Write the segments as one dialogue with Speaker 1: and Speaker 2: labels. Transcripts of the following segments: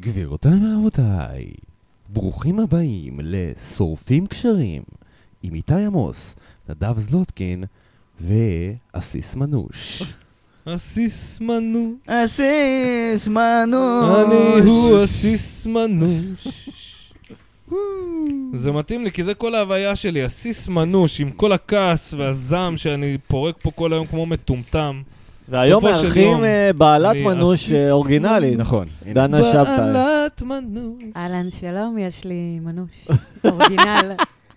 Speaker 1: גבירותיי ורבותיי, ברוכים הבאים לשורפים קשרים עם איתי עמוס, נדב זלוטקין ועסיס מנוש.
Speaker 2: עסיס מנוש,
Speaker 3: אסיס
Speaker 4: אה,
Speaker 3: מנוש.
Speaker 2: אני הוא עסיס מנוש. זה מתאים לי, כי זה כל ההוויה שלי, עסיס מנוש, עם כל הכעס והזעם שאני פורק פה כל היום כמו מטומטם.
Speaker 3: והיום
Speaker 2: בסופו של
Speaker 3: מארחים
Speaker 2: יום,
Speaker 3: אה, בעלת
Speaker 2: אני
Speaker 3: מנוש
Speaker 2: אסיס
Speaker 3: אה, אורגינלית.
Speaker 1: נכון.
Speaker 3: דנה שבתאי.
Speaker 2: בעלת מנוש.
Speaker 5: אהלן, שלום, יש לי מנוש, אורגינל.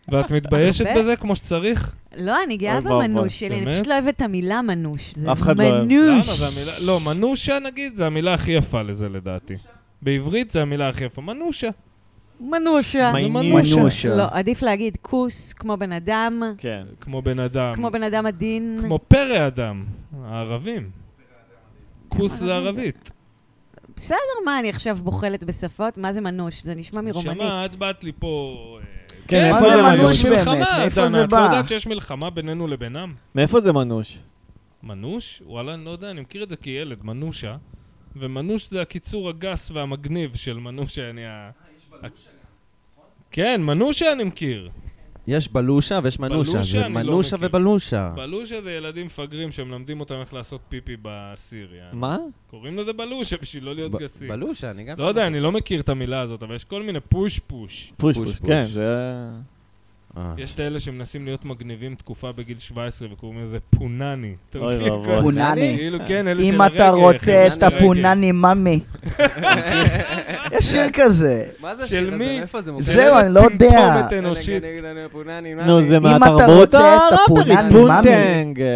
Speaker 2: ואת מתביישת
Speaker 5: הרבה.
Speaker 2: בזה כמו שצריך?
Speaker 5: לא, אני גאה
Speaker 3: אוי ואבוי.
Speaker 5: במנוש שלי, אני
Speaker 2: באמת?
Speaker 5: פשוט לא אוהבת את המילה מנוש. זה
Speaker 3: אף אחד לא אוהב.
Speaker 2: למה?
Speaker 5: מנוש.
Speaker 2: זה המילה... לא, מנושה נגיד, זה המילה הכי יפה לזה לדעתי. בעברית זה המילה הכי יפה, מנושה.
Speaker 5: מנושה.
Speaker 2: מי-
Speaker 5: לא, עדיף להגיד כוס כמו בן אדם,
Speaker 3: כן.
Speaker 2: כמו בן אדם.
Speaker 5: כמו בן אדם עדין.
Speaker 2: כמו פרא אדם. הערבים. כוס זה ערבית.
Speaker 5: בסדר, מה, אני עכשיו בוחלת בשפות? מה זה מנוש? זה נשמע מרומנית.
Speaker 2: שמע, את באת לי פה... אה,
Speaker 3: כן,
Speaker 4: מה
Speaker 3: איפה
Speaker 4: זה
Speaker 3: זה מנוש?
Speaker 4: מנוש? באמת?
Speaker 2: מלחמה,
Speaker 4: מאיפה
Speaker 2: דנה,
Speaker 4: זה
Speaker 2: את לא
Speaker 4: בא?
Speaker 2: יודעת שיש מלחמה בינינו לבינם?
Speaker 3: מאיפה זה מנוש?
Speaker 2: מנוש? וואלה, אני לא יודע, אני מכיר את זה כילד, מנושה. ומנוש זה הקיצור הגס והמגניב של מנושה, אני ה... ה- כן, מנושה אני מכיר.
Speaker 1: יש בלושה ויש מנושה,
Speaker 2: בלושה
Speaker 1: זה
Speaker 2: אני לא
Speaker 1: מנושה
Speaker 2: מכיר.
Speaker 1: ובלושה.
Speaker 2: בלושה זה ילדים מפגרים שמלמדים אותם איך לעשות פיפי בסיר. יעני.
Speaker 3: מה?
Speaker 2: קוראים לזה בלושה בשביל לא להיות
Speaker 1: Mm. ב-
Speaker 2: גסים.
Speaker 1: בלושה, אני גם...
Speaker 2: לא יודע, אני לא מכיר את המילה הזאת, אבל יש כל מיני פוש פוש.
Speaker 3: פוש
Speaker 1: פוש,
Speaker 3: פוש.
Speaker 1: פוש.
Speaker 3: כן, זה...
Speaker 1: אה,
Speaker 2: יש את האלה שמנסים להיות מגניבים תקופה בגיל 17 וקוראים לזה פונני. אתה
Speaker 3: אוי
Speaker 2: מכיר?
Speaker 3: ואבוי.
Speaker 4: פונני.
Speaker 2: כאילו, כן, אלה של אוקיי.
Speaker 4: אם
Speaker 2: רגל.
Speaker 4: אתה רוצה
Speaker 2: אלה
Speaker 4: את
Speaker 2: של רגל.
Speaker 4: הפונני ממי. יש שיר כזה.
Speaker 6: מה זה
Speaker 2: של
Speaker 6: השיר הזה?
Speaker 2: מי?
Speaker 6: מאיפה זה מופיע?
Speaker 4: זהו, אני לא יודע.
Speaker 2: תמתומת אנושית.
Speaker 3: נו, זה
Speaker 4: מה-
Speaker 3: מהתרבות לא,
Speaker 4: רוצה את
Speaker 3: הראפרית.
Speaker 4: הפונני,
Speaker 3: פונטנג, אה,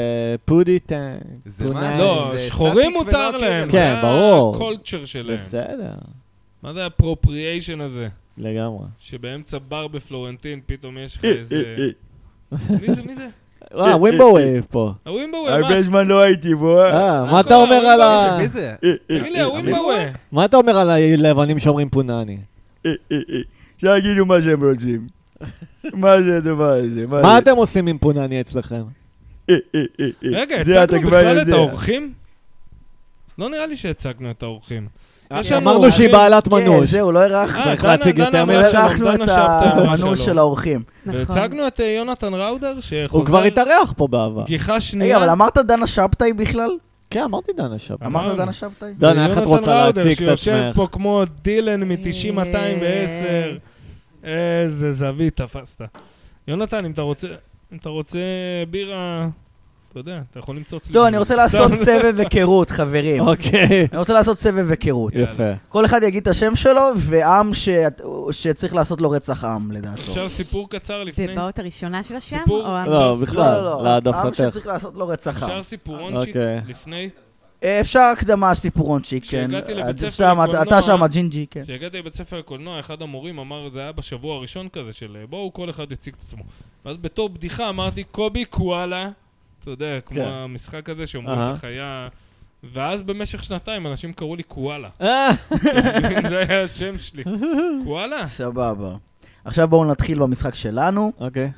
Speaker 3: פודי טנג.
Speaker 6: זה מה?
Speaker 3: פונני.
Speaker 2: לא,
Speaker 6: זה
Speaker 2: שחורים
Speaker 6: סטטיק
Speaker 2: מותר
Speaker 6: ולא
Speaker 2: להם.
Speaker 6: קרן.
Speaker 3: כן, ברור.
Speaker 2: זה הקולצ'ר שלהם.
Speaker 3: בסדר,
Speaker 2: מה זה האפרופריאשן הזה?
Speaker 3: לגמרי.
Speaker 2: שבאמצע בר בפלורנטין פתאום יש לך איזה... מי זה? מי זה?
Speaker 3: אה, ווימבווי פה.
Speaker 2: הווימבווי, מה?
Speaker 4: זמן לא הייתי בו.
Speaker 3: אה,
Speaker 2: מה
Speaker 3: מה אתה אומר
Speaker 2: קורה?
Speaker 3: על ה...
Speaker 6: זה, אה, מי
Speaker 3: אה,
Speaker 6: זה?
Speaker 2: תגיד לי, הווימבווי.
Speaker 3: מה אתה אומר על הלבנים שאומרים פונני?
Speaker 4: שיגידו מה שהם רוצים. מה זה הדבר הזה?
Speaker 3: מה אתם עושים עם פונני אצלכם? אה,
Speaker 2: רגע, הצגנו בכלל את האורחים? לא נראה לי שהצגנו את האורחים. אה, יש לנו-
Speaker 3: אה, אמרנו שהיא בעלת
Speaker 4: כן,
Speaker 3: מנוש.
Speaker 4: זהו, לא הרחנו.
Speaker 2: אה,
Speaker 3: צריך
Speaker 2: דנה-
Speaker 3: להציג
Speaker 2: דנה
Speaker 3: יותר
Speaker 2: אמרה
Speaker 3: מדי.
Speaker 2: שלום,
Speaker 4: הרחנו
Speaker 2: דנה
Speaker 4: את
Speaker 2: שבתאי אמרה
Speaker 4: המנוש
Speaker 2: שלום.
Speaker 4: של האורחים.
Speaker 5: נכון.
Speaker 2: והצגנו את אה, יונתן ראודר, שחוזר...
Speaker 3: הוא כבר התארח פה בעבר.
Speaker 2: גיחה שנייה.
Speaker 4: רגע, אה, אבל אמרת דנה שבתאי בכלל?
Speaker 3: כן, אמרתי דנה שם.
Speaker 2: אמרנו.
Speaker 4: אמרת דנה שבתאי?
Speaker 3: דנה, איך את
Speaker 2: ויונתן
Speaker 3: רוצה
Speaker 2: אה, ראודר,
Speaker 3: להציג את
Speaker 2: שיושב
Speaker 3: עצמך?
Speaker 2: פה כמו דילן מ-90-210.
Speaker 4: אה.
Speaker 2: איזה זווית תפסת. יונתן, אם אתה רוצה, אם אתה רוצה בירה, אתה יודע, אתה יכול למצוא צלילים.
Speaker 4: לא, אני רוצה לעשות סבב היכרות, חברים.
Speaker 3: אוקיי,
Speaker 4: אני רוצה לעשות סבב היכרות.
Speaker 3: יפה.
Speaker 4: כל אחד יגיד את השם שלו, ועם ש- שצריך לעשות לו רצח עם, לדעתו.
Speaker 2: אפשר סיפור קצר לפני?
Speaker 5: ובאות הראשונה של השם?
Speaker 2: סיפור.
Speaker 5: או ה-
Speaker 3: לא, בכלל,
Speaker 4: עם
Speaker 3: להעדפתך.
Speaker 4: שצריך לעשות לו רצח עם.
Speaker 2: אפשר סיפורונצ'יק
Speaker 3: אוקיי.
Speaker 2: לפני?
Speaker 4: אה, אפשר הקדמה סיפורונצ'יק, כן.
Speaker 2: כשהגעתי לבית
Speaker 4: עד
Speaker 2: ספר
Speaker 4: שם,
Speaker 2: לקולנוע-
Speaker 4: אתה שם, הג'ינג'י, כן.
Speaker 2: כשהגעתי לבית ספר לקולנוע, אחד המורים אמר, זה היה בשבוע הראשון כזה של אה, בואו, כל אחד יציג את עצמו. ואז בתור בדיחה אמרתי, קובי קואלה, אתה יודע, כמו
Speaker 3: כן.
Speaker 2: המשחק הזה שאומרים
Speaker 3: אהה.
Speaker 2: לך היה... ואז במשך שנתיים אנשים קראו לי קואלה.
Speaker 3: אה,
Speaker 2: זה היה השם שלי. קואלה?
Speaker 4: סבבה. עכשיו בואו נתחיל במשחק שלנו.
Speaker 3: אוקיי,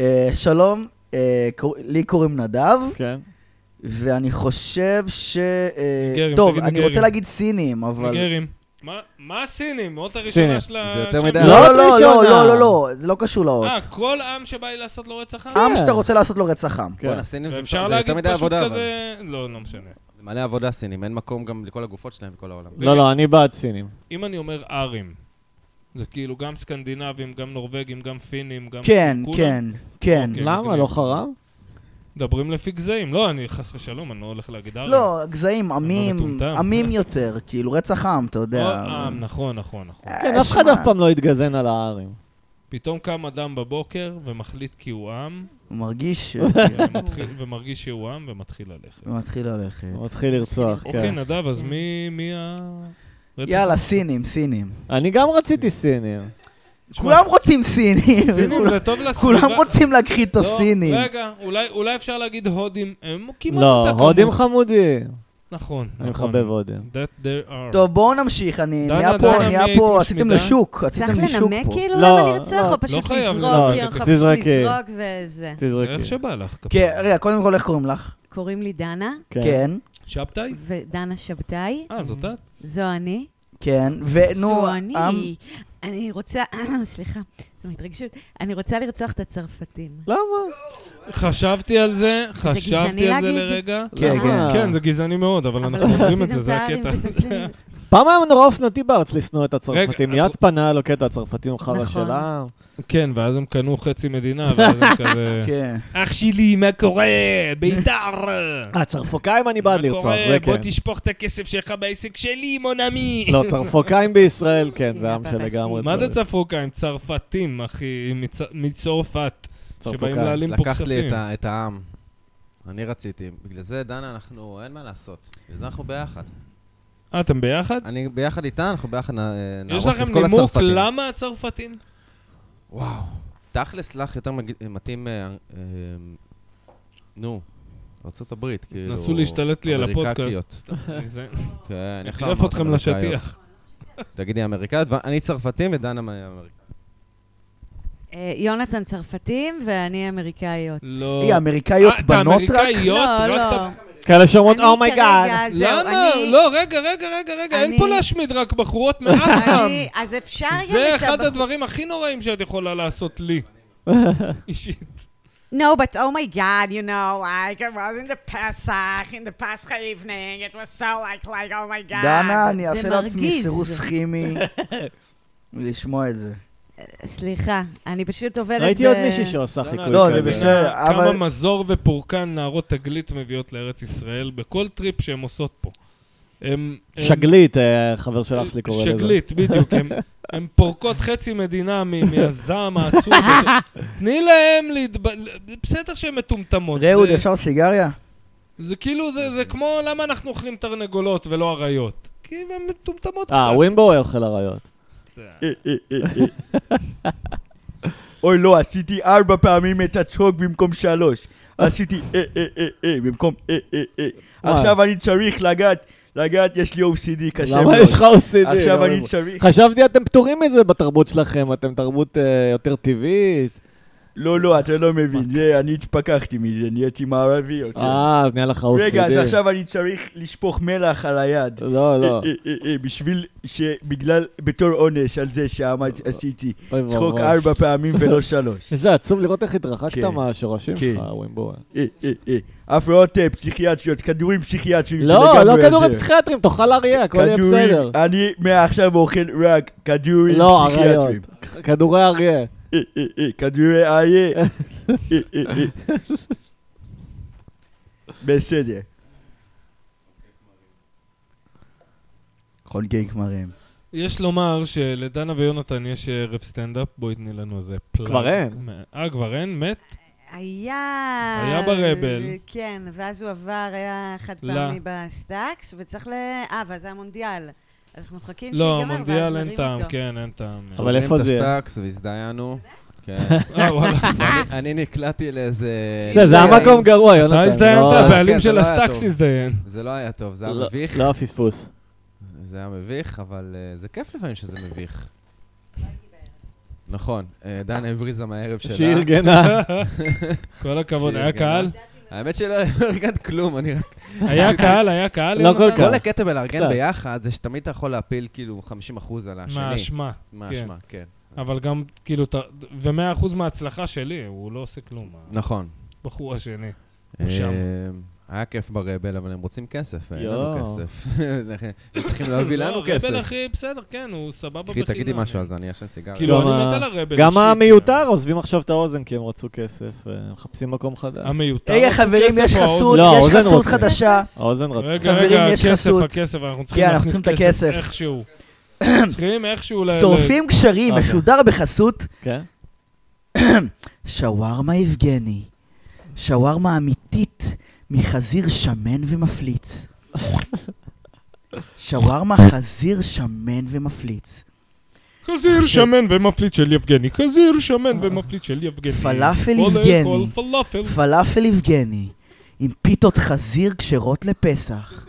Speaker 4: אה, שלום, אה, קור- לי קוראים נדב,
Speaker 3: כן.
Speaker 4: ואני חושב ש... אה,
Speaker 2: ניגרים,
Speaker 4: טוב,
Speaker 2: תגיד
Speaker 4: אני
Speaker 2: ניגרים.
Speaker 4: רוצה להגיד סינים, אבל...
Speaker 2: ניגרים. מה- מה הסינים? אות
Speaker 3: סינים.
Speaker 2: הראשונה של ה...
Speaker 1: זה יותר
Speaker 2: של
Speaker 1: מדי.
Speaker 3: לא,
Speaker 4: לא,
Speaker 2: ה-
Speaker 4: לא, לא,
Speaker 3: ראשונה.
Speaker 4: לא, לא, לא, לא, זה לא קשור לאות.
Speaker 2: אה, כל עם שבא לי לעשות לו רצח עם?
Speaker 4: עם שאתה רוצה לעשות לו רצח עם.
Speaker 3: כן.
Speaker 1: בואנה, סינים אה, זה
Speaker 2: ואפשר
Speaker 1: זה
Speaker 2: להגיד
Speaker 1: יותר מדי
Speaker 2: פשוט
Speaker 1: עבודה, אבל.
Speaker 2: כזה... לא, לא משנה.
Speaker 1: זה מלא עבודה סינים, אין מקום גם לכל הגופות שלהם בכל העולם.
Speaker 3: לא, לא, אני בעד סינים.
Speaker 2: אם אני אומר ארים, זה כאילו גם סקנדינבים, גם נורבגים, גם פינים, גם...
Speaker 4: כן,
Speaker 2: כולם
Speaker 4: כן, כן.
Speaker 2: אוקיי.
Speaker 3: למה? לא חרם?
Speaker 2: מדברים לפי גזעים. לא, אני חס ושלום, אני לא הולך להגיד ארים.
Speaker 4: לא, גזעים,
Speaker 2: לא
Speaker 4: עמים,
Speaker 2: מטומטם.
Speaker 4: עמים יותר, כאילו רצח עם, אתה
Speaker 2: או
Speaker 4: יודע.
Speaker 2: עם, נכון, נכון, נכון.
Speaker 4: אה,
Speaker 3: כן, אף אחד
Speaker 4: שמע,
Speaker 3: אף פעם לא התגזן על הארים.
Speaker 2: פתאום קם אדם בבוקר ומחליט כי הוא עם,
Speaker 4: הוא מרגיש...
Speaker 2: אוקיי, ומתחיל- ומרגיש שהוא עם ומתחיל ללכת.
Speaker 4: הוא מתחיל ללכת.
Speaker 3: הוא מתחיל לרצוח,
Speaker 2: אוקיי,
Speaker 3: כן.
Speaker 2: נדב, אז מי... מי ה... רצח-
Speaker 4: יאללה, סינים, סינים.
Speaker 3: אני גם רציתי סינים.
Speaker 2: תשמע,
Speaker 4: כולם רוצים סינים.
Speaker 2: סינים זה טוב לסביבה.
Speaker 4: כולם רוצים להכחיד את הסינים.
Speaker 2: לא, רגע, אולי, אולי אפשר להגיד הודים, הם כמעט
Speaker 3: לא,
Speaker 2: אותה
Speaker 3: הודים
Speaker 2: כמות.
Speaker 3: חמודים.
Speaker 2: נכון,
Speaker 3: אני
Speaker 2: נכון.
Speaker 3: מחבב הודים.
Speaker 2: That there are.
Speaker 4: טוב, בואו נמשיך, אני
Speaker 2: דנה,
Speaker 4: נהיה
Speaker 2: דנה,
Speaker 4: פה, נהיה
Speaker 2: מי
Speaker 4: פה,
Speaker 2: היית
Speaker 4: עשיתם
Speaker 2: משמידה?
Speaker 4: לי שוק,
Speaker 5: צריך
Speaker 4: עשיתם לי שוק
Speaker 5: לנמק
Speaker 4: פה.
Speaker 5: כאילו
Speaker 3: לא,
Speaker 5: למה לרצוח,
Speaker 3: לא,
Speaker 5: או
Speaker 2: לא
Speaker 5: פשוט
Speaker 2: חייב
Speaker 5: לזרוק,
Speaker 2: לנמק.
Speaker 5: כי אנחנו חייבים
Speaker 3: תזרקי.
Speaker 5: לזרוק וזה.
Speaker 2: איך
Speaker 3: תזרקי.
Speaker 2: שבא לך. כפרה.
Speaker 4: אוקיי. כן, רגע, קודם כל, איך קוראים לך?
Speaker 5: קוראים לי דנה,
Speaker 3: כן.
Speaker 4: כן.
Speaker 2: שבתאי?
Speaker 5: ודנה שבתאי,
Speaker 2: אה, זאת את?
Speaker 5: זו אני.
Speaker 7: כן, ונו,
Speaker 8: צועני. אני רוצה, סליחה, זו התרגשות. אני רוצה לרצוח את הצרפתים.
Speaker 3: למה?
Speaker 2: חשבתי על זה, חשבתי על זה
Speaker 8: להגיד.
Speaker 2: לרגע.
Speaker 7: כן,
Speaker 3: למה?
Speaker 6: אה.
Speaker 2: כן, זה גזעני מאוד, אבל אנחנו אומרים את זה, זה הקטע.
Speaker 3: פעם היה נורא אופנתי בארץ לשנוא את הצרפתים.
Speaker 2: רגע, אה,
Speaker 3: מיד פנה לו קטע הצרפתים חרא
Speaker 8: נכון.
Speaker 3: שלה.
Speaker 2: כן, ואז הם קנו חצי מדינה, ואז הם כזה...
Speaker 7: כן.
Speaker 2: אח שלי, מה קורה? בית"ר!
Speaker 3: אה, צרפוקאים אני בעד
Speaker 2: מה
Speaker 3: לרצוח,
Speaker 2: קורה?
Speaker 3: זה
Speaker 2: בוא
Speaker 3: כן.
Speaker 2: תשפוך את הכסף שלך בעסק שלי, מונאמי!
Speaker 3: לא, צרפוקאים בישראל, כן, זה עם
Speaker 8: שינה
Speaker 3: שלגמרי
Speaker 2: מה זה
Speaker 3: צריך.
Speaker 2: צרפוקאים? צרפתים, אחי, מצ- מצרפת, שבאים
Speaker 3: צרפוקאים.
Speaker 2: להעלים פה
Speaker 6: לקחת לי
Speaker 2: כספים.
Speaker 6: את ה- את העם. אני רציתי. בגלל זה, דנה, אנחנו, אין מה לעשות. בגלל זה אנחנו ביחד.
Speaker 2: אה, אתם ביחד?
Speaker 6: אני ביחד איתה, אנחנו ביחד נ- אה,
Speaker 2: יש
Speaker 6: נהרוס את
Speaker 2: לכם
Speaker 6: כל
Speaker 2: נימוק
Speaker 6: הצרפתים.
Speaker 2: למה הצרפתים?
Speaker 6: וואו. תכלס לך יותר מג- מתאים... אה, אה, נו, ארה"ב, כאילו...
Speaker 2: נסו להשתלט לי על הפודקאסט.
Speaker 6: אמריקקיות.
Speaker 2: סתם, אני זה-
Speaker 6: כן, איך לא
Speaker 2: אגרף
Speaker 6: אמרת
Speaker 2: אתכם
Speaker 6: אמריקאיות?
Speaker 2: לשטיח.
Speaker 6: תגידי אמריקאיות, ואני צרפתים ודנה מאמריקאית.
Speaker 8: אה, יונתן צרפתים ואני אמריקאיות.
Speaker 2: לא.
Speaker 7: היא אמריקאיות
Speaker 2: אה, אתה
Speaker 7: בנות רק?
Speaker 2: אמריקאיות? רק
Speaker 8: לא,
Speaker 2: את
Speaker 8: לא.
Speaker 2: ה-
Speaker 3: כאלה שאומרות, "Oh
Speaker 8: אני
Speaker 7: "Oh
Speaker 3: אומייגאד.
Speaker 8: כרגע, אה, זהו,
Speaker 2: למה?
Speaker 8: אני-
Speaker 2: לא, רגע, רגע, רגע, רגע, אין
Speaker 8: אני-
Speaker 2: פה להשמיד רק בחורות מאף פעם.
Speaker 8: אני- אז אפשר גם את
Speaker 2: זה אחד
Speaker 8: הבחור-
Speaker 2: הדברים הכי נוראים שאת יכולה לעשות לי. אישית.
Speaker 8: No, but oh my god, you know, like it was in the Pesach, in the Pesach evening, it was so like, like, oh my god.
Speaker 7: דנה, אני
Speaker 8: זה
Speaker 7: אעשה לעצמי
Speaker 8: מרגיז.
Speaker 7: סירוס כימי לשמוע את זה.
Speaker 8: סליחה, אני פשוט עובדת...
Speaker 3: ראיתי עוד
Speaker 8: ב-
Speaker 3: מישהי שעושה חיקוי
Speaker 7: אה, לא, זה
Speaker 3: כזה.
Speaker 7: בסדר,
Speaker 2: כמה
Speaker 7: אבל-
Speaker 2: מזור ופורקן נערות תגלית מביאות לארץ ישראל בכל טריפ שהן עושות פה. הם- הם-
Speaker 3: שגלית, אה, חבר של אח שלי קורא לזה.
Speaker 2: שגלית, בדיוק. הם- הם פורקות חצי מדינה מ- מהזעם העצום. תני להם להתב... בסדר שהן מטומטמות.
Speaker 7: ראוד,
Speaker 2: זה-
Speaker 7: אפשר סיגריה?
Speaker 2: זה כאילו, זה זה כמו למה אנחנו אוכלים תרנגולות ולא אריות. כי הן מטומטמות קצת.
Speaker 3: אה, ווימבו אוכל אריות.
Speaker 7: אוי, לא, עשיתי ארבע פעמים את הצחוק במקום שלוש. עשיתי אה, אה, אה, אה, במקום אה, אה, אה.
Speaker 3: וואי.
Speaker 7: עכשיו אני צריך לגעת, לגעת, יש לי OCD קשה מאוד.
Speaker 3: למה יש לך OCD?
Speaker 7: עכשיו
Speaker 3: לא
Speaker 7: אני
Speaker 3: מבין.
Speaker 7: צריך...
Speaker 3: חשבתי אתם פטורים מזה בתרבות שלכם, אתם תרבות אה, יותר טבעית.
Speaker 7: לא, לא, אתה לא מבין, זה, אני התפכחתי מזה, נהייתי מערבי יותר.
Speaker 3: אה, אז נהיה לך OCD.
Speaker 7: כן. רגע, אז עכשיו אני צריך לשפוך מלח על היד.
Speaker 3: לא, לא.
Speaker 7: אה, אה, אה, אה, בשביל ש... בגלל... בתור עונש על זה
Speaker 3: לא,
Speaker 7: שעמד, עשיתי
Speaker 3: אוי
Speaker 7: צחוק
Speaker 3: ואבוי.
Speaker 7: ארבע פעמים ולא שלוש.
Speaker 3: איזה עצוב לראות איך התרחקת
Speaker 7: כן.
Speaker 3: מהשורשים
Speaker 7: כן.
Speaker 3: שלך, ווימבו.
Speaker 7: אה, אה, אה. הפרעות אה, פסיכיאטריות, כדורים פסיכיאטריים
Speaker 3: לא, לא
Speaker 7: שלגמרי
Speaker 3: כדורים
Speaker 7: זה.
Speaker 3: פסיכיאטרים, תאכל אריה, הכל יהיה
Speaker 7: כדורים-
Speaker 3: בסדר.
Speaker 7: אני מעכשיו אוכל רק כדורים
Speaker 3: לא,
Speaker 7: פסיכיאטריים.
Speaker 3: אריות. כ- כדורי אריה.
Speaker 7: אה, אה, אה, כדורי אריה. אה, אה, אה. בסדר. חונקי כמרים.
Speaker 2: יש לומר שלדנה ויונתן יש ערב סטנדאפ, בואי תני לנו איזה פלאג.
Speaker 3: כבר אין.
Speaker 2: אה, כבר אין? מת?
Speaker 8: היה...
Speaker 2: היה ברבל.
Speaker 8: כן, ואז הוא עבר, היה חד
Speaker 2: לא.
Speaker 8: פעמי בסטאקס, וצריך ל... אה, ואז היה מונדיאל. אז אנחנו מחכים
Speaker 2: לא,
Speaker 8: שיגמר, ואז
Speaker 2: מונדיאל אין
Speaker 8: נרים
Speaker 2: טעם,
Speaker 8: אותו.
Speaker 2: כן, אין טעם.
Speaker 3: אבל איפה זה?
Speaker 6: את הסטאקס והזדיינו. כן.
Speaker 2: אה, וואלה.
Speaker 6: ואני- אני נקלעתי לאיזה...
Speaker 3: זה, זה היה מקום גרוע, יונתן.
Speaker 2: אתה הזדיינת,
Speaker 3: לא-
Speaker 2: הבעלים
Speaker 6: כן, זה
Speaker 2: של
Speaker 6: לא היה
Speaker 2: הסטאקס
Speaker 6: טוב.
Speaker 2: הזדיין.
Speaker 6: זה לא היה טוב, זה היה
Speaker 3: לא-
Speaker 6: מביך.
Speaker 3: לא הפספוס.
Speaker 6: זה היה מביך, אבל אה, זה כיף לפעמים שזה מביך. נכון, אה, דנה הבריזה מהערב
Speaker 3: שהיא
Speaker 6: שלה.
Speaker 3: ארגנה.
Speaker 2: כל הכבוד,
Speaker 6: שיר,
Speaker 2: היה
Speaker 6: כן.
Speaker 2: קהל?
Speaker 6: האמת שלא ארגנת כלום, אני רק...
Speaker 2: היה קהל, היה קהל?
Speaker 3: לא כל
Speaker 2: יונתן?
Speaker 3: כך.
Speaker 6: כל הקטע בלארגן
Speaker 3: קצת.
Speaker 6: ביחד זה שתמיד אתה יכול להפיל כאילו 50% על השני.
Speaker 2: מהאשמה.
Speaker 6: מהאשמה, כן.
Speaker 2: אבל גם, כאילו, ת- ומאה אחוז מההצלחה שלי, הוא לא עושה כלום,
Speaker 6: נכון.
Speaker 2: הבחור השני. הוא שם.
Speaker 6: אה, היה כיף ברבל, אבל הם רוצים כסף, אין לנו
Speaker 3: יואו.
Speaker 6: כסף. הם צריכים להביא
Speaker 2: לא,
Speaker 6: כן, לנו
Speaker 2: הרבל
Speaker 6: כסף.
Speaker 2: אחי, בסדר, כן, הוא סבבה
Speaker 6: קחי,
Speaker 2: בחינם.
Speaker 6: תגידי משהו על זה, אני אעשן סיגריה.
Speaker 2: כאילו,
Speaker 3: גם
Speaker 2: אני
Speaker 3: ה-
Speaker 2: מת על הרבל.
Speaker 3: גם
Speaker 2: אישית. כן.
Speaker 3: המיותר עוזבים עכשיו את האוזן כי הם רצו כסף, אה, מחפשים מקום חדש.
Speaker 2: המיותר. לא,
Speaker 7: רגע חברים,
Speaker 2: כסף
Speaker 7: יש
Speaker 2: או האוזן?
Speaker 7: חסות,
Speaker 3: לא,
Speaker 7: יש
Speaker 3: האוזן
Speaker 7: חסות
Speaker 3: רוצה.
Speaker 7: חדשה.
Speaker 3: האוזן רצו.
Speaker 2: אה, רגע, רגע,
Speaker 7: חברים, יש
Speaker 2: הכסף,
Speaker 7: חסות.
Speaker 2: הכסף, אנחנו צריכים
Speaker 7: כן, אנחנו
Speaker 2: להכניס
Speaker 7: צריכים את הכסף.
Speaker 2: איכשהו. צריכים איכשהו ל... ל-
Speaker 7: שורפים קשרים,
Speaker 3: אוקיי.
Speaker 7: משודר בחסות
Speaker 3: כן?
Speaker 7: שווארמה יבגני. שווארמה אמיתית מחזיר שמן ומפליץ. שווארמה חזיר שמן ומפליץ.
Speaker 2: חזיר שמן ומפליט של יבגני, חזיר שמן ומפליט של יבגני.
Speaker 7: פלאפל
Speaker 2: קודם
Speaker 7: יבגני.
Speaker 2: כל פלאפל.
Speaker 7: פלאפל יבגני, עם פיתות חזיר כשרות לפסח.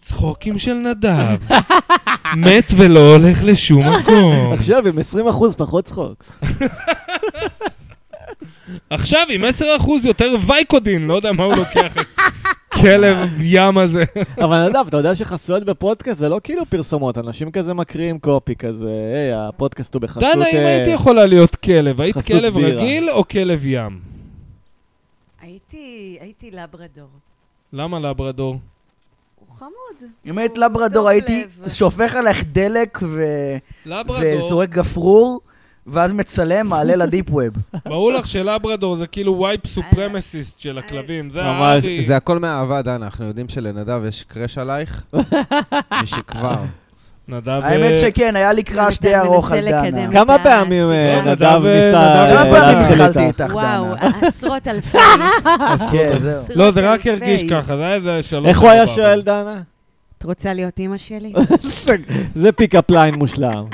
Speaker 2: צחוקים של נדב. מת ולא הולך לשום מקום.
Speaker 3: עכשיו עם 20% פחות צחוק.
Speaker 2: עכשיו עם 10% יותר וייקודין, לא יודע מה הוא לוקח. הכלב ים הזה.
Speaker 3: אבל נדב, אתה יודע שחסויות בפודקאסט זה לא כאילו פרסומות, אנשים כזה מקריאים קופי כזה, היי, הפודקאסט הוא בחסות...
Speaker 2: דנה, אם
Speaker 3: אה,
Speaker 2: הייתי יכולה להיות כלב, היית
Speaker 3: חסות
Speaker 2: כלב
Speaker 3: בירה.
Speaker 2: רגיל או כלב ים?
Speaker 5: הייתי, הייתי לברדור.
Speaker 2: למה לברדור?
Speaker 5: הוא חמוד.
Speaker 4: אם היית
Speaker 5: הוא
Speaker 4: לברדור,
Speaker 5: טוב
Speaker 4: הייתי
Speaker 5: לב.
Speaker 4: שופך עלייך דלק ו-
Speaker 2: לברדור,
Speaker 4: וזורק גפרור, ואז מצלם, מעלה לדיפ ווב.
Speaker 2: ברור לך שלברדור זה כאילו וייפ סופרמסיסט של הכלבים, זה
Speaker 3: ממש,
Speaker 2: הארי.
Speaker 6: זה הכל מאהבה, דנה, אנחנו יודעים שלנדב יש קרש עלייך, משכבר.
Speaker 2: נדב... אה,
Speaker 4: האמת שכן, היה לי קראש די
Speaker 5: אתה
Speaker 4: ארוך על
Speaker 5: מנסה
Speaker 4: דנה.
Speaker 5: לקדם.
Speaker 3: כמה
Speaker 5: אתה
Speaker 3: פעמים אה,
Speaker 5: סיפור.
Speaker 3: נדב ניסה...
Speaker 2: נדב-
Speaker 4: כמה
Speaker 3: אה, אה,
Speaker 4: פעמים
Speaker 3: להתחיל
Speaker 4: התחלתי
Speaker 3: איתך?
Speaker 4: איתך,
Speaker 5: וואו,
Speaker 4: דנה?
Speaker 5: עשרות אלפי.
Speaker 4: כן, זהו.
Speaker 5: עשרות
Speaker 2: לא, זה רק
Speaker 5: אלפי.
Speaker 2: הרגיש ככה, זה היה איזה שלוש...
Speaker 3: איך הוא היה
Speaker 2: ארבע.
Speaker 3: שואל, דנה?
Speaker 5: את רוצה להיות אימא שלי?
Speaker 3: זה פיקאפ ליין מושלם.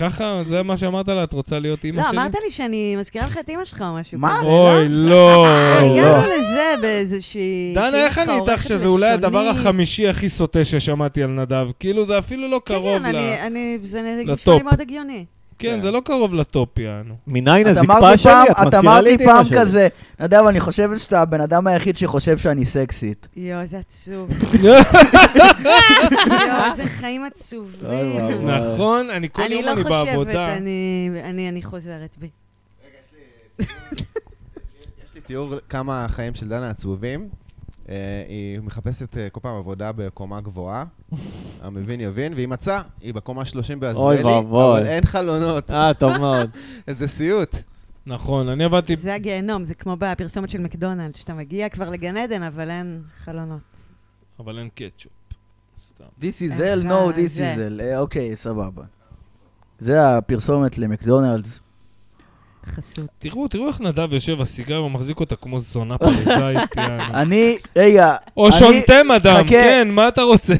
Speaker 2: ככה, זה מה שאמרת לה, את רוצה להיות אימא
Speaker 5: לא,
Speaker 2: שלי?
Speaker 5: אמרת לי שאני מזכירה לך את אימא שלך או משהו.
Speaker 4: מה?
Speaker 5: כזה, לא? אה, כן.
Speaker 2: אוי, לא.
Speaker 5: הגענו לזה באיזושהי...
Speaker 2: דנה,
Speaker 5: שאימא
Speaker 2: איך
Speaker 5: שלך
Speaker 2: אני איתך
Speaker 5: עורכת
Speaker 2: שזה אולי
Speaker 5: לשוני?
Speaker 2: הדבר החמישי הכי סוטה ששמעתי על נדב? כאילו, זה אפילו לא
Speaker 5: כן,
Speaker 2: קרוב
Speaker 5: כן,
Speaker 2: ל...
Speaker 5: אני- אני... זה נשמע
Speaker 2: לטופ.
Speaker 5: לי מאוד הגיוני.
Speaker 2: כן, זה לא קרוב לטופ, יענו.
Speaker 3: מניין
Speaker 4: את אמרת
Speaker 3: הזקפה
Speaker 4: לי
Speaker 3: שלי?
Speaker 4: פעם-
Speaker 3: את
Speaker 4: את
Speaker 3: מזכירה
Speaker 4: אמרת
Speaker 3: לי
Speaker 4: לי
Speaker 3: את אמא
Speaker 4: פעם
Speaker 3: שלי.
Speaker 4: כזה, נדב, אני חושבת שאתה הבן אדם היחיד שחושב שאני סקסית.
Speaker 5: יואו, זה עצוב. יואו, זה חיים עצובים.
Speaker 3: אוי, וואו, וואו.
Speaker 2: נכון, אני כל
Speaker 5: אני
Speaker 2: יום
Speaker 5: לא
Speaker 2: אני
Speaker 5: חושבת,
Speaker 2: בעבודה.
Speaker 5: אני- אני- אני חוזרת בי.
Speaker 6: יש לי תיאור כמה החיים של דנה עצובים. אה, היא מחפשת אה, כל פעם עבודה בקומה גבוהה, המבין יבין, והיא מצאה, היא בקומה 30
Speaker 3: אוי
Speaker 6: בעזריאלי,
Speaker 3: ואבוי.
Speaker 6: אבל אין חלונות,
Speaker 3: אה, טוב מאוד.
Speaker 6: איזה סיוט.
Speaker 2: נכון, אני עבדתי...
Speaker 5: זה הגיהנום, זה כמו בפרסומת של מקדונלד, שאתה מגיע כבר לגן עדן, אבל אין חלונות.
Speaker 2: אבל אין קטשופ. סתם.
Speaker 4: This is
Speaker 5: איך
Speaker 4: hell, no,
Speaker 5: ה-
Speaker 4: this
Speaker 5: אה, זה.
Speaker 4: is hell. אה, אוקיי, סבבה. זה הפרסומת למקדונלדס.
Speaker 5: חסות.
Speaker 2: תראו, תראו איך נדב יושב, הסיגריה, הוא מחזיק אותה כמו זונה פריזאית, יענו.
Speaker 4: אני, רגע,
Speaker 2: או
Speaker 4: אני-
Speaker 2: שונתם אדם,
Speaker 4: חכה.
Speaker 2: כן, מה אתה רוצה?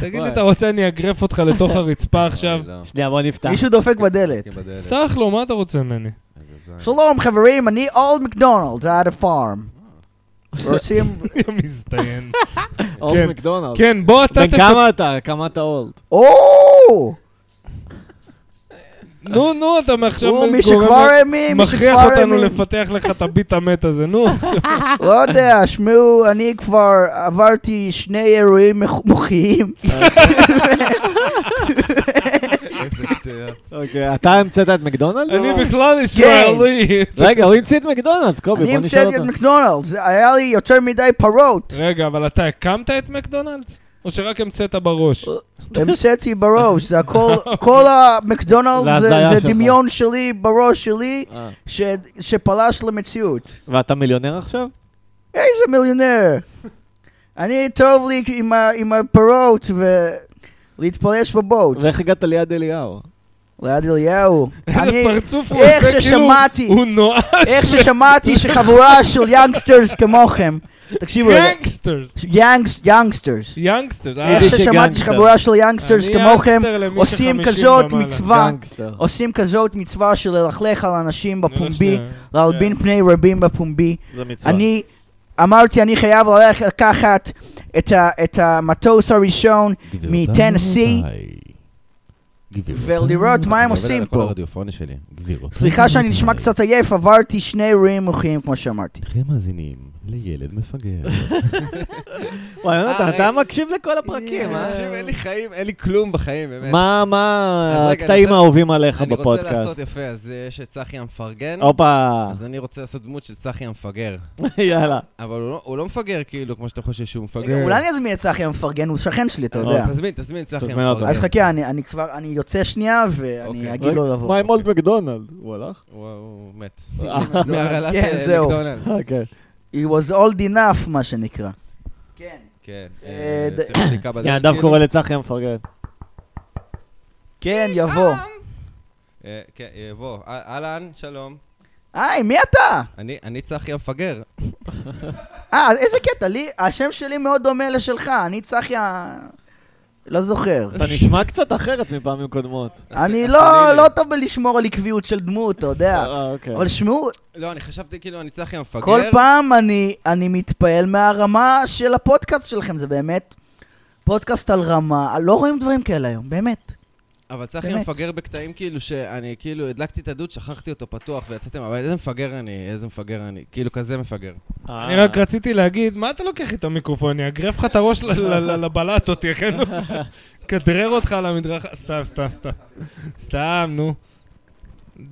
Speaker 2: תגיד לי,
Speaker 3: וואי.
Speaker 2: אתה רוצה, אני אגרף אותך לתוך הרצפה עכשיו?
Speaker 6: אוי, לא.
Speaker 3: שנייה, בוא נפתח.
Speaker 4: מישהו דופק בדלת.
Speaker 6: דופקים בדלת.
Speaker 2: פתח לו, מה אתה רוצה ממני?
Speaker 6: איזה זין.
Speaker 4: שלום חברים, אני אולד מקדונלדס, עד הפארם. רוצים...
Speaker 2: יא מזדיין.
Speaker 3: אולד
Speaker 2: כן.
Speaker 3: מקדונלד.
Speaker 2: כן, בוא אתה...
Speaker 3: בן
Speaker 2: תפ-
Speaker 3: כמה אתה? כמה אתה אולד?
Speaker 4: או!
Speaker 2: נו, נו, אתה מעכשיו...
Speaker 4: הוא
Speaker 2: גורם
Speaker 4: מי שכבר
Speaker 2: ל-
Speaker 4: האמין, מי
Speaker 2: מכריח
Speaker 4: שכבר
Speaker 2: אותנו
Speaker 4: האמין.
Speaker 2: לפתח לך את הביט המת הזה, נו.
Speaker 4: לא יודע, שמעו, אני כבר עברתי שני אירועים מח- מוחיים.
Speaker 6: איזה שטויות.
Speaker 3: אוקיי, אתה המצאת את מקדונלדס?
Speaker 2: אני
Speaker 3: אבל?
Speaker 2: בכלל
Speaker 4: כן.
Speaker 2: ישראלי.
Speaker 3: רגע, הוא המציא את מקדונלדס, קובי,
Speaker 4: אני
Speaker 3: בוא נשאל
Speaker 4: המצאתי את
Speaker 3: אותו.
Speaker 4: מקדונלדס, היה לי יותר מדי פרות.
Speaker 2: רגע, אבל אתה הקמת את מקדונלדס? או שרק המצאת בראש?
Speaker 4: אה, המצאתי בראש, זה הכל, כל
Speaker 3: זה
Speaker 4: המקדונלדס זה-
Speaker 3: הזיה
Speaker 4: זה
Speaker 3: שלך.
Speaker 4: דמיון שלי בראש שלי,
Speaker 3: אה,
Speaker 4: ש- שפלש למציאות.
Speaker 3: ואתה מיליונר עכשיו?
Speaker 4: איזה מיליונר. אני טוב לי עם ה- עם הפרות ולהתפלש בבוט.
Speaker 3: ואיך הגעת ליד אליהו?
Speaker 4: ליד אליהו. אני,
Speaker 2: איזה פרצוף הוא עושה,
Speaker 4: איך
Speaker 2: כאילו...
Speaker 4: ששמעתי.
Speaker 2: הוא נואש
Speaker 4: איך ששמעתי שחבורה של יאנגסטרס כמוכם, תקשיבו
Speaker 3: כן,
Speaker 4: רגע,
Speaker 2: גנגסטרס.
Speaker 4: יאנגס- יאנגסטרס.
Speaker 2: יאנגסטרס. אה,
Speaker 4: איך
Speaker 3: יידיש
Speaker 4: ששמעתי
Speaker 3: גנגסטר.
Speaker 4: שחבורה של יאנגסטרס
Speaker 2: אני
Speaker 4: כמוכם
Speaker 2: יאנגסטר למי
Speaker 4: עושים
Speaker 2: שחמישים
Speaker 4: כזאת
Speaker 2: ומעלה.
Speaker 4: מצווה,
Speaker 3: גנגסטר.
Speaker 4: עושים כזאת מצווה של ללכלך על אנשים
Speaker 2: אני הולך
Speaker 4: בפומבי,
Speaker 2: לא שנייה. כן.
Speaker 4: להלבין פני רבים בפומבי.
Speaker 3: זה מצווה.
Speaker 4: אני אמרתי, אני חייב ללכת לקחת את ה- את המטוס הראשון מטנסי ולראות מה הם עושים פה.
Speaker 1: הרדיופוני שלי, גבירותיי.
Speaker 4: סליחה שאני נשמע
Speaker 1: ורבותיי,
Speaker 4: קצת עייף, עברתי שני אירועים מוחיים כמו שאמרתי.
Speaker 1: אתם מאזינים לילד מפגר.
Speaker 3: וואי, יונתן,
Speaker 6: אה,
Speaker 3: אתה
Speaker 6: רגע.
Speaker 3: מקשיב לכל הפרקים, אה?
Speaker 6: תקשיב, אין לי חיים, אין לי כלום בחיים, באמת.
Speaker 3: מה, מה
Speaker 6: אז רגע, אני
Speaker 3: הקטעים
Speaker 6: רוצה-
Speaker 3: האהובים עליך
Speaker 6: אני רוצה לעשות
Speaker 3: בפודקאסט?
Speaker 6: יפה, אז אה, יש את צחי המפרגן,
Speaker 3: הופה,
Speaker 6: אז אני רוצה לעשות דמות של צחי המפגר.
Speaker 3: יאללה.
Speaker 6: אבל הוא לא- הוא לא מפגר כאילו, כמו שאתה חושב שהוא מפגר.
Speaker 3: אוקיי.
Speaker 4: רגע, אה, אולי אני אזמין את צחי המפרגן, הוא שכן שלי,
Speaker 3: אה,
Speaker 4: אתה יודע.
Speaker 6: תזמין, תזמין, צחי
Speaker 3: תזמין
Speaker 6: המפרגן.
Speaker 3: אותו.
Speaker 4: אז חכה, אני אני כבר, אני יוצא שנייה
Speaker 6: אוקיי.
Speaker 4: ואני אגיד לו לא לבוא.
Speaker 3: מה עם אולד מקדונלד? הוא הלך?
Speaker 6: הוא- הוא מת.
Speaker 3: אה,
Speaker 6: מהרעלת
Speaker 4: כן,
Speaker 6: אה,
Speaker 4: זהו.
Speaker 6: מקדונלדס.
Speaker 3: אה, כן.
Speaker 4: It was old enough, מה שנקרא. כן.
Speaker 6: כן.
Speaker 4: אה,
Speaker 6: אה,
Speaker 4: ד-
Speaker 6: צריך בדיקה בדרך,
Speaker 3: שנייה, נדב
Speaker 6: כאילו.
Speaker 3: קורא לצחי המפרגן.
Speaker 4: כן, יבוא.
Speaker 6: אה, כן, יבוא. אה, אהלן, שלום.
Speaker 4: היי, מי אתה?
Speaker 6: אני אני צחי המפגר.
Speaker 4: אה, איזה קטע, לי, השם שלי מאוד דומה לשלך, אני צחי ה... לא זוכר.
Speaker 3: אתה נשמע קצת אחרת מפעמים קודמות.
Speaker 4: אני
Speaker 6: אז
Speaker 4: לא,
Speaker 6: תענה לי.
Speaker 4: לא טוב בלשמור על עקביות של דמות, אתה יודע.
Speaker 3: אה, אוקיי.
Speaker 4: אבל שמעו,
Speaker 6: לא, אני חשבתי כאילו, אני צחי המפגר.
Speaker 4: כל פעם אני, אני מתפעל מהרמה של
Speaker 5: אה,
Speaker 4: הפודקאסט שלכם, זה באמת פודקאסט על רמה, לא רואים דברים כאלה היום, באמת.
Speaker 9: אבל צחי
Speaker 4: באמת.
Speaker 9: המפגר בקטעים כאילו שאני כאילו הדלקתי את הדוד, שכחתי אותו פתוח ויצאתי מהבית, איזה מפגר אני, איזה מפגר אני, כאילו כזה מפגר.
Speaker 3: אה,
Speaker 2: אני רק רציתי להגיד, מה אתה לוקח איתו מיקרופון? אני אגרף לך את הראש ל- ל- ל- לבלטות, יא כן? כדרר אותך על המדרכה. סתם, סתם, סתם. סתם, נו.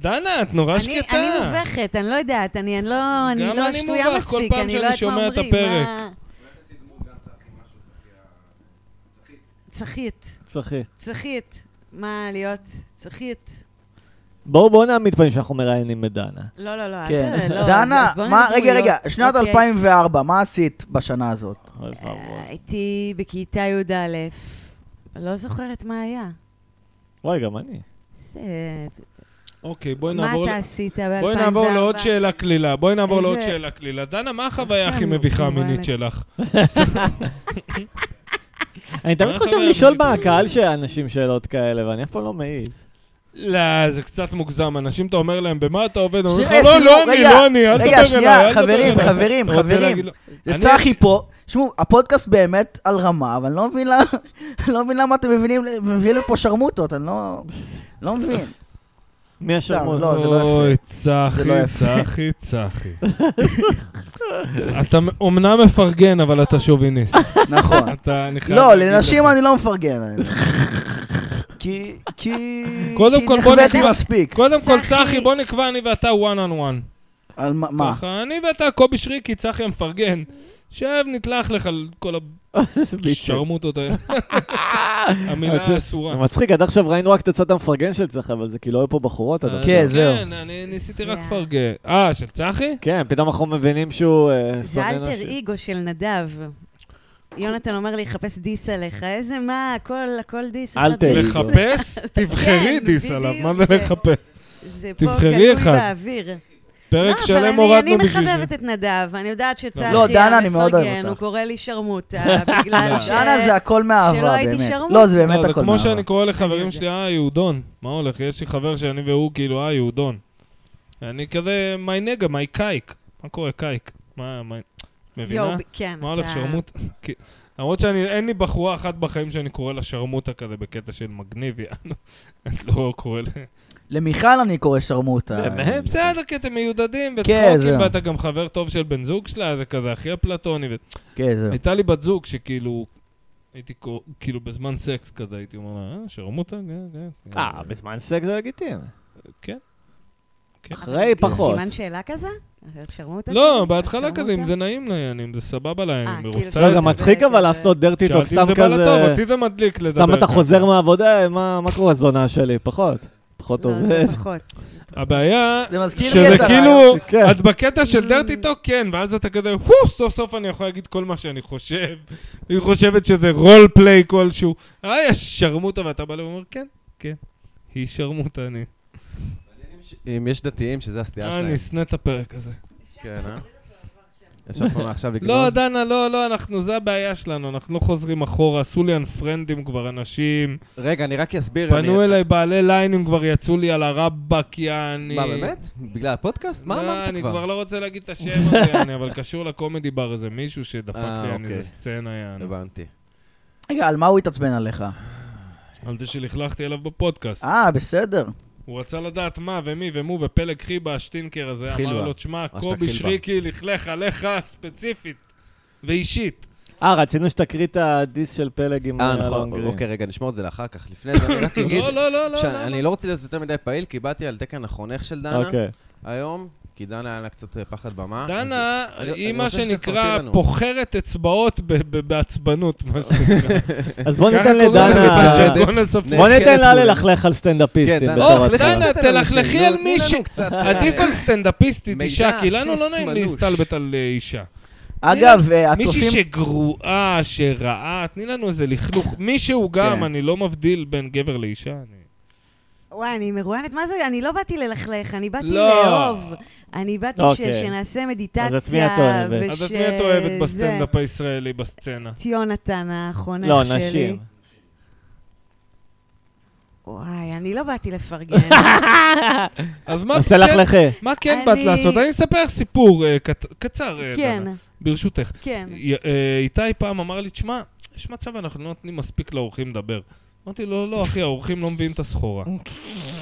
Speaker 2: דנה, את נורא
Speaker 5: אני,
Speaker 2: שקטה.
Speaker 5: אני מובכת, אני לא יודעת, אני, אני לא, אני
Speaker 2: גם
Speaker 5: לא
Speaker 2: אני
Speaker 5: שטויה
Speaker 2: מובך, כל
Speaker 5: מספיק,
Speaker 2: פעם
Speaker 5: אני
Speaker 2: שאני
Speaker 5: לא יודעת
Speaker 2: שומע
Speaker 5: מה
Speaker 2: את
Speaker 5: אומרים.
Speaker 2: הפרק.
Speaker 5: מה... צחית,
Speaker 3: צחי.
Speaker 5: צחית. מה להיות? צחית.
Speaker 3: בואו בואו נעמיד פנים שאנחנו מראיינים את דנה.
Speaker 5: לא, לא, לא.
Speaker 4: כן.
Speaker 5: אל ת- לא,
Speaker 4: דנה,
Speaker 5: אז בוא
Speaker 4: מה,
Speaker 5: נדמויות.
Speaker 4: רגע, רגע, שנת
Speaker 5: אוקיי.
Speaker 4: 2004, מה עשית בשנה הזאת?
Speaker 3: אוי ואבוי.
Speaker 5: אה, הייתי בכיתה י"א, לא זוכרת מה היה.
Speaker 3: וואי, גם אני.
Speaker 5: זה-
Speaker 2: אוקיי, בואי
Speaker 5: מה
Speaker 2: נעבור... ל-
Speaker 5: אתה עשית ב-2004?
Speaker 2: בואי נעבור לעוד שאלה קלילה, בואי נעבור לעוד
Speaker 5: איזה-
Speaker 2: שאלה קלילה. דנה, מה החוויה
Speaker 5: עכשיו
Speaker 2: הכי
Speaker 5: נו,
Speaker 2: מביכה
Speaker 5: נו,
Speaker 2: המינית
Speaker 5: וואלה.
Speaker 2: שלך?
Speaker 3: אני תמיד
Speaker 2: מה
Speaker 3: חושב
Speaker 2: החוויה
Speaker 3: לשאול
Speaker 2: המינית
Speaker 3: מהקהל שאנשים שאלות כאלה, ואני אף פעם לא מעז.
Speaker 2: לא, זה קצת מוגזם. אנשים, אתה אומר להם, במה אתה עובד? אומרים לך,
Speaker 4: רגע,
Speaker 2: לא,
Speaker 4: שנייה,
Speaker 2: לא אני,
Speaker 4: רגע,
Speaker 2: לא אני, אל
Speaker 4: רגע,
Speaker 2: תדבר
Speaker 4: שנייה,
Speaker 2: אליי, אל תדבר
Speaker 4: חברים,
Speaker 2: אליי."
Speaker 4: חברים,
Speaker 2: אתה רוצה
Speaker 4: חברים.
Speaker 2: להגיד לו,
Speaker 4: זה
Speaker 2: אני-
Speaker 4: צחי פה. תשמעו, הפודקאסט באמת על רמה, אבל אני לא מבין למה, אני לא מבין למה אתם מבינים, מביאים לפה שרמוטות, אני לא, לא מבין.
Speaker 3: מי השרמוט?
Speaker 4: לא, זה לא יפה.
Speaker 2: אוי,
Speaker 4: זה
Speaker 2: צחי,
Speaker 4: לא יפה.
Speaker 2: צחי, צחי. אתה אומנם מפרגן, אבל אתה שוביניסט.
Speaker 4: נכון.
Speaker 2: אתה, אני חייב
Speaker 4: לא,
Speaker 2: להגיד
Speaker 4: לנשים
Speaker 2: לך.
Speaker 4: אני לא מפרגן. כי, כי,
Speaker 2: קודם
Speaker 4: כי
Speaker 2: כל, בוא
Speaker 4: נכוויתי
Speaker 2: נקבע-
Speaker 4: מספיק.
Speaker 2: קודם כל,
Speaker 5: צחי.
Speaker 2: צחי, בוא נקבע אני ואתה one on one.
Speaker 4: על מה- מה?
Speaker 2: ככה, אני ואתה, קובי שריקי, צחי המפרגן. שב, נתלח לך על כל השרמוטות האלה. המילה
Speaker 3: זה-
Speaker 2: האסורה.
Speaker 3: זה מצחיק, עד עכשיו ראינו רק את הצד המפרגן של צחי, אבל זה כאילו היו פה בחורות עד
Speaker 2: אז-
Speaker 3: עכשיו.
Speaker 4: כן, זהו.
Speaker 2: כן, אני ניסיתי רק
Speaker 5: זה-
Speaker 2: לפרגן. אה, של צחי?
Speaker 3: כן, פתאום אנחנו מבינים שהוא אה,
Speaker 5: זה
Speaker 3: שונא
Speaker 5: אלטר
Speaker 3: נשים.
Speaker 5: איגו של נדב. יונתן אומר לי, חפש דיס עליך. איזה מה, הכל, הכל דיס. אחד
Speaker 3: אלטר
Speaker 4: לא-
Speaker 5: גדול.
Speaker 3: איגו.
Speaker 2: לחפש? תבחרי
Speaker 5: כן,
Speaker 2: דיס עליו,
Speaker 5: בדיוק,
Speaker 2: מה זה
Speaker 5: זה-
Speaker 2: לחפש?
Speaker 5: זה פה
Speaker 2: תבחרי
Speaker 5: גלוי
Speaker 2: אחד.
Speaker 5: באוויר.
Speaker 2: פרק
Speaker 5: לא, אבל
Speaker 2: שלם
Speaker 5: אני-
Speaker 2: הורדנו בשביל
Speaker 5: אני
Speaker 2: זה.
Speaker 5: מחבבת את נדב, אני יודעת שצחי
Speaker 4: לא, דנה, אני מאוד אוהב
Speaker 5: המפרגן, הוא
Speaker 4: אותך.
Speaker 5: קורא לי שרמוטה, בגלל ש...
Speaker 4: דנה זה הכל
Speaker 5: שלא
Speaker 4: מאהבה,
Speaker 5: הייתי
Speaker 4: באמת.
Speaker 5: שרמוט.
Speaker 4: לא, זה באמת
Speaker 2: לא, זה
Speaker 4: הכל
Speaker 2: כמו
Speaker 4: מאהבה.
Speaker 2: שאני קורא לחברים
Speaker 5: יודע.
Speaker 2: שלי, אה, יהודון. מה הולך? יש לי חבר שאני והוא כאילו, אה, יהודון. אני כזה, מי נגע, מי קייק. מה קורה, קייק? מה, מי...
Speaker 5: יואו,
Speaker 2: מבינה?
Speaker 5: ב- כן.
Speaker 2: מה הולך,
Speaker 5: אתה-
Speaker 2: שרמוט? כי- למרות שאין לי בחורה אחת בחיים שאני קורא לה שרמוטה כזה בקטע של מגניב, יענו. אני לא קורא לה... אה,
Speaker 4: למיכל אני קורא שרמוטה.
Speaker 3: באמת?
Speaker 2: בסדר, כי אתם מיודדים
Speaker 4: כן,
Speaker 2: וצחוקים,
Speaker 4: זהו.
Speaker 2: ואתה גם חבר טוב של בן זוג שלה, זה כזה הכי אפלטוני. ו-
Speaker 4: כן, זהו.
Speaker 2: הייתה לי בת זוג שכאילו, הייתי קור- כאילו בזמן סקס כזה, הייתי אומר לה, אה, שרמוטה? כן, כן, כן."
Speaker 3: אה, בזמן סק זה לגיטימי.
Speaker 2: כן. כן.
Speaker 3: אחרי פחות.
Speaker 5: סימן שאלה כזה? שרמוטה?
Speaker 2: לא,
Speaker 5: שלי?
Speaker 2: בהתחלה
Speaker 5: שרמוטה?
Speaker 2: כזה, אם זה נעים לה, אני- אם זה סבבה לה, אני
Speaker 5: כאילו
Speaker 2: מרוצה.
Speaker 3: לא, זה
Speaker 5: זה
Speaker 3: מצחיק
Speaker 5: כזה-
Speaker 3: אבל לעשות דרטי טוק,
Speaker 2: שאלתי
Speaker 3: סתם
Speaker 2: אם זה בא לה טוב,
Speaker 3: כזה...
Speaker 2: אותי זה מדליק לדבר.
Speaker 3: סתם אתה
Speaker 2: ככה.
Speaker 3: חוזר מהעבודה, אה, מה מה קורה, זונה שלי? פחות. פחות
Speaker 5: לא, זה
Speaker 3: עובד.
Speaker 5: פחות.
Speaker 2: הבעיה,
Speaker 4: זה מזכיר לי
Speaker 2: שזה
Speaker 4: את הרעיון.
Speaker 2: כאילו,
Speaker 3: כן.
Speaker 2: את בקטע של דרטי טוק, כן, ואז אתה כזה, וואו, סוף סוף אני יכול להגיד כל מה שאני חושב. היא חושבת שזה רול פליי כלשהו. אה, יש שרמוטה, ואתה בא אליו ואומר, כן, כן. היא שרמוטה, אני.
Speaker 6: אם יש דתיים שזה הסטייה
Speaker 2: אה,
Speaker 6: שלהם.
Speaker 2: אני אשנא את הפרק הזה.
Speaker 6: כן, אה? אפשר כבר מעכשיו לגנוז?
Speaker 2: לא, דנה, לא, לא, אנחנו, זה הבעיה שלנו, אנחנו לא חוזרים אחורה, עשו לי אנפרנדים כבר אנשים.
Speaker 6: רגע, אני רק אסביר.
Speaker 2: פנו
Speaker 6: אני-
Speaker 2: אליי בעלי ליינים כבר יצאו לי על הרבאק, יעני.
Speaker 6: מה, באמת? בגלל הפודקאסט? מה
Speaker 2: לא,
Speaker 6: אמרת
Speaker 2: אני כבר
Speaker 6: כבר?
Speaker 2: לא רוצה להגיד את השם הזה, יעני, אבל קשור לקומדי בר איזה מישהו שדפק
Speaker 6: אה,
Speaker 2: לי, יעני,
Speaker 6: אוקיי.
Speaker 2: איזה סצנה, יעני.
Speaker 6: הבנתי.
Speaker 4: רגע, על מה הוא התעצבן עליך?
Speaker 2: על זה שלכלכתי עליו בפודקאסט.
Speaker 4: אה, בסדר.
Speaker 2: הוא רצה לדעת מה ומי ומו ופלג חיבה, השטינקר הזה, אמר
Speaker 6: חילבה.
Speaker 2: לו, תשמע,
Speaker 6: שאתה
Speaker 2: קובי
Speaker 6: חילבה."
Speaker 2: שריקי לכלך עליך ספציפית ואישית.
Speaker 5: לא.
Speaker 3: אה, רצינו שתקריא את הדיס של פלג עם
Speaker 6: אה,
Speaker 3: אלון
Speaker 6: נכון.
Speaker 3: גרין.
Speaker 6: אוקיי, רגע, נשמור את זה לאחר כך. לפני זה אני רק אגיד
Speaker 2: לא, לא, לא, לא, לא.
Speaker 6: שאני לא רוצה להיות יותר מדי פעיל, כי באתי על תקן החונך של דנה
Speaker 3: אוקיי.
Speaker 6: היום, כי דנה היה לה קצת אה, פחד במה. אז-
Speaker 2: לא. דנה,
Speaker 6: אני-
Speaker 2: היא
Speaker 6: אני
Speaker 2: מה
Speaker 6: רוצה
Speaker 2: שנקרא
Speaker 6: שתפרטי לנו.
Speaker 2: פוחרת אצבעות ב- ב- בעצבנות, מה שנקרא.
Speaker 3: אז בוא
Speaker 2: אה, ככה
Speaker 3: ניתן
Speaker 2: קוראים לזה
Speaker 3: לדנה...
Speaker 2: בז'רגון הסופי.
Speaker 3: בוא ניתן לה
Speaker 6: כן,
Speaker 3: ללכלך על סטנדאפיסטים
Speaker 6: כן, דנה,
Speaker 3: בתור
Speaker 2: אוח,
Speaker 6: לכי
Speaker 3: התחלה.
Speaker 2: דנה,
Speaker 6: קצת על
Speaker 2: תלכלכי
Speaker 6: אנשים,
Speaker 2: על
Speaker 6: נו, תני
Speaker 2: מישהו.
Speaker 6: לנו קצת, אה,
Speaker 2: עדיף על סטנדאפיסטית
Speaker 6: מידע,
Speaker 2: אישה, כי לנו לא
Speaker 6: סיס
Speaker 2: נעים
Speaker 6: מנוש.
Speaker 2: להסתלבט על אה, אישה.
Speaker 4: אגב, אה,
Speaker 2: מישהי
Speaker 4: הצופים...
Speaker 2: שגרועה, שרעה, תני לנו איזה לכלוך. מישהו גם, אני לא מבדיל בין גבר לאישה. אני-
Speaker 5: וואי, אני מרואיינת, מה זה? אני לא באתי ללכלך, אני באתי
Speaker 2: לא.
Speaker 5: לאהוב. אני באתי ש-
Speaker 3: אוקיי.
Speaker 5: שנעשה מדיטציה.
Speaker 3: אז את מי את אוהבת?
Speaker 5: וש-
Speaker 2: אז את מי את אוהבת
Speaker 5: זה-
Speaker 2: בסטנדאפ הישראלי, בסצנה?
Speaker 5: את יונתן החונך שלי.
Speaker 3: לא, נשים.
Speaker 5: וואי, אני לא באתי לפרגן.
Speaker 3: כן,
Speaker 2: אז מה
Speaker 3: אז
Speaker 2: כן-
Speaker 3: תלכלכי.
Speaker 2: מה כן
Speaker 5: אני-
Speaker 2: באת לעשות? אני אספר לך סיפור אה, קט- קצר, אה,
Speaker 5: כן,
Speaker 2: דנה, ברשותך.
Speaker 5: כן.
Speaker 2: אוקיי. י- אה, איתי פעם אמר לי, תשמע, יש מצב אנחנו לא נותנים מספיק לאורחים לדבר. אמרתי לו, לא, אחי, האורחים לא מביאים את הסחורה.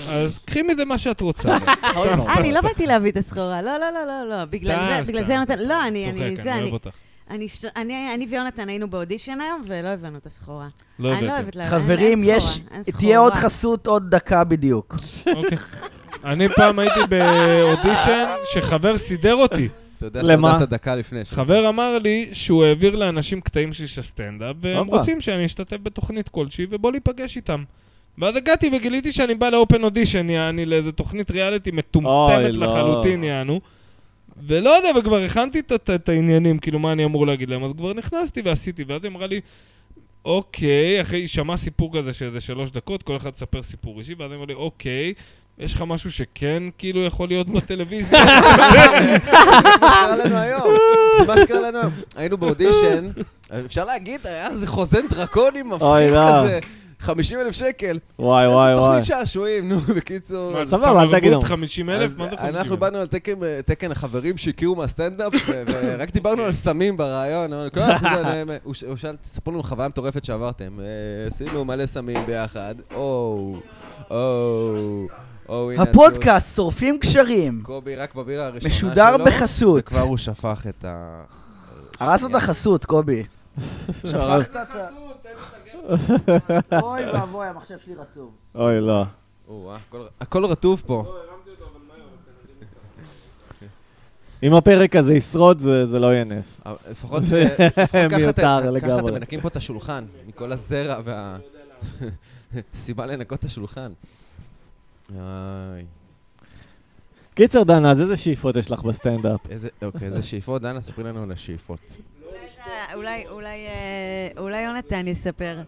Speaker 2: אז קחי מזה מה שאת רוצה. סתם,
Speaker 5: אה, אני לא
Speaker 2: סתם.
Speaker 5: באתי להביא את הסחורה, לא, לא, לא, לא, לא, בגלל זה,
Speaker 2: סתם,
Speaker 5: בגלל
Speaker 2: סתם.
Speaker 5: זה יונתן, לא, אני, אני,
Speaker 2: צוחק,
Speaker 5: זה,
Speaker 2: אני
Speaker 5: אני,
Speaker 2: אוהב אותך.
Speaker 5: אני, ש- אני, אני ויונתן היינו באודישן היום, ולא הבאנו את הסחורה.
Speaker 2: לא
Speaker 5: אני
Speaker 2: הבאתם.
Speaker 5: לא אוהבת להביא, אין-
Speaker 4: חברים,
Speaker 5: אין
Speaker 4: יש,
Speaker 5: סחורה, אין סחורה.
Speaker 4: תהיה עוד חסות עוד דקה בדיוק.
Speaker 2: אוקיי. אני פעם הייתי באודישן שחבר סידר אותי.
Speaker 6: אתה יודע
Speaker 3: למה?
Speaker 6: שהודעת דקה לפני. ש-
Speaker 2: חבר אמר לי שהוא העביר לאנשים קטעים שלי של סטנדאפ, והם
Speaker 3: הופה.
Speaker 2: רוצים שאני אשתתף בתוכנית כלשהי ובוא להיפגש איתם. ואז הגעתי וגיליתי שאני בא לאופן אודישן, יעני, לאיזו תוכנית ריאליטי
Speaker 3: אוי,
Speaker 2: מטומטמת
Speaker 3: לא.
Speaker 2: לחלוטין, יענו. ולא יודע, וכבר הכנתי את- את- את העניינים, כאילו, מה אני אמור להגיד להם, אז כבר נכנסתי ועשיתי, ואז היא אמרה לי, אוקיי, אחרי, היא שמעה סיפור כזה של איזה שלוש דקות, כל אחד מספר סיפור אישי, ואז היא אמרה לי, אוקיי, יש לך משהו שכן, כאילו, יכול להיות בטלוויזיה?
Speaker 6: מה שקרה לנו היום, זה מה שקרה לנו היום. היינו באודישן, אפשר להגיד, היה איזה חוזן דרקוני מפחיד
Speaker 3: אוי, לא.
Speaker 6: כזה, 50 אלף שקל.
Speaker 3: וואי, וואי,
Speaker 6: איזה
Speaker 3: וואי.
Speaker 6: תוכנית שעשועים, נו, בקיצור.
Speaker 2: מה,
Speaker 6: אז-
Speaker 2: זה
Speaker 3: סבבה, אל תגיד
Speaker 2: סמרבוט
Speaker 3: לו.
Speaker 2: 50 אלף?
Speaker 6: אז
Speaker 2: מה זה 50 אלף?
Speaker 6: אנחנו באנו על תקן- אה, תקן החברים שהכירו מהסטנדאפ, ו- ורק דיברנו על סמים ברעיון. אבל כל הזמן, אה, הוא ש- הוא שאל, תספרו לנו חוויה מטורפת שעברתם. אה, עשינו מלא סמים ביחד. או, או, או, הנה,
Speaker 4: הפודקאסט, שורפים קשרים.
Speaker 6: קובי רק בבירה הראשונה שלו.
Speaker 4: משודר בחסות.
Speaker 6: וכבר הוא שפך את ה...
Speaker 4: הרס אותה חסות, קובי. שפכת את ה... אוי ואבוי, המחשב שלי רטוב.
Speaker 3: אוי, לא.
Speaker 6: או, אה, הכל- הכל רטוב פה.
Speaker 3: אם הפרק הזה ישרוד, זה זה לא יהיה נס.
Speaker 6: אבל לפחות...
Speaker 3: זה
Speaker 6: אה, לפחות ככה אתם-
Speaker 3: מיותר
Speaker 6: ככה
Speaker 3: לגמרי.
Speaker 6: אתם מנקים פה את השולחן, מכל הזרע וה... סיבה לנקות את השולחן. איי,
Speaker 3: קיצר, דנה, אז איזה שאיפות יש לך בסטנדאפ?
Speaker 6: איזה, אוקיי, איזה שאיפות. דנה, ספרי לנו על השאיפות.
Speaker 5: אה, אולי, אולי, אה, אולי יונתן יספר.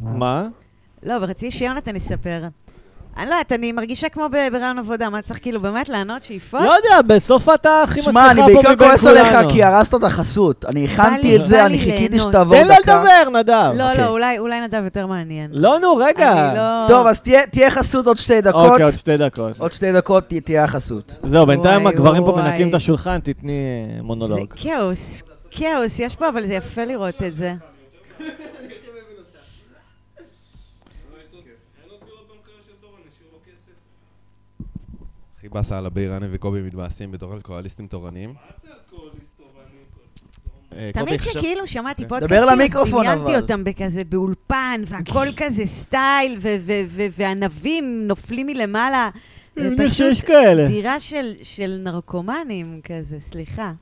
Speaker 3: מה?
Speaker 5: לא, ורציתי שיונתן יספר. אני לא יודעת, אני מרגישה כמו ב- ברעיון עבודה, מה צריך כאילו באמת לענות שאיפות?
Speaker 3: לא יודע, בסוף אתה הכי מצליחה
Speaker 4: שמע,
Speaker 3: פה
Speaker 4: אני
Speaker 3: מבין כולנו.
Speaker 4: בעיקר כועס עליך כי הרסת את החסות. אני הכנתי
Speaker 5: לי-
Speaker 4: את זה,
Speaker 5: בא
Speaker 4: אני
Speaker 5: לי
Speaker 4: חיכיתי
Speaker 5: ליהנות.
Speaker 4: שתעבור
Speaker 3: תן לה
Speaker 4: דקה.
Speaker 3: לדבר, נדב.
Speaker 5: לא,
Speaker 3: אוקיי.
Speaker 5: לא, אולי, אולי נדב יותר מעניין.
Speaker 3: לא, נו, רגע.
Speaker 5: אני לא...
Speaker 4: טוב, אז תהיה- תהיה חסות עוד שתי דקות.
Speaker 3: אוקיי, עוד שתי דקות.
Speaker 4: עוד שתי דקות תה- תהיה החסות.
Speaker 3: זהו, בינתיים
Speaker 5: וואי,
Speaker 3: הגברים פה
Speaker 5: וואי.
Speaker 3: מנקים את השולחן, תתני אה,
Speaker 5: זה
Speaker 3: מונולוג.
Speaker 5: כאוס, כאוס יש פה, אבל זה יפה לראות את זה.
Speaker 6: הכי באסה על הבירה, אני וקובי מתבאסים בתור אלכוהוליסטים תורניים. אה, קובי,
Speaker 5: תמיד
Speaker 6: חשב-
Speaker 5: שכאילו שמעתי
Speaker 3: כן.
Speaker 4: דבר
Speaker 5: פודקאסטים, אז
Speaker 4: למיקרופון,
Speaker 5: דמיינתי
Speaker 4: אבל.
Speaker 5: אותם בכזה באולפן, והכל כזה סטייל, ו- ו- ו- וענבים נופלים מלמעלה.
Speaker 3: אני
Speaker 5: זה
Speaker 3: מניח
Speaker 5: פשוט
Speaker 3: שיש כאלה.
Speaker 5: דירה של- של נרקומנים כזה, סליחה.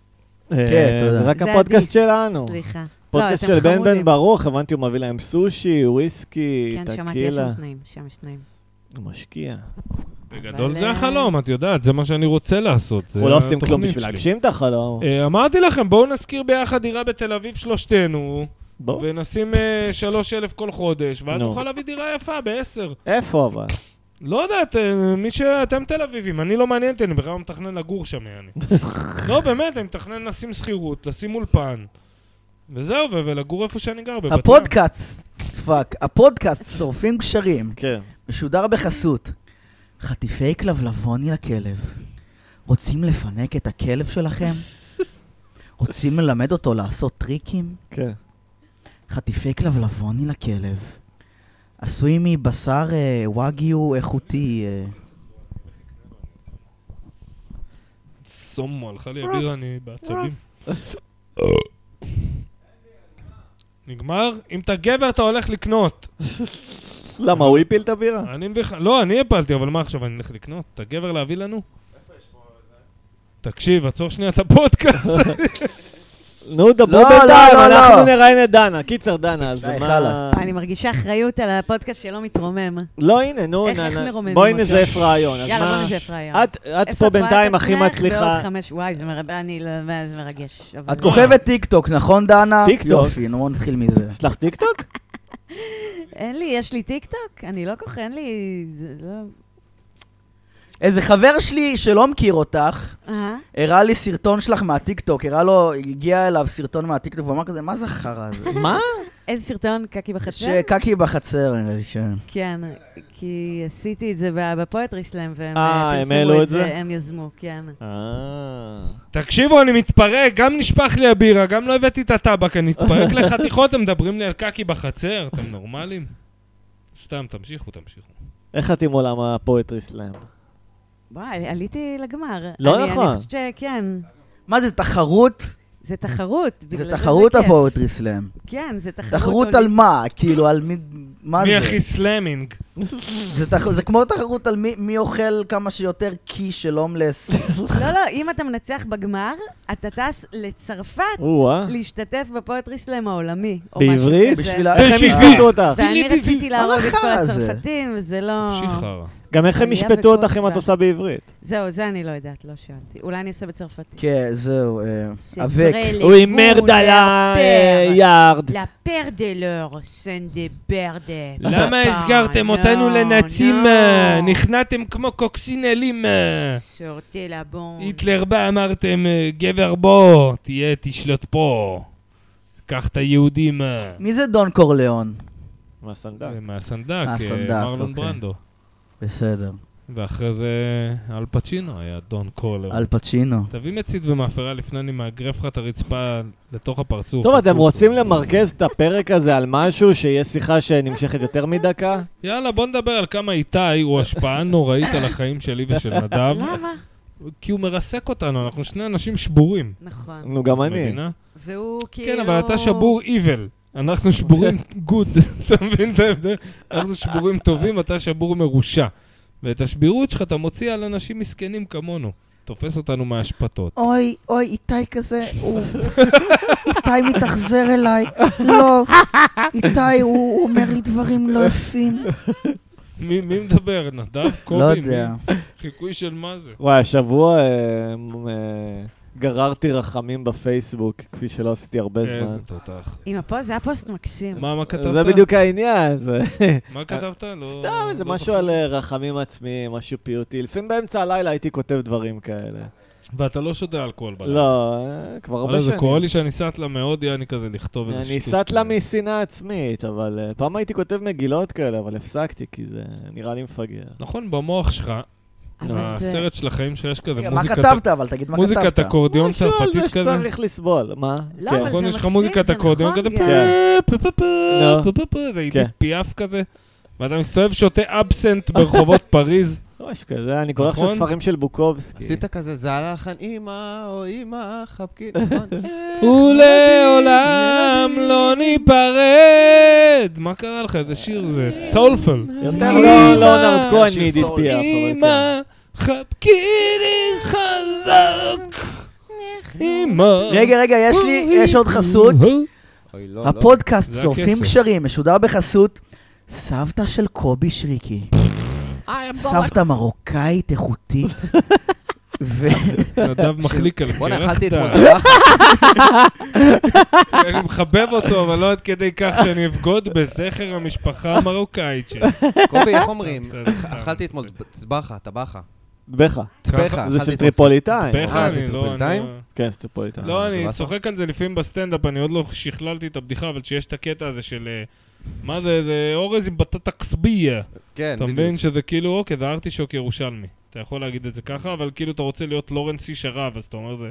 Speaker 3: אה,
Speaker 4: תודה.
Speaker 3: זה רק
Speaker 5: זה
Speaker 3: הפודקאסט
Speaker 5: הדיס,
Speaker 3: שלנו.
Speaker 5: סליחה.
Speaker 3: פודקאסט
Speaker 5: לא,
Speaker 3: של
Speaker 5: אתם
Speaker 3: בן
Speaker 5: חמודים.
Speaker 3: בן ברוך, הבנתי, הוא מביא להם סושי, וויסקי,
Speaker 5: כן, שמעתי, יש
Speaker 3: טקילה.
Speaker 5: שם תנאים, שם יש תנאים.
Speaker 3: הוא משקיע.
Speaker 2: בגדול
Speaker 5: אבל,
Speaker 2: זה
Speaker 5: אה,
Speaker 2: החלום, את יודעת, זה מה שאני רוצה לעשות. זה
Speaker 3: אנחנו לא עושים כלום
Speaker 2: התוכנית
Speaker 3: בשביל
Speaker 2: שלי.
Speaker 3: להגשים את החלום.
Speaker 2: אה, אמרתי לכם, בואו נשכיר ביחד דירה בתל אביב שלושתנו,
Speaker 3: בואו.
Speaker 2: ונשים אה, שלוש אלף כל חודש, ואז
Speaker 3: נו.
Speaker 2: נוכל להביא דירה יפה בעשר.
Speaker 3: איפה אבל?
Speaker 2: לא יודעת, אה, מי שאתם תל אביבים, אני לא מעניין אותי, אני בכלל לא מתכנן לגור שם, יעני. לא, באמת, אני מתכנן לשים שכירות, לשים אולפן. וזהו, ו- ולגור איפה שאני גר, בבת ים.
Speaker 4: הפודקאסט, פאק, הפודקאסט שורפים קשרים.
Speaker 3: כן.
Speaker 4: משודר בחסות. חטיפי כלבלבוני לכלב. רוצים לפנק את הכלב שלכם? רוצים ללמד אותו לעשות טריקים?
Speaker 3: כן.
Speaker 4: חטיפי כלבלבוני לכלב. עשוי מבשר אה, וואגיו איכותי. אה.
Speaker 2: סומו, הלכה לי הבירה, אני בעצבים. נגמר? אם אתה גבר, אתה הולך לקנות.
Speaker 3: למה, הוא הפיל את הבירה?
Speaker 4: אה.
Speaker 2: אני מביך... לא, אני הפלתי, אבל מה עכשיו, אני אלך לקנות? אתה גבר להביא לנו? תקשיב, עצור שנייה את הפודקאסט.
Speaker 3: נו, דברו
Speaker 4: לא,
Speaker 3: בינתיים,
Speaker 4: לא, לא,
Speaker 3: אנחנו
Speaker 4: לא.
Speaker 3: נראיין את דנה. קיצר, דנה, אז
Speaker 4: די,
Speaker 3: מה...
Speaker 4: חלאס.
Speaker 5: אני מרגישה אחריות על הפודקאסט שלא מתרומם.
Speaker 3: לא, הנה, נו,
Speaker 5: איך-
Speaker 3: נה,
Speaker 5: איך
Speaker 3: נה.
Speaker 5: מרוממים
Speaker 3: בואי
Speaker 5: אותו?
Speaker 3: נזייף רעיון. אז
Speaker 5: יאללה,
Speaker 3: מה-
Speaker 5: בוא נזייף רעיון.
Speaker 3: את- את
Speaker 5: איפה
Speaker 3: פה
Speaker 5: רואה את
Speaker 3: בינתיים הכי
Speaker 5: עצמך
Speaker 3: מצליחה.
Speaker 5: בעוד חמש, וואי, זה מרב- אני לא- זה מרגש. אבל- לא.
Speaker 4: את כוכבת טיקטוק, נכון, דנה?
Speaker 3: טיקטוק.
Speaker 4: יופי, נו, בוא נתחיל מזה.
Speaker 3: יש לך טיקטוק?
Speaker 5: אין לי, יש לי טיקטוק? אני לא כוכב, אין לי... זה לא...
Speaker 4: איזה חבר שלי שלא מכיר אותך,
Speaker 5: אה?
Speaker 4: הראה לי סרטון שלך מהטיקטוק, הראה לו, הגיע אליו סרטון מהטיקטוק, והוא אמר כזה, מה זה חרא הזה?
Speaker 3: מה?
Speaker 5: איזה סרטון קקי בחצר?
Speaker 4: שקקי בחצר, נראה לי ש...
Speaker 5: כן, כי עשיתי את זה בפואטרי שלהם, והם
Speaker 3: אה,
Speaker 5: אה,
Speaker 3: הם
Speaker 5: פרסמו
Speaker 3: העלו
Speaker 5: את
Speaker 3: את זה?
Speaker 5: זה, הם יזמו, כן.
Speaker 3: אה...
Speaker 2: תקשיבו, אני מתפרק, גם נשפך לי הבירה, גם לא הבאתי את הטבק, אני מתפרק לחתיכות, הם מדברים לי על קקי בחצר, אתם נורמלים? סתם, תמשיכו, תמשיכו.
Speaker 3: איך את עם עולם הפואטרי סלאם?
Speaker 5: וואי, עליתי לגמר.
Speaker 3: לא
Speaker 5: אני-
Speaker 3: נכון.
Speaker 5: אני חושבת שכן.
Speaker 4: מה זה, תחרות?
Speaker 5: זה תחרות. בגלל
Speaker 4: זה תחרות
Speaker 5: כיף.
Speaker 4: הפואטרי סלאם.
Speaker 5: כן, זה תחרות.
Speaker 4: תחרות על
Speaker 5: עולמית.
Speaker 4: מה? כאילו, על מי... מה
Speaker 2: מי
Speaker 4: זה?
Speaker 2: הכי סלאמינג?
Speaker 4: זה תח- זה כמו תחרות על מי- מי אוכל כמה שיותר קיש של הומלס.
Speaker 5: לא, לא, אם אתה מנצח בגמר, אתה טס לצרפת
Speaker 3: או-אה.
Speaker 5: להשתתף בפואטרי סלאם העולמי. או משהו
Speaker 3: בעברית?
Speaker 5: כזה.
Speaker 4: בשביל ה-
Speaker 3: איך הם
Speaker 2: בשביל-
Speaker 3: השביתו אותך?
Speaker 5: ואני
Speaker 2: פילי,
Speaker 5: רציתי
Speaker 2: פילי.
Speaker 5: להרוג
Speaker 4: מה
Speaker 5: את
Speaker 4: זה
Speaker 5: כל
Speaker 4: החרא הזה?
Speaker 5: הצרפתים, וזה לא...
Speaker 2: חופשי חרא.
Speaker 3: גם איך הם
Speaker 5: עלייה
Speaker 3: ישפטו אותך אם
Speaker 5: וקוץ
Speaker 3: את
Speaker 5: בה.
Speaker 3: עושה בעברית?
Speaker 5: זהו, זה אני לא יודעת, לא שאלתי. אולי אני אעשה בצרפטית.
Speaker 4: כן, זהו, אה,
Speaker 5: C'est
Speaker 4: אבק.
Speaker 5: vrai, les
Speaker 3: אוי
Speaker 5: fous,
Speaker 3: מרדה
Speaker 5: la paire.
Speaker 3: יארד.
Speaker 5: La paire de leur, c'est des paires de...
Speaker 2: למה
Speaker 5: papa.
Speaker 2: הסגרתם
Speaker 5: Non,
Speaker 2: אותנו לנאצים?
Speaker 5: non.
Speaker 2: אה? נכנעתם כמו קוקסינלים. אה?
Speaker 5: Sortez la bombe.
Speaker 2: היטלר בא, אמרתם, אה, גבר בוא, תהיה, תשלוט פה. קח את היהודים. אה.
Speaker 4: מי זה דון קורליאון?
Speaker 3: מהסנדק.
Speaker 2: זה מהסנדק, אה,
Speaker 4: מהסנדק,
Speaker 2: מרלון
Speaker 4: אוקיי.
Speaker 2: ברנדו.
Speaker 4: בסדר.
Speaker 2: ואחרי זה אל פצ'ינו היה דון קולר.
Speaker 4: אל פצ'ינו.
Speaker 2: תביא מצית ומאפרה לפני אני מאגרף לך את הרצפה לתוך הפרצוף.
Speaker 3: טוב, אתם
Speaker 2: הפוך.
Speaker 3: רוצים למרכז את הפרק הזה על משהו שיהיה שיחה שנמשכת יותר מדקה?
Speaker 2: יאללה, בוא נדבר על כמה איתי הוא השפעה נוראית על החיים שלי ושל נדב.
Speaker 5: למה?
Speaker 2: כי הוא מרסק אותנו, אנחנו שני אנשים שבורים.
Speaker 5: נכון.
Speaker 3: נו, גם אני.
Speaker 2: מבינה?
Speaker 5: והוא כאילו...
Speaker 2: כן, אבל אתה שבור איבל. אנחנו שבורים גוד, אתה מבין את ההבדל? אנחנו שבורים טובים, אתה שבור מרושע. ואת השבירות שלך אתה מוציא על אנשים מסכנים כמונו. תופס אותנו מהאשפתות.
Speaker 4: אוי, אוי, איתי כזה, הוא... איתי מתאכזר אליי. לא, איתי, הוא אומר לי דברים לא יפים.
Speaker 2: מי מי מדבר? נדב? קובי?
Speaker 4: לא יודע.
Speaker 2: מי? חיקוי של מה זה?
Speaker 3: וואי, השבוע אה, אה, גררתי רחמים בפייסבוק, כפי שלא עשיתי הרבה זמן.
Speaker 2: איזה תותח.
Speaker 5: עם הפוסט, זה היה פוסט מקסים.
Speaker 2: מה, מה כתבת?
Speaker 3: זה בדיוק העניין, זה...
Speaker 2: מה כתבת? לא...
Speaker 3: סתם, איזה
Speaker 2: לא
Speaker 3: משהו
Speaker 2: זוכר.
Speaker 3: על אה, רחמים עצמיים, משהו פיוטי. לפעמים באמצע הלילה הייתי כותב דברים כאלה.
Speaker 2: ואתה לא שותה אלכוהול בלילה.
Speaker 3: לא, אה, כבר
Speaker 2: וואלה,
Speaker 3: הרבה
Speaker 2: זה קורה
Speaker 3: שנים.
Speaker 2: לי שאני סטלה מהודי, אני כזה לכתוב איזה
Speaker 3: אני
Speaker 2: שטות. אה.
Speaker 3: סטלה משנאה עצמית, אבל אה, פעם הייתי כותב מגילות כאלה, אבל הפסקתי, כי זה נראה לי מפגר.
Speaker 2: נכון, במוח שלך,
Speaker 3: אה,
Speaker 5: אבל זה-
Speaker 2: לא, הסרט של החיים שלך, יש כזה
Speaker 4: רגע, מה
Speaker 2: מוזיקת-
Speaker 4: כתבת אבל? תגיד, מה כתבת?
Speaker 2: מוזיקת אקורדיון
Speaker 3: משהו על זה
Speaker 2: צרפתית כזה.
Speaker 3: שצריך לסבול, מה?
Speaker 5: לא,
Speaker 3: כן.
Speaker 5: אבל-
Speaker 2: נכון,
Speaker 5: זה
Speaker 2: יש לך
Speaker 5: מקסים,
Speaker 2: מוזיקת
Speaker 5: זה
Speaker 2: אקורדיון
Speaker 5: נכון,
Speaker 2: כזה,
Speaker 5: גם.
Speaker 2: פה, פה, פה, פה,
Speaker 3: נו.
Speaker 2: פה, פה, זה
Speaker 3: כן.
Speaker 2: עידית פיאף כזה, ואתה מסתובב שותה אבסנט ברחובות פריז.
Speaker 3: לא, משהו כזה, אני קורא
Speaker 2: נכון?
Speaker 3: עכשיו ספרים של בוקובסקי.
Speaker 6: עשית כזה זלחן, אמא או אמא, חבקי, נכון? איך
Speaker 2: ולעולם
Speaker 6: ילדים,
Speaker 2: לא ניפרד. מה קרה לך? איזה שיר זה? סולפל.
Speaker 3: יותר
Speaker 2: אמא.
Speaker 3: לא, לא נרד כהן
Speaker 6: שיר
Speaker 3: מעידית
Speaker 6: סול.
Speaker 3: פיאף, אבל כן.
Speaker 2: אמא, חבקיני חזק. אמא.
Speaker 4: רגע, רגע, יש לי, יש עוד חסות.
Speaker 6: אוי, לא, לא.
Speaker 4: הפודקאסט
Speaker 2: זה
Speaker 4: שורפים
Speaker 2: הכסף.
Speaker 4: קשרים, משודר בחסות. סבתא של קובי שריקי. סבתא מרוקאית איכותית. ו-
Speaker 2: נדב מחליק על
Speaker 6: בואנה,
Speaker 2: קרח.
Speaker 6: אכלתי אתמול
Speaker 2: אתה-
Speaker 6: קרח.
Speaker 2: אני מחבב אותו, אבל לא עד כדי כך שאני אבגוד בזכר המשפחה המרוקאית שלי.
Speaker 6: קובי, איך אומרים?
Speaker 2: בסדר, סתם.
Speaker 6: אכלתי אתמול צבחה, טבחה.
Speaker 3: בכה.
Speaker 6: טבחה.
Speaker 3: כן. זה של
Speaker 6: אכלתי
Speaker 3: טריפוליטאים.
Speaker 2: בטח,
Speaker 6: אה,
Speaker 2: אני
Speaker 6: זה
Speaker 2: לא-
Speaker 6: טריפוליטאים?
Speaker 2: אני לא-
Speaker 3: כן, זה טריפוליטאים.
Speaker 2: לא, אני
Speaker 6: טוב,
Speaker 2: צוחק על זה לפעמים בסטנדאפ, אני עוד לא שכללתי את הבדיחה, אבל שיש את הקטע הזה של... אה, מה זה, זה אורז עם בטטה כסביה.
Speaker 6: אתמול- כן,
Speaker 2: אתה
Speaker 6: בדיוק.
Speaker 2: מבין שזה כאילו, אוקיי, זה ארטישוק ירושלמי. אתה יכול להגיד את זה ככה, אבל כאילו אתה רוצה להיות לורנסי שרב, אז אתה אומר זה...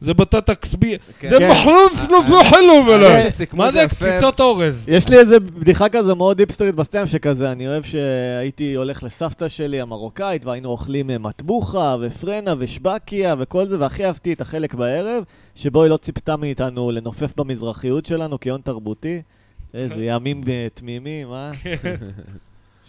Speaker 2: זה בטטה כסביה.
Speaker 6: כן. אה,
Speaker 2: זה
Speaker 3: כן.
Speaker 2: מחלוף לא חלום
Speaker 6: אני
Speaker 2: אליי.
Speaker 6: חושב שסיכמו
Speaker 2: מה
Speaker 6: את
Speaker 2: זה
Speaker 6: יפה. אה,
Speaker 2: קציצות אורז?
Speaker 3: יש לי איזה בדיחה כזו מאוד דיפסטרית בסטאם שכזה, אני אוהב שהייתי הולך לסבתא שלי המרוקאית והיינו אוכלים אה, מטבוחה ופרנה ושבקיה וכל זה, והכי אהבתי את החלק בערב, שבו היא לא ציפתה מאיתנו לנופף במזרחיות שלנו כהון תרבותי.
Speaker 2: כן.
Speaker 3: איזה ימים אה, תמימים, אה?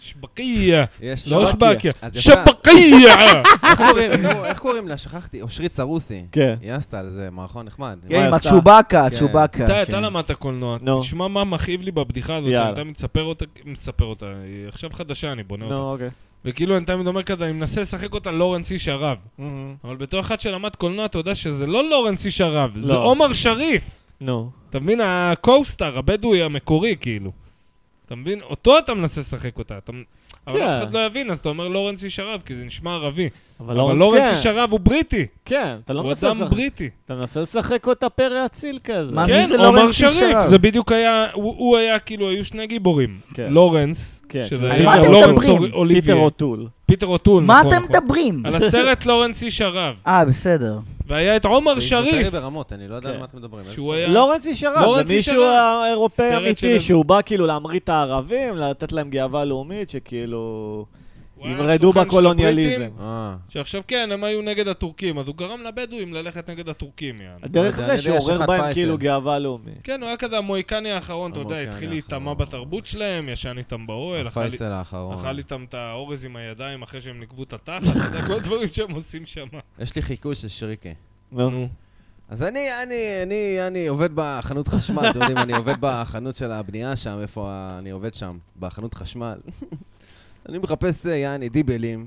Speaker 2: שבקיה.
Speaker 6: יש
Speaker 2: לא
Speaker 6: שבקיה.
Speaker 2: שבקיה.
Speaker 6: אז יפה. אה,
Speaker 2: שבקיה!
Speaker 6: איך קוראים- נו, איך קוראים לה? שכחתי. אושרית סרוסי.
Speaker 3: כן.
Speaker 6: היא עשתה על זה מערכון נחמד.
Speaker 4: כן, עם
Speaker 3: עשתה?
Speaker 4: הצ'ובאקה,
Speaker 6: כן.
Speaker 4: הצ'ובאקה.
Speaker 2: איתי, אתה לא
Speaker 4: כן.
Speaker 2: למדת קולנוע,
Speaker 3: נו.
Speaker 2: תשמע מה מכאיב לי בבדיחה הזאת,
Speaker 3: יאללה.
Speaker 2: שאתה מספר אותה, מספר אותה, היא עכשיו חדשה, אני בונה אותה.
Speaker 3: נו, אוקיי.
Speaker 2: וכאילו אני תמיד אומר כזה, אני מנסה לשחק אותה לורנס איש ערב.
Speaker 3: מהמם.
Speaker 2: אבל בתור אחד שלמד קולנוע, אתה יודע שזה לא לורנס איש ערב, זה
Speaker 3: לא.
Speaker 2: עומר שריף.
Speaker 3: נו.
Speaker 2: אתה מבין, הקוסטר, הבדואי המקורי, כאילו. אתה מבין? אותו אתה מנסה לשחק אותה. אתה... אבל
Speaker 3: כן.
Speaker 2: אף אחד לא יבין, אז אתה אומר לורנס איש ערב, כי זה נשמע ערבי.
Speaker 3: אבל
Speaker 2: אבל
Speaker 3: לורנס
Speaker 2: לורנס איש
Speaker 3: כן.
Speaker 2: ערב הוא בריטי.
Speaker 3: כן, אתה לא
Speaker 2: הוא
Speaker 3: מנסה
Speaker 2: אדם
Speaker 3: לשחק.
Speaker 2: בריטי.
Speaker 3: אתה מנסה לשחק אותה פרא אציל כזה.
Speaker 4: מה, מי
Speaker 2: כן,
Speaker 4: זה
Speaker 2: עומר
Speaker 4: לורנס איש
Speaker 2: שריף.
Speaker 4: ערב?
Speaker 2: זה בדיוק היה, הוא הוא היה, כאילו, היו שני גיבורים.
Speaker 3: כן.
Speaker 2: לורנס,
Speaker 3: כן.
Speaker 2: שזה
Speaker 3: על מה
Speaker 2: היה
Speaker 3: אתם
Speaker 2: לורנס
Speaker 4: מדברים?
Speaker 2: אול-
Speaker 3: פיטר
Speaker 2: אוליביה.
Speaker 3: אוטול.
Speaker 2: פיטר אוטול.
Speaker 4: מה
Speaker 2: נכון,
Speaker 4: אתם
Speaker 2: נכון.
Speaker 4: מדברים?
Speaker 2: על הסרט לורנס איש ערב.
Speaker 4: אה, בסדר.
Speaker 2: והיה את עומר
Speaker 6: זה איזוטרי
Speaker 2: שריף,
Speaker 6: ברמות, אני לא יודע על
Speaker 3: כן.
Speaker 6: מה אתם מדברים.
Speaker 2: שהוא היה...
Speaker 3: לורנס איש ערב,
Speaker 2: לורנס
Speaker 3: זה
Speaker 2: איש
Speaker 3: מישהו
Speaker 2: ערב.
Speaker 3: האירופאי
Speaker 2: סרט
Speaker 3: אמיתי,
Speaker 2: של-
Speaker 3: שהוא בא כאילו להמריא את הערבים, לתת להם גאווה לאומית, שכאילו...
Speaker 2: הוא היה
Speaker 3: ימרדו
Speaker 2: הסוכן של
Speaker 3: בקולוניאליזם.
Speaker 2: הבריטים,
Speaker 6: אה.
Speaker 2: שעכשיו כן, הם היו נגד הטורקים, אז הוא גרם לבדואים ללכת נגד הטורקים, יעני.
Speaker 3: דרך
Speaker 6: אני
Speaker 3: זה
Speaker 6: יודע,
Speaker 3: שעורר
Speaker 6: שחט
Speaker 3: בהם
Speaker 6: פייסל.
Speaker 3: כאילו גאווה לאומית.
Speaker 2: כן, הוא היה כזה המוהיקני האחרון, אתה יודע,
Speaker 6: המוהיקני
Speaker 2: התחיל להיטמע
Speaker 6: האחרון.
Speaker 2: בתרבות שלהם, ישן איתם באוהל, אכל אית-
Speaker 6: הפייסל האחרון.
Speaker 2: אכל איתם את האורז עם הידיים אחרי שהם נקבו את התחת, זה כל הדברים שהם עושים שם.
Speaker 6: יש לי חיקוי של שריקה.
Speaker 3: נו.
Speaker 2: נו.
Speaker 6: אז אני, אני, אני, אני עובד בחנות חשמל, אתם יודעים, אני עובד בחנות של הבנייה שם, איפה ה- אני עובד שם? בחנות חשמל. אני מחפש, אה, יעני, דיבלים.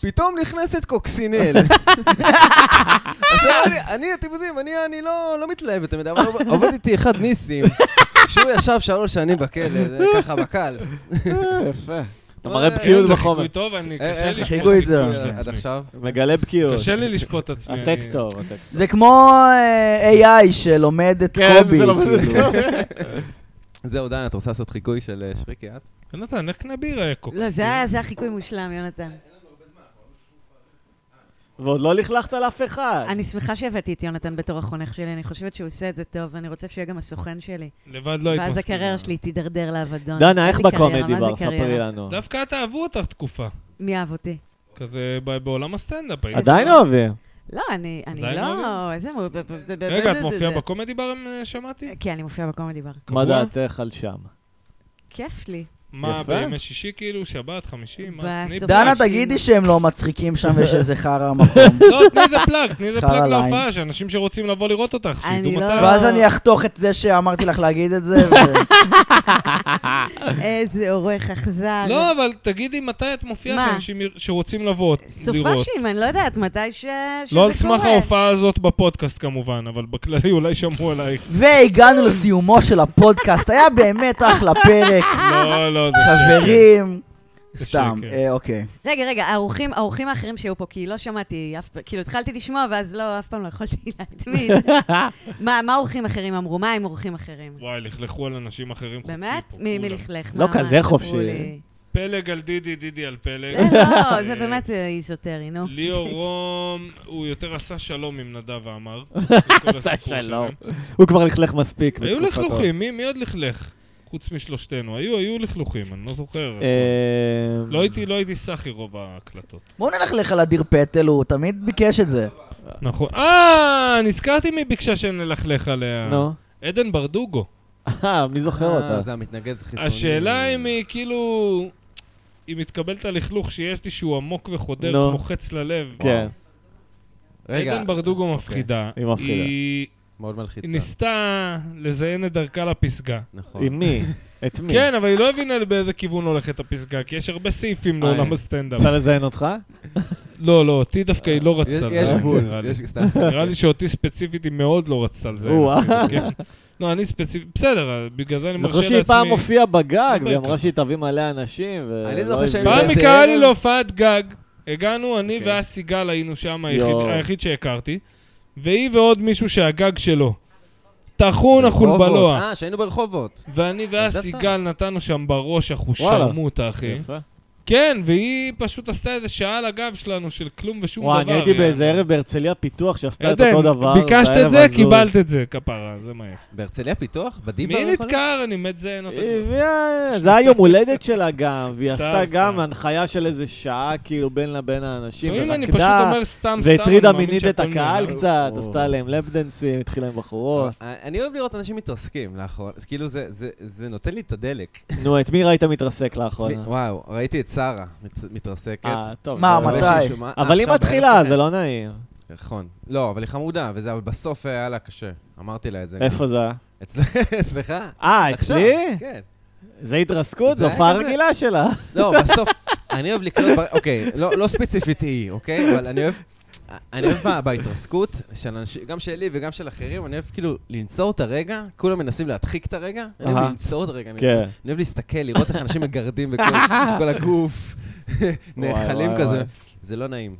Speaker 6: פתאום נכנסת קוקסינל. עכשיו, אני- אני, אתם יודעים, אני, אני לא, לא מתלהב יותר מדי, אבל עובד- עובד איתי אחד ניסים, שהוא ישב שלוש שנים בכלא, זה ככה בקל.
Speaker 3: יפה. אתה מראה
Speaker 6: כאילו
Speaker 3: בקיאות
Speaker 2: זה
Speaker 3: בחומר.
Speaker 2: חיקוי טוב, אני
Speaker 6: אה,
Speaker 2: קשה
Speaker 6: איך
Speaker 2: לי
Speaker 4: חיקוי
Speaker 2: לשפוט
Speaker 4: זה?
Speaker 2: את
Speaker 6: עד
Speaker 2: עצמי.
Speaker 6: עכשיו.
Speaker 3: מגלה בקיאות.
Speaker 2: קשה לי לשפוט את עצמי. אני-
Speaker 3: הטקסט טוב, הטקסט.
Speaker 4: זה כמו אה, AI שלומד את
Speaker 3: כן,
Speaker 4: קובי.
Speaker 3: זה לא
Speaker 4: כאילו.
Speaker 6: זהו, דן, את רוצה לעשות חיקוי של אה, שריקי, את?
Speaker 2: יונתן, איך קנה בירה, קוקסי?
Speaker 5: לא, זה היה- זה היה חיקוי מושלם, יונתן.
Speaker 3: ועוד לא לכלכת על אף אחד.
Speaker 5: אני שמחה שהבאתי את יונתן בתור החונך שלי, אני חושבת שהוא עושה את זה טוב, ואני רוצה שיהיה גם הסוכן שלי.
Speaker 2: לבד לא היית
Speaker 5: ואז
Speaker 2: מסכימה.
Speaker 5: הקריירה שלי תידרדר לאבדון.
Speaker 3: דנה, איך
Speaker 5: איזה
Speaker 3: בקומדי
Speaker 5: קריירה, מה זה
Speaker 3: בר? ספרי
Speaker 5: קריירה?
Speaker 3: לנו.
Speaker 2: דווקא את אהבו אותך תקופה.
Speaker 5: מי אהב אותי?
Speaker 2: כזה ב- בעולם הסטנדאפ. היית.
Speaker 3: עדיין אוהבים.
Speaker 5: לא, אני אני
Speaker 2: עדיין
Speaker 5: לא...
Speaker 2: אוהבים?
Speaker 5: איזה... מו- ב- ב- ב-
Speaker 2: רגע, את
Speaker 5: ב- ב-
Speaker 2: מופיעה
Speaker 5: ב-
Speaker 2: בקומדי בר, אה, שמעתי?
Speaker 5: כן, אני מופיעה בקומדי בר.
Speaker 2: קבוע?
Speaker 3: מה דעתך על שם?
Speaker 5: כיף לי.
Speaker 2: מה,
Speaker 3: יפה.
Speaker 2: בימי שישי כאילו? שבת, חמישי? מה? תני
Speaker 5: בסוף.
Speaker 2: פלאג.
Speaker 5: דנה,
Speaker 4: דנה, תגידי שהם לא מצחיקים שם ויש איזה חרא מקום.
Speaker 2: לא, תני איזה פלאג, תני איזה
Speaker 4: חרא
Speaker 2: פלאג
Speaker 4: ליים.
Speaker 2: להופעה, שאנשים שרוצים לבוא לראות אותך,
Speaker 5: אני
Speaker 2: שידעו
Speaker 5: לא-
Speaker 2: מתי.
Speaker 4: ואז אני אחתוך את זה שאמרתי לך להגיד את זה,
Speaker 5: איזה עורך אכזר.
Speaker 2: לא, אבל תגידי מתי את מופיעה,
Speaker 5: מה?
Speaker 2: שאנשים יר- שרוצים לבוא, לראות.
Speaker 5: סופשים, אני לא יודעת מתי ש... שזה
Speaker 2: לא על סמך
Speaker 5: קורה.
Speaker 2: ההופעה הזאת בפודקאסט כמובן, אבל בכללי אולי שמעו עלייך.
Speaker 4: ו... והגענו לסיומו של הפודקאסט, היה באמת אחלה פרק,
Speaker 2: לא, לא, זה...
Speaker 4: חברים.
Speaker 6: כן.
Speaker 2: זה
Speaker 4: סתם,
Speaker 2: שקר.
Speaker 4: אה, אוקיי.
Speaker 5: רגע, רגע, האורחים, האורחים האחרים שהיו פה, כי לא שמעתי אף פעם, כאילו התחלתי לשמוע, ואז לא, אף פעם לא יכולתי להתמיד. מה, מה האורחים אחרים אמרו? מה עם אורחים אחרים?
Speaker 2: וואי, לכלכו על אנשים אחרים חופשי
Speaker 5: באמת?
Speaker 2: פה,
Speaker 5: מי מי
Speaker 2: כולם.
Speaker 5: לכלך?
Speaker 3: לא
Speaker 5: מה,
Speaker 3: כזה
Speaker 5: מה, ספרו
Speaker 3: חופשי.
Speaker 5: לי.
Speaker 2: פלג על דידי, דידי על פלג.
Speaker 5: לא, לא, זה באמת אה, איזוטרי, נו.
Speaker 2: ליאור רום, הוא יותר עשה שלום עם נדב ואמר.
Speaker 3: עשה שלום. הוא כבר לכלך מספיק
Speaker 2: היו
Speaker 3: בתקופתו.
Speaker 2: לכלוכים, מי מי עוד לכלך? חוץ משלושתנו. היו, היו לכלוכים, אני לא זוכר.
Speaker 3: אה,
Speaker 2: לא הייתי, לא הייתי סאחי רוב ההקלטות.
Speaker 4: בואו נלכלך על אדיר פטל, הוא תמיד ביקש את זה.
Speaker 2: נכון. אה, נזכרתי מי ביקשה שנלכלך עליה.
Speaker 3: נו.
Speaker 2: עדן ברדוגו.
Speaker 3: אה, מי זוכר
Speaker 6: אה,
Speaker 3: אותה?
Speaker 6: זה המתנגד חיסוני.
Speaker 2: השאלה אם היא כאילו... אם מתקבל את הלכלוך שיש לי שהוא עמוק וחודר
Speaker 3: נו.
Speaker 2: כמו חץ ללב.
Speaker 3: כן,
Speaker 6: רגע, אוקיי.
Speaker 2: עדן ברדוגו מפחידה.
Speaker 3: היא מפחידה.
Speaker 2: היא-
Speaker 6: מאוד
Speaker 2: היא
Speaker 6: מלחיצה.
Speaker 2: ניסתה לזיין את דרכה לפסגה.
Speaker 6: נכון.
Speaker 3: עם מי? את מי?
Speaker 2: כן, אבל היא לא הבינה באיזה כיוון הולכת הפסגה, כי יש הרבה סעיפים
Speaker 3: אה,
Speaker 2: לעולם הסטנדאפ.
Speaker 3: רוצה לזיין אותך?
Speaker 2: לא, לא, אותי דווקא היא לא
Speaker 6: אה, יש
Speaker 2: רצתה
Speaker 6: יש
Speaker 2: לזיין,
Speaker 6: גבול,
Speaker 2: נראה לי.
Speaker 6: יש סתם.
Speaker 2: נראה לי שאותי ספציפית היא מאוד לא רצתה לזיין.
Speaker 3: או-אה.
Speaker 2: אפילו, כן. לא, אני ספציפית, בסדר, בגלל זה אני מרשה
Speaker 3: זוכר
Speaker 2: לעצמי.
Speaker 3: שהיא פעם הופיעה בגג, והיא
Speaker 2: ככה.
Speaker 3: אמרה שהיא תביא מלא אנשים, לא ולא
Speaker 6: אני זוכר שהיינו
Speaker 2: פעם
Speaker 6: באיזה
Speaker 2: היא קראה לי
Speaker 6: ערב.
Speaker 2: להופעת גג, הגענו, אני
Speaker 6: אוקיי.
Speaker 2: ואסי גל היינו שם, היחיד-
Speaker 3: יואו.
Speaker 2: היחיד שהכרתי, והיא ועוד מישהו שהגג שלו. טחון
Speaker 6: רחובות.
Speaker 2: החולבלוע.
Speaker 6: אה, שהיינו ברחובות.
Speaker 2: ואני ואסי
Speaker 6: הדסה.
Speaker 2: גל נתנו שם בראש, אנחנו
Speaker 3: וואלה.
Speaker 2: שרמוטה, אחי.
Speaker 3: יפה.
Speaker 2: כן, והיא פשוט עשתה איזה שעה על הגב שלנו של כלום ושום דבר.
Speaker 3: וואי, אני הייתי
Speaker 2: יעני.
Speaker 3: באיזה ערב בהרצליה פיתוח שעשתה את
Speaker 2: עדן,
Speaker 3: אותו דבר.
Speaker 2: ביקשת
Speaker 3: בערב
Speaker 2: את זה,
Speaker 3: הזוי.
Speaker 2: קיבלת את זה, כפרה, זה מה יש.
Speaker 6: בהרצליה פיתוח? בדיבר?
Speaker 2: מי
Speaker 6: יכול להיות?
Speaker 2: נדקר? אני מת זיין אותו.
Speaker 3: היא הביאה- זה היה יום הולדת שלה גם, והיא
Speaker 2: סתם,
Speaker 3: עשתה גם
Speaker 2: סתם.
Speaker 3: הנחיה של איזה שעה, כאילו, בין לבין האנשים,
Speaker 2: לפעמים לא, אני פשוט
Speaker 3: ורקדה,
Speaker 2: אומר סתם, סתם,
Speaker 3: והטרידה
Speaker 2: אני מאמין
Speaker 3: מינית את
Speaker 2: שהכל
Speaker 3: הקהל
Speaker 2: נהדר.
Speaker 3: קצת,
Speaker 6: או.
Speaker 3: עשתה עליהם לפדנסים, התחילה עם בחורות.
Speaker 6: אה, אני אוהב לראות אנשים מתרסקים לאחרונה, כאילו זה- זה- זה נותן לי את הדלק.
Speaker 3: נו, את מי ראית מתרסק לאחרונה?
Speaker 6: וואו, ראיתי את שרה מת- מתרסקת.
Speaker 3: אה, טוב.
Speaker 4: מה,
Speaker 3: זה לא-
Speaker 6: אבל
Speaker 4: מתי?
Speaker 6: שהיא שומעת-
Speaker 3: אבל היא
Speaker 6: כן. עכשיו
Speaker 3: מתחילה,
Speaker 6: בערב.
Speaker 3: זה לא נעים.
Speaker 6: נכון. לא, אבל היא חמודה, וזה, אבל בסוף אה, היה לה קשה. אמרתי לה את זה.
Speaker 3: איפה זה היה?
Speaker 6: אצלך? אצלך?
Speaker 3: אה,
Speaker 6: עכשיו,
Speaker 3: אצלי?
Speaker 6: כן.
Speaker 3: זה התרסקות,
Speaker 6: זה
Speaker 3: זו
Speaker 6: היה
Speaker 3: הופעה
Speaker 6: כזה.
Speaker 3: רגילה שלה.
Speaker 6: לא, בסוף, אני אוהב לקנות, בר- אוקיי, לא לא ספציפית היא, אוקיי? אבל אני אוהב, אני אוהב בה- בהתרסקות של אנשים, גם שלי וגם של אחרים, אני אוהב כאילו לנצור את הרגע, כולם מנסים להדחיק את הרגע, אני
Speaker 3: אהה.
Speaker 6: אוהב לנצור את הרגע, אני
Speaker 3: כן.
Speaker 6: אני אוהב להסתכל, לראות איך אנשים מגרדים בכל כל הגוף, נאכלים
Speaker 3: וואי,
Speaker 6: כזה.
Speaker 3: וואי.
Speaker 6: זה לא נעים.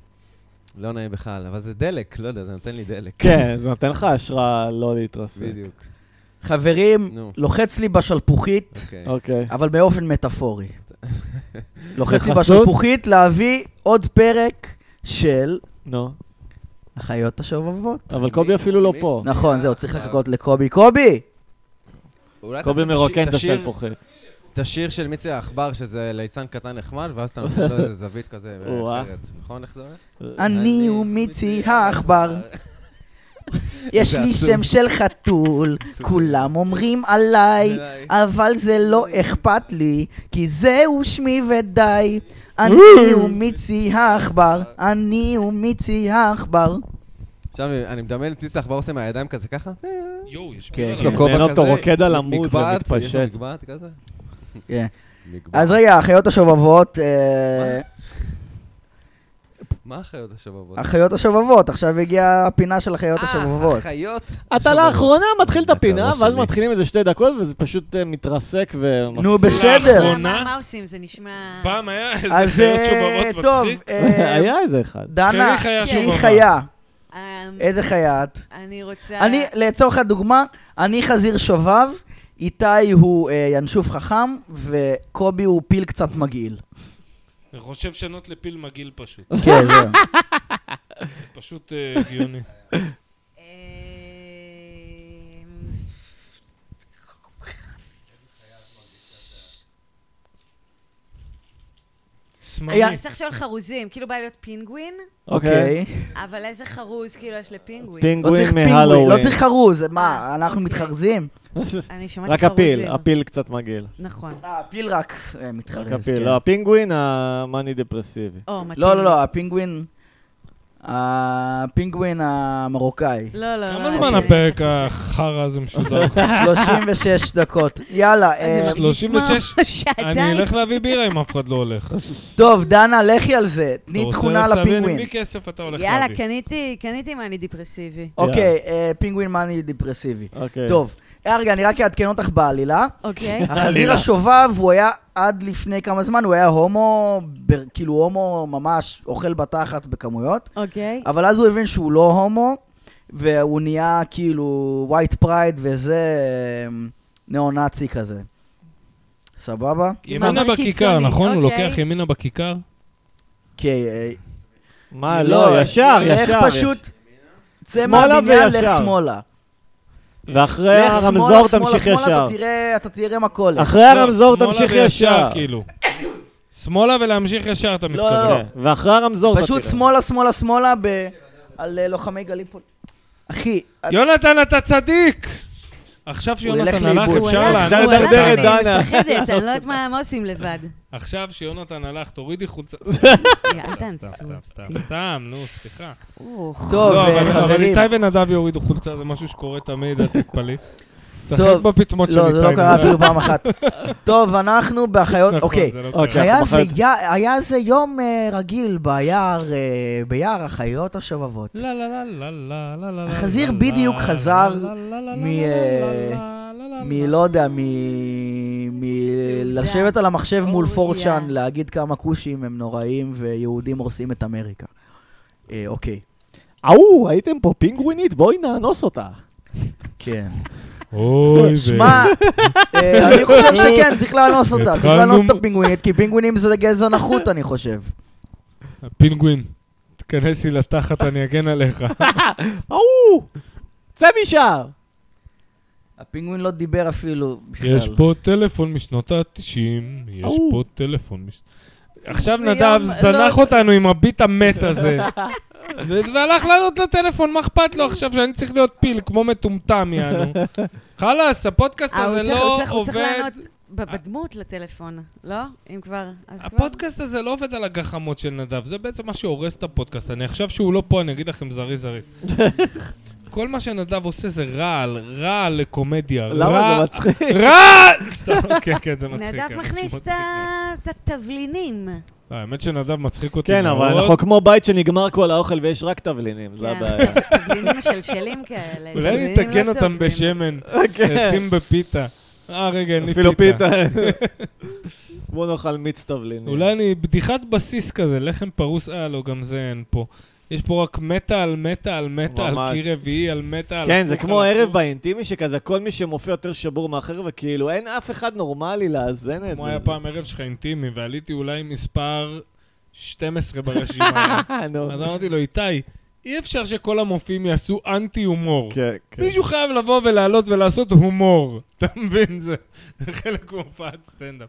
Speaker 6: לא נעים בכלל, אבל זה דלק, לא יודע, זה נותן לי דלק.
Speaker 3: כן, זה נותן לך השראה לא להתרסק.
Speaker 6: בדיוק.
Speaker 4: חברים,
Speaker 6: נו.
Speaker 4: לוחץ לי בשלפוחית,
Speaker 6: אוקיי.
Speaker 3: אוקיי.
Speaker 4: אבל באופן מטאפורי. לוחצתי
Speaker 3: בחסות?
Speaker 4: בשלפוחית להביא עוד פרק של
Speaker 3: נו,
Speaker 4: החיות השובבות.
Speaker 3: אבל קובי אפילו לא פה.
Speaker 6: אוקיי.
Speaker 4: נכון, זהו, צריך לחכות לקובי. קובי!
Speaker 6: אולי
Speaker 3: קובי
Speaker 6: תעשה
Speaker 3: מרוקן
Speaker 6: את
Speaker 3: את
Speaker 6: השיר-
Speaker 3: השל פוחת.
Speaker 6: את השיר של מיצי העכבר, שזה ליצן קטן נחמד, ואז אתה נותן
Speaker 9: לא
Speaker 6: לו איזה זווית כזה אה,
Speaker 3: או-אה.
Speaker 6: אחרת. נכון, איך זה
Speaker 3: כן,
Speaker 6: הולך?
Speaker 4: אני ומיצי העכבר. יש
Speaker 6: זה
Speaker 4: לי
Speaker 6: עצוב.
Speaker 4: שם של חתול, כולם אומרים עליי,
Speaker 6: עליי.
Speaker 4: אבל זה לא אכפת לי, כי זהו שמי ודי. אני ומיצי העכבר, אני ומיצי העכבר.
Speaker 6: עכשיו אני מדמיין את מיצי העכבר עושה מהידיים כזה ככה?
Speaker 2: יואו, יש
Speaker 4: כן,
Speaker 2: מילה
Speaker 4: יש
Speaker 6: יש לו
Speaker 2: לה-
Speaker 3: כובע.
Speaker 6: כובע
Speaker 3: מעניין אותו,
Speaker 6: כזה,
Speaker 3: רוקד על עמוד
Speaker 6: מגבעת, יש לו
Speaker 3: ומתפשט.
Speaker 6: מגבעת כזה?
Speaker 4: כן.
Speaker 6: מגבעת.
Speaker 4: אז רגע, החיות השובבות, אה,
Speaker 6: מה החיות השובבות?
Speaker 4: החיות השובבות, עכשיו הגיעה הפינה של החיות השובבות.
Speaker 6: אה, החיות?
Speaker 3: אתה לא לאחרונה מתחיל את הפינה,
Speaker 1: הראש
Speaker 3: ואז
Speaker 1: שלי.
Speaker 3: מתחילים איזה שתי דקות, וזה פשוט אה, מתרסק ומפסיק.
Speaker 4: נו, בסדר.
Speaker 5: מה-
Speaker 2: אחרונה?
Speaker 5: מה עושים? זה נשמע...
Speaker 2: פעם היה איזה
Speaker 4: אה. אז
Speaker 2: חיות
Speaker 4: אה,
Speaker 2: שובבות
Speaker 4: טוב,
Speaker 2: מצחיק.
Speaker 4: אה,
Speaker 3: היה איזה אחד.
Speaker 4: דנה,
Speaker 2: חריך היה
Speaker 4: היא
Speaker 2: שובבה.
Speaker 4: חיה.
Speaker 5: אמ,
Speaker 4: איזה חיה את?
Speaker 5: אני רוצה...
Speaker 4: אה, אני, לצורך הדוגמה, אני חזיר שובב, איתי הוא אה, ינשוף חכם, וקובי הוא פיל קצת מגעיל.
Speaker 2: אני חושב שנות לפיל מגעיל פשוט.
Speaker 4: כן, זהו.
Speaker 2: פשוט אה, הגיוני.
Speaker 5: אה, אמ,
Speaker 2: שמאלי.
Speaker 5: אני צריך לשאול חרוזים, כאילו בא להיות פינגווין,
Speaker 3: אוקיי.
Speaker 5: אבל איזה חרוז כאילו יש לפינגווין?
Speaker 4: לא צריך
Speaker 3: פינגווין
Speaker 4: פינגווין, לא
Speaker 3: מהלואוין.
Speaker 4: צריך חרוז, מה,
Speaker 5: אה,
Speaker 4: אנחנו
Speaker 5: אוקיי.
Speaker 4: מתחרזים?
Speaker 5: אני שמעתי
Speaker 3: רק
Speaker 5: חרוזים.
Speaker 3: הפיל, הפיל קצת מגעיל.
Speaker 5: נכון.
Speaker 4: אה, הפיל רק אה,
Speaker 3: רק
Speaker 4: מתחרז.
Speaker 3: הפיל.
Speaker 4: כן.
Speaker 3: לא, הפינגווין המאני דפרסיבי.
Speaker 5: או, מתאים.
Speaker 4: לא, לא, לא, הפינגווין... הפינגווין המרוקאי.
Speaker 5: לא, לא, לא.
Speaker 2: כמה זמן
Speaker 5: אוקיי.
Speaker 2: הפרק החרא הזה משודר?
Speaker 5: אה,
Speaker 4: 36 דקות. יאללה,
Speaker 5: זה
Speaker 4: אה,
Speaker 5: מרגיש
Speaker 2: 36?
Speaker 5: כמו שעתיים.
Speaker 2: אני אלך להביא בירה אם אף אחד לא הולך.
Speaker 4: טוב, דנה, לכי על זה.
Speaker 2: אתה
Speaker 4: תני
Speaker 2: רוצה
Speaker 4: תכונה
Speaker 2: ללכת להביא? אני
Speaker 4: לפינגווין.
Speaker 2: מביא כסף, אתה הולך
Speaker 5: יאללה, כן,
Speaker 2: להביא.
Speaker 5: קניתי, קניתי מה אני דפרסיבי.
Speaker 4: אוקיי, אה, פינגווין מאני דפרסיבי.
Speaker 3: אוקיי.
Speaker 4: טוב. אה, רגע, אני רק אעדכן אותך בעלילה.
Speaker 5: אוקיי.
Speaker 4: החזיר השובב, הוא היה עד לפני כמה זמן, הוא היה הומו, בר- כאילו הומו ממש אוכל בתחת בכמויות,
Speaker 5: אוקיי.
Speaker 4: אבל אז הוא הבין שהוא לא הומו, והוא נהיה כאילו white pride וזה אמ, ניאו-נאצי כזה. סבבה?
Speaker 2: ימינה
Speaker 5: ממש
Speaker 2: בכיכר,
Speaker 5: קיצוני,
Speaker 2: נכון? הוא
Speaker 5: אוקיי.
Speaker 2: לוקח ימינה בכיכר?
Speaker 4: אוקיי. אה,
Speaker 3: מה, לא, ישר,
Speaker 4: לך
Speaker 3: ישר.
Speaker 4: פשוט, צא
Speaker 3: שמאלה
Speaker 4: מהבניין, לך
Speaker 3: וישר.
Speaker 4: שמאלה.
Speaker 3: ואחרי
Speaker 4: לך
Speaker 3: הרמזור
Speaker 4: שמאלה, שמאלה,
Speaker 3: תמשיך
Speaker 4: שמאלה,
Speaker 3: ישר.
Speaker 4: אתה תראה- אתה תראה מכולת.
Speaker 3: אחרי
Speaker 2: לא,
Speaker 3: הרמזור
Speaker 2: שמאלה
Speaker 3: תמשיך
Speaker 2: וישר,
Speaker 3: ישר.
Speaker 2: כאילו. שמאלה ולהמשיך ישר, אתה
Speaker 4: לא, לא,
Speaker 2: מתכוון.
Speaker 3: כן, ואחרי הרמזור אתה תראה.
Speaker 4: פשוט שמאלה, שמאלה, שמאלה, ב- על אה, לוחמי גליפול. אחי,
Speaker 2: יונתן, אתה צדיק! עכשיו
Speaker 4: ילך
Speaker 2: שיונתן הלך,
Speaker 4: לאיבוד.
Speaker 5: הוא
Speaker 2: אפשר
Speaker 5: הלך,
Speaker 2: לענות.
Speaker 3: אפשר
Speaker 5: הוא
Speaker 3: לדרדר
Speaker 5: הלך,
Speaker 3: את דנה.
Speaker 5: אני מפחדת, אני לא יודעת מה מה עושים לבד.
Speaker 2: עכשיו שיונתן הלך, תורידי חולצה.
Speaker 5: יא, אל
Speaker 2: סתם,
Speaker 5: תאנסו.
Speaker 2: סתם, סתם. סתם, נו, סליחה.
Speaker 5: אוח.
Speaker 4: טוב,
Speaker 2: לא,
Speaker 4: אה,
Speaker 2: אבל- אבל
Speaker 4: חברים.
Speaker 2: איתי ונדב יורידו חולצה, זה משהו שקורה תמיד, אל תתפלאי. שחק
Speaker 4: טוב,
Speaker 2: בפיטמות של
Speaker 4: לא,
Speaker 2: איתי.
Speaker 4: זה לא קרה
Speaker 2: נכון,
Speaker 4: אפילו פעם אחת. טוב, אנחנו באחיות,
Speaker 2: זה לא
Speaker 4: אוקיי.
Speaker 2: קרה.
Speaker 3: אוקיי.
Speaker 4: היה
Speaker 3: אנחנו
Speaker 4: זה
Speaker 3: בחיות.
Speaker 4: י- היה זה יום אה, רגיל ביער, אה, ביער החיות השובבות.
Speaker 2: לה לה לה לה לה לה לה לה
Speaker 4: החזיר
Speaker 2: לה
Speaker 4: בדיוק
Speaker 2: לה
Speaker 4: חזר
Speaker 2: לה לה לה
Speaker 4: מ-
Speaker 2: לה לה
Speaker 4: אה, לא-
Speaker 2: לה לה לה לה.
Speaker 4: מלא יודע,
Speaker 5: סעודה.
Speaker 4: מלשבת על המחשב מול
Speaker 5: אוריה.
Speaker 4: פורצ'אן, להגיד כמה כושים הם נוראים ויהודים הורסים את אמריקה. אה, אוקיי,
Speaker 3: ההוא, הייתם פה פינגווינית? בואי נאנוס אותה.
Speaker 4: כן.
Speaker 2: אוי, זה-
Speaker 4: שמע, אה, אני חושב שכן, צריך לאנוס אותה. צריך
Speaker 2: התחלנו-
Speaker 4: לאנוס את הפינגווינית, כי פינגווינים זה גזע נחות, אני חושב.
Speaker 2: פינגווין, תיכנס לי לתחת, אני אגן עליך.
Speaker 3: ההוא! צא משם!
Speaker 4: הפינגווין לא דיבר אפילו בכלל.
Speaker 2: יש פה טלפון משנות ה-90, יש
Speaker 3: אוו.
Speaker 2: פה טלפון מש... עכשיו
Speaker 5: זה
Speaker 2: נדב
Speaker 5: יום-
Speaker 2: זנח
Speaker 5: לא-
Speaker 2: אותנו עם הביט המת הזה. ו- והלך לענות לטלפון, מה אכפת לו עכשיו שאני צריך להיות פיל כמו מטומטם, יענו. חלאס, הפודקאסט
Speaker 5: אה, הוא
Speaker 2: הזה
Speaker 5: צריך- הוא
Speaker 2: לא
Speaker 5: צריך- הוא צריך
Speaker 2: עובד...
Speaker 5: לענות ב- בדמות לטלפון, לא? אם כבר, אז כבר.
Speaker 2: הפודקאסט הזה לא עובד על הגחמות של נדב, זה בעצם מה שהורס את הפודקאסט. אני עכשיו שהוא לא פה, אני אגיד לכם זריז זריז. כל מה שנדב עושה זה רעל, רעל לקומדיה.
Speaker 3: למה זה
Speaker 2: רעל-
Speaker 3: מצחיק?
Speaker 2: רעל! סתם, כן, כן, זה מצחיק.
Speaker 5: נדב
Speaker 2: כן,
Speaker 5: מכניס
Speaker 2: מצחיק
Speaker 5: את ה- את התבלינים.
Speaker 2: מאוד. לא, האמת שנדב מצחיק אותי מאוד.
Speaker 3: כן, אבל אנחנו כמו בית שנגמר כל האוכל ויש רק תבלינים, זה
Speaker 5: כן,
Speaker 3: הבעיה.
Speaker 5: תבלינים משלשלים כאלה.
Speaker 2: אולי
Speaker 5: תבלינים
Speaker 2: נתקן
Speaker 5: לא
Speaker 2: אותם
Speaker 5: טובים.
Speaker 2: בשמן, נשים בפיתה. אה, רגע, אין לי פיתה.
Speaker 3: כן. אפילו פיתה. בוא נאכל מיץ תבלינים.
Speaker 2: אולי אני בדיחת בסיס כזה, לחם פרוס, אה, לא, גם זה אין פה. יש פה רק מטה על מטה על מטה, על
Speaker 3: ממש.
Speaker 2: קיר רביעי, על מטה על...
Speaker 3: כן, זה
Speaker 2: הפוך,
Speaker 3: כמו
Speaker 2: על
Speaker 3: ערב
Speaker 2: הפוך.
Speaker 3: באינטימי, שכזה כל מי שמופיע יותר שבור מאחר, וכאילו אין אף אחד נורמלי לאזן את זה.
Speaker 2: כמו היה פעם ערב שלך אינטימי, ועליתי אולי מספר 12 ברשימה.
Speaker 3: אה, נו.
Speaker 2: אז אמרתי לו, איתי, אי אפשר שכל המופיעים יעשו אנטי הומור.
Speaker 3: כן, כן.
Speaker 2: מישהו חייב לבוא ולעלות ולעשות הומור. אתה מבין? זה זה חלק מהופעת סטנדאפ.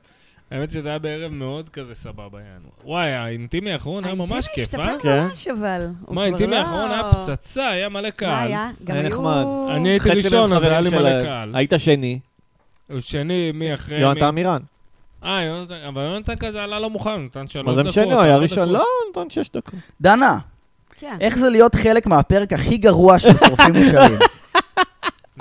Speaker 2: האמת שזה היה בערב מאוד כזה סבבה, יענו. וואי, האינטימי האחרון היה ממש כיף, אה?
Speaker 3: כן.
Speaker 5: כן. ממש, אבל. הוא
Speaker 2: מה,
Speaker 5: כבר
Speaker 2: האינטימי
Speaker 5: לא-
Speaker 2: האחרון היה פצצה, היה מלא קהל.
Speaker 5: מה היה? גם
Speaker 3: היה
Speaker 5: היו...
Speaker 3: נחמד.
Speaker 2: אני הייתי
Speaker 3: חצי
Speaker 2: ראשון, אז
Speaker 3: מהחברים
Speaker 2: היה לי
Speaker 3: שלהם.
Speaker 2: מלא קהל.
Speaker 3: היית שני,
Speaker 2: שני, מי אחרי?
Speaker 3: יונתן מירן.
Speaker 2: מי? אה, יונתן, אבל יונתן כזה עלה לא מוכן, הוא נתן שלוש
Speaker 3: מה
Speaker 2: דקות.
Speaker 3: זה משנה, הוא היה
Speaker 2: ארבע
Speaker 3: ראשון.
Speaker 2: דקות.
Speaker 3: לא, נתן שש דקות.
Speaker 4: דנה,
Speaker 5: כן.
Speaker 4: איך זה להיות חלק מהפרק הכי גרוע של שורפים ושרים?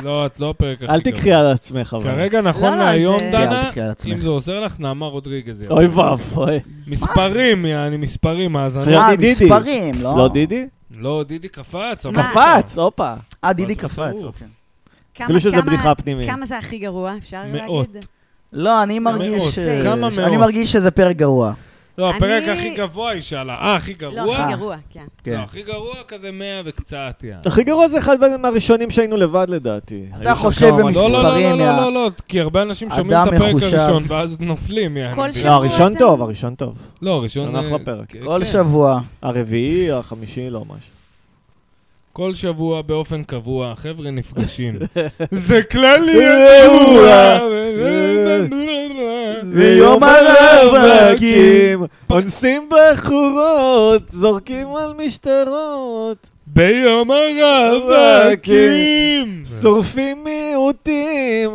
Speaker 2: לא, את לא הפרק הכי
Speaker 3: אל
Speaker 2: גרוע.
Speaker 3: תקחי על עצמך, אבל.
Speaker 2: כרגע נכון
Speaker 5: לא, לא,
Speaker 2: להיום,
Speaker 5: זה-
Speaker 4: כן, אל
Speaker 2: דנה,
Speaker 4: תקחי על עצמך.
Speaker 2: אם זה עוזר לך, נעמה רודריגז. יפה.
Speaker 3: אוי ואבוי.
Speaker 2: מספרים, יעני, מספרים, האזנה.
Speaker 3: זה
Speaker 4: אה,
Speaker 3: דידי.
Speaker 4: מספרים, לא?
Speaker 3: לא דידי?
Speaker 2: לא, דידי קפץ. אמרת.
Speaker 3: קפץ, הופה.
Speaker 4: אה, דידי
Speaker 2: אז הוא
Speaker 4: קפץ,
Speaker 2: טירוף.
Speaker 4: אוקיי.
Speaker 5: כמה-
Speaker 3: אפילו שזו
Speaker 5: כמה-
Speaker 3: בדיחה פנימית.
Speaker 5: כמה זה הכי גרוע, אפשר
Speaker 2: מאות.
Speaker 5: להגיד?
Speaker 4: לא, אני מרגיש...
Speaker 2: מאות.
Speaker 4: אה,
Speaker 2: כמה
Speaker 4: ש- אני
Speaker 2: מאות?
Speaker 4: מרגיש שזה פרק גרוע.
Speaker 2: לא, הפרק
Speaker 5: אני-
Speaker 2: הכי גבוה היא שאלה. אה, הכי גרוע?
Speaker 5: לא, הכי גרוע, כן.
Speaker 4: כן.
Speaker 2: לא, הכי גרוע כזה 100 וקצת, יעני.
Speaker 3: הכי גרוע זה אחד בין- מהראשונים שהיינו לבד, לדעתי. היו שם
Speaker 4: חושב
Speaker 3: כמה-
Speaker 4: במספרים.
Speaker 2: לא, לא, לא, לא,
Speaker 4: מספרים,
Speaker 2: לא,
Speaker 4: יא-
Speaker 2: לא, לא, כי הרבה אנשים שומעים
Speaker 4: אדם
Speaker 2: את הפרק
Speaker 4: מחושב.
Speaker 2: הראשון, ואז נופלים, יעני.
Speaker 5: כל
Speaker 3: לא,
Speaker 5: שבוע
Speaker 3: הראשון
Speaker 5: אתה-
Speaker 3: טוב, הראשון טוב.
Speaker 2: לא, הראשון...
Speaker 3: שנה
Speaker 2: אה,
Speaker 3: אחלה פרק.
Speaker 2: כן,
Speaker 4: כל
Speaker 2: כן.
Speaker 4: שבוע.
Speaker 3: הרביעי, החמישי, לא משהו.
Speaker 2: כל שבוע באופן קבוע, החבר'ה נפגשים. זה כללי
Speaker 3: זה יום הרווקים, אונסים בחורות, זורקים על משטרות,
Speaker 2: ביום הרווקים,
Speaker 3: שורפים מיעוטים,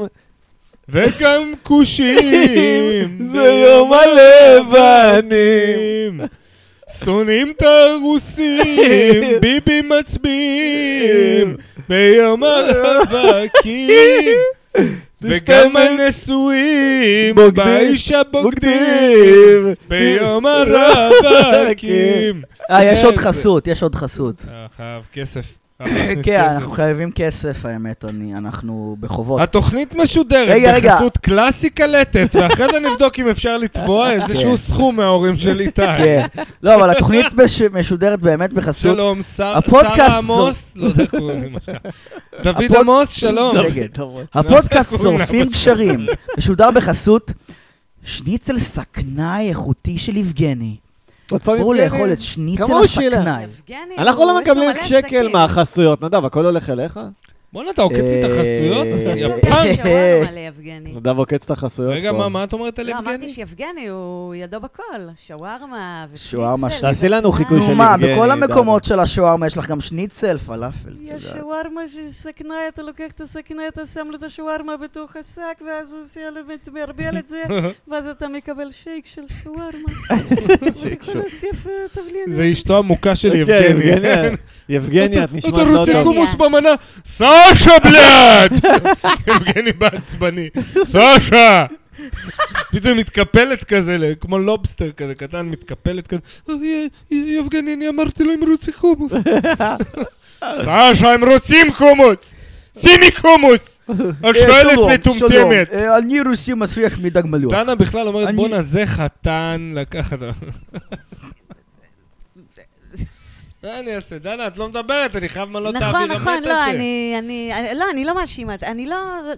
Speaker 2: וגם כושים.
Speaker 3: זה יום הלבנים.
Speaker 2: שונאים את הרוסים, ביבי מצביעים, ביום הרווקים. וגם הנשואים,
Speaker 3: בוגדים,
Speaker 2: באיש הבוגדים,
Speaker 3: בוגדים,
Speaker 2: ביום הרווקים.
Speaker 4: אה, יש עוד
Speaker 2: כן,
Speaker 4: חסות, יש עוד חסות.
Speaker 2: אה, חייב כסף. חייב להכניס כסף.
Speaker 4: כן, אנחנו חייבים כסף, האמת, אני- אנחנו בחובות.
Speaker 2: התוכנית משודרת
Speaker 4: רגע, רגע.
Speaker 2: בחסות קלאסיקה לטט, ואחרי זה נבדוק אם אפשר לתבוע איזשהו
Speaker 4: כן.
Speaker 2: סכום מההורים של איתי.
Speaker 4: כן. לא, אבל התוכנית מש- משודרת באמת בחסות...
Speaker 2: שלום, שר-
Speaker 4: הפודקאסט
Speaker 2: שרה
Speaker 4: זו-
Speaker 2: עמוס, לא יודע איך קוראים לי משהו. דוד
Speaker 4: הפוד-
Speaker 2: עמוס, שלום.
Speaker 4: רגע. הפודקאסט
Speaker 2: לא, קוראים לה
Speaker 4: שורפים
Speaker 2: פשוט.
Speaker 4: קשרים, משודר בחסות שניצל סכנאי איכותי של יבגני.
Speaker 3: עוד פעם
Speaker 4: בואו
Speaker 3: יבגני.
Speaker 4: לאכול את
Speaker 3: כמה
Speaker 4: שניצל
Speaker 3: הוא שילם?
Speaker 4: הסכנאי.
Speaker 5: יבגני,
Speaker 3: אנחנו
Speaker 5: הוא-
Speaker 3: לא
Speaker 5: יש לו
Speaker 3: מקבלים
Speaker 5: מלא
Speaker 3: שקל
Speaker 5: עסקים.
Speaker 3: מהחסויות, נדב, הכל הולך אליך?
Speaker 2: בואנה, אתה עוקץ לי את החסויות?
Speaker 4: אה,
Speaker 5: יש לו
Speaker 2: יפן.
Speaker 5: פרק שווארמה ליבגני.
Speaker 3: נדב עוקץ את החסויות.
Speaker 2: רגע,
Speaker 3: פה.
Speaker 2: מה, מה את אומרת על
Speaker 5: לא, אמרתי
Speaker 2: יבגני?
Speaker 5: שיבגני הוא ידו בכל, שווארמה אה, ושניצל.
Speaker 4: שווארמה,
Speaker 3: תעשי לנו חיקוי
Speaker 4: נו
Speaker 3: של
Speaker 4: מה,
Speaker 3: יבגני,
Speaker 4: בכל
Speaker 3: דנה.
Speaker 4: המקומות של השווארמה יש לך גם שניצל, פלאפל. את
Speaker 5: יש
Speaker 4: יודעת.
Speaker 5: שווארמה שסכנה, אתה לוקח את הסכנה, אתה שם לו את השווארמה בתוך השק, ואז הוא עושה לו, מת- מערבל את זה, ואז אתה מקבל שייק של שווארמה. שייק
Speaker 3: שייק של-
Speaker 5: של... תבלין.
Speaker 2: זה אשתו המוכה של
Speaker 3: כן,
Speaker 2: יבגני.
Speaker 3: יבגני, יבגני, את נשמעת
Speaker 2: אתה
Speaker 3: לא
Speaker 2: רוצה
Speaker 3: טוב.
Speaker 5: חוק?
Speaker 2: חומוס במנה? סשה בלאד! יבגני בעצבני. סשה! פתאום מתקפלת כזה, ל- כמו לובסטר כזה קטן, מתקפלת כזה. "אוי, י- י- יבגני, אני אמרתי לו הם רוצים חומוס. סשה, הם רוצים חומוס! שימי חומוס! את
Speaker 4: אה, שלום,
Speaker 2: שואלת
Speaker 4: שלום.
Speaker 2: מטומטמת.
Speaker 4: אה, אני רוסי מסריח מדג מלוח.
Speaker 2: דנה בכלל אומרת,
Speaker 4: אני-
Speaker 2: בואנה, זה חתן לקחת. מה אני אעשה? דנה, את לא מדברת, אני חייב מלות האוויר
Speaker 5: נכון,
Speaker 2: המת הזה.
Speaker 5: נכון, לא, אני, אני, אני- לא, אני לא מאשימה, אני לא,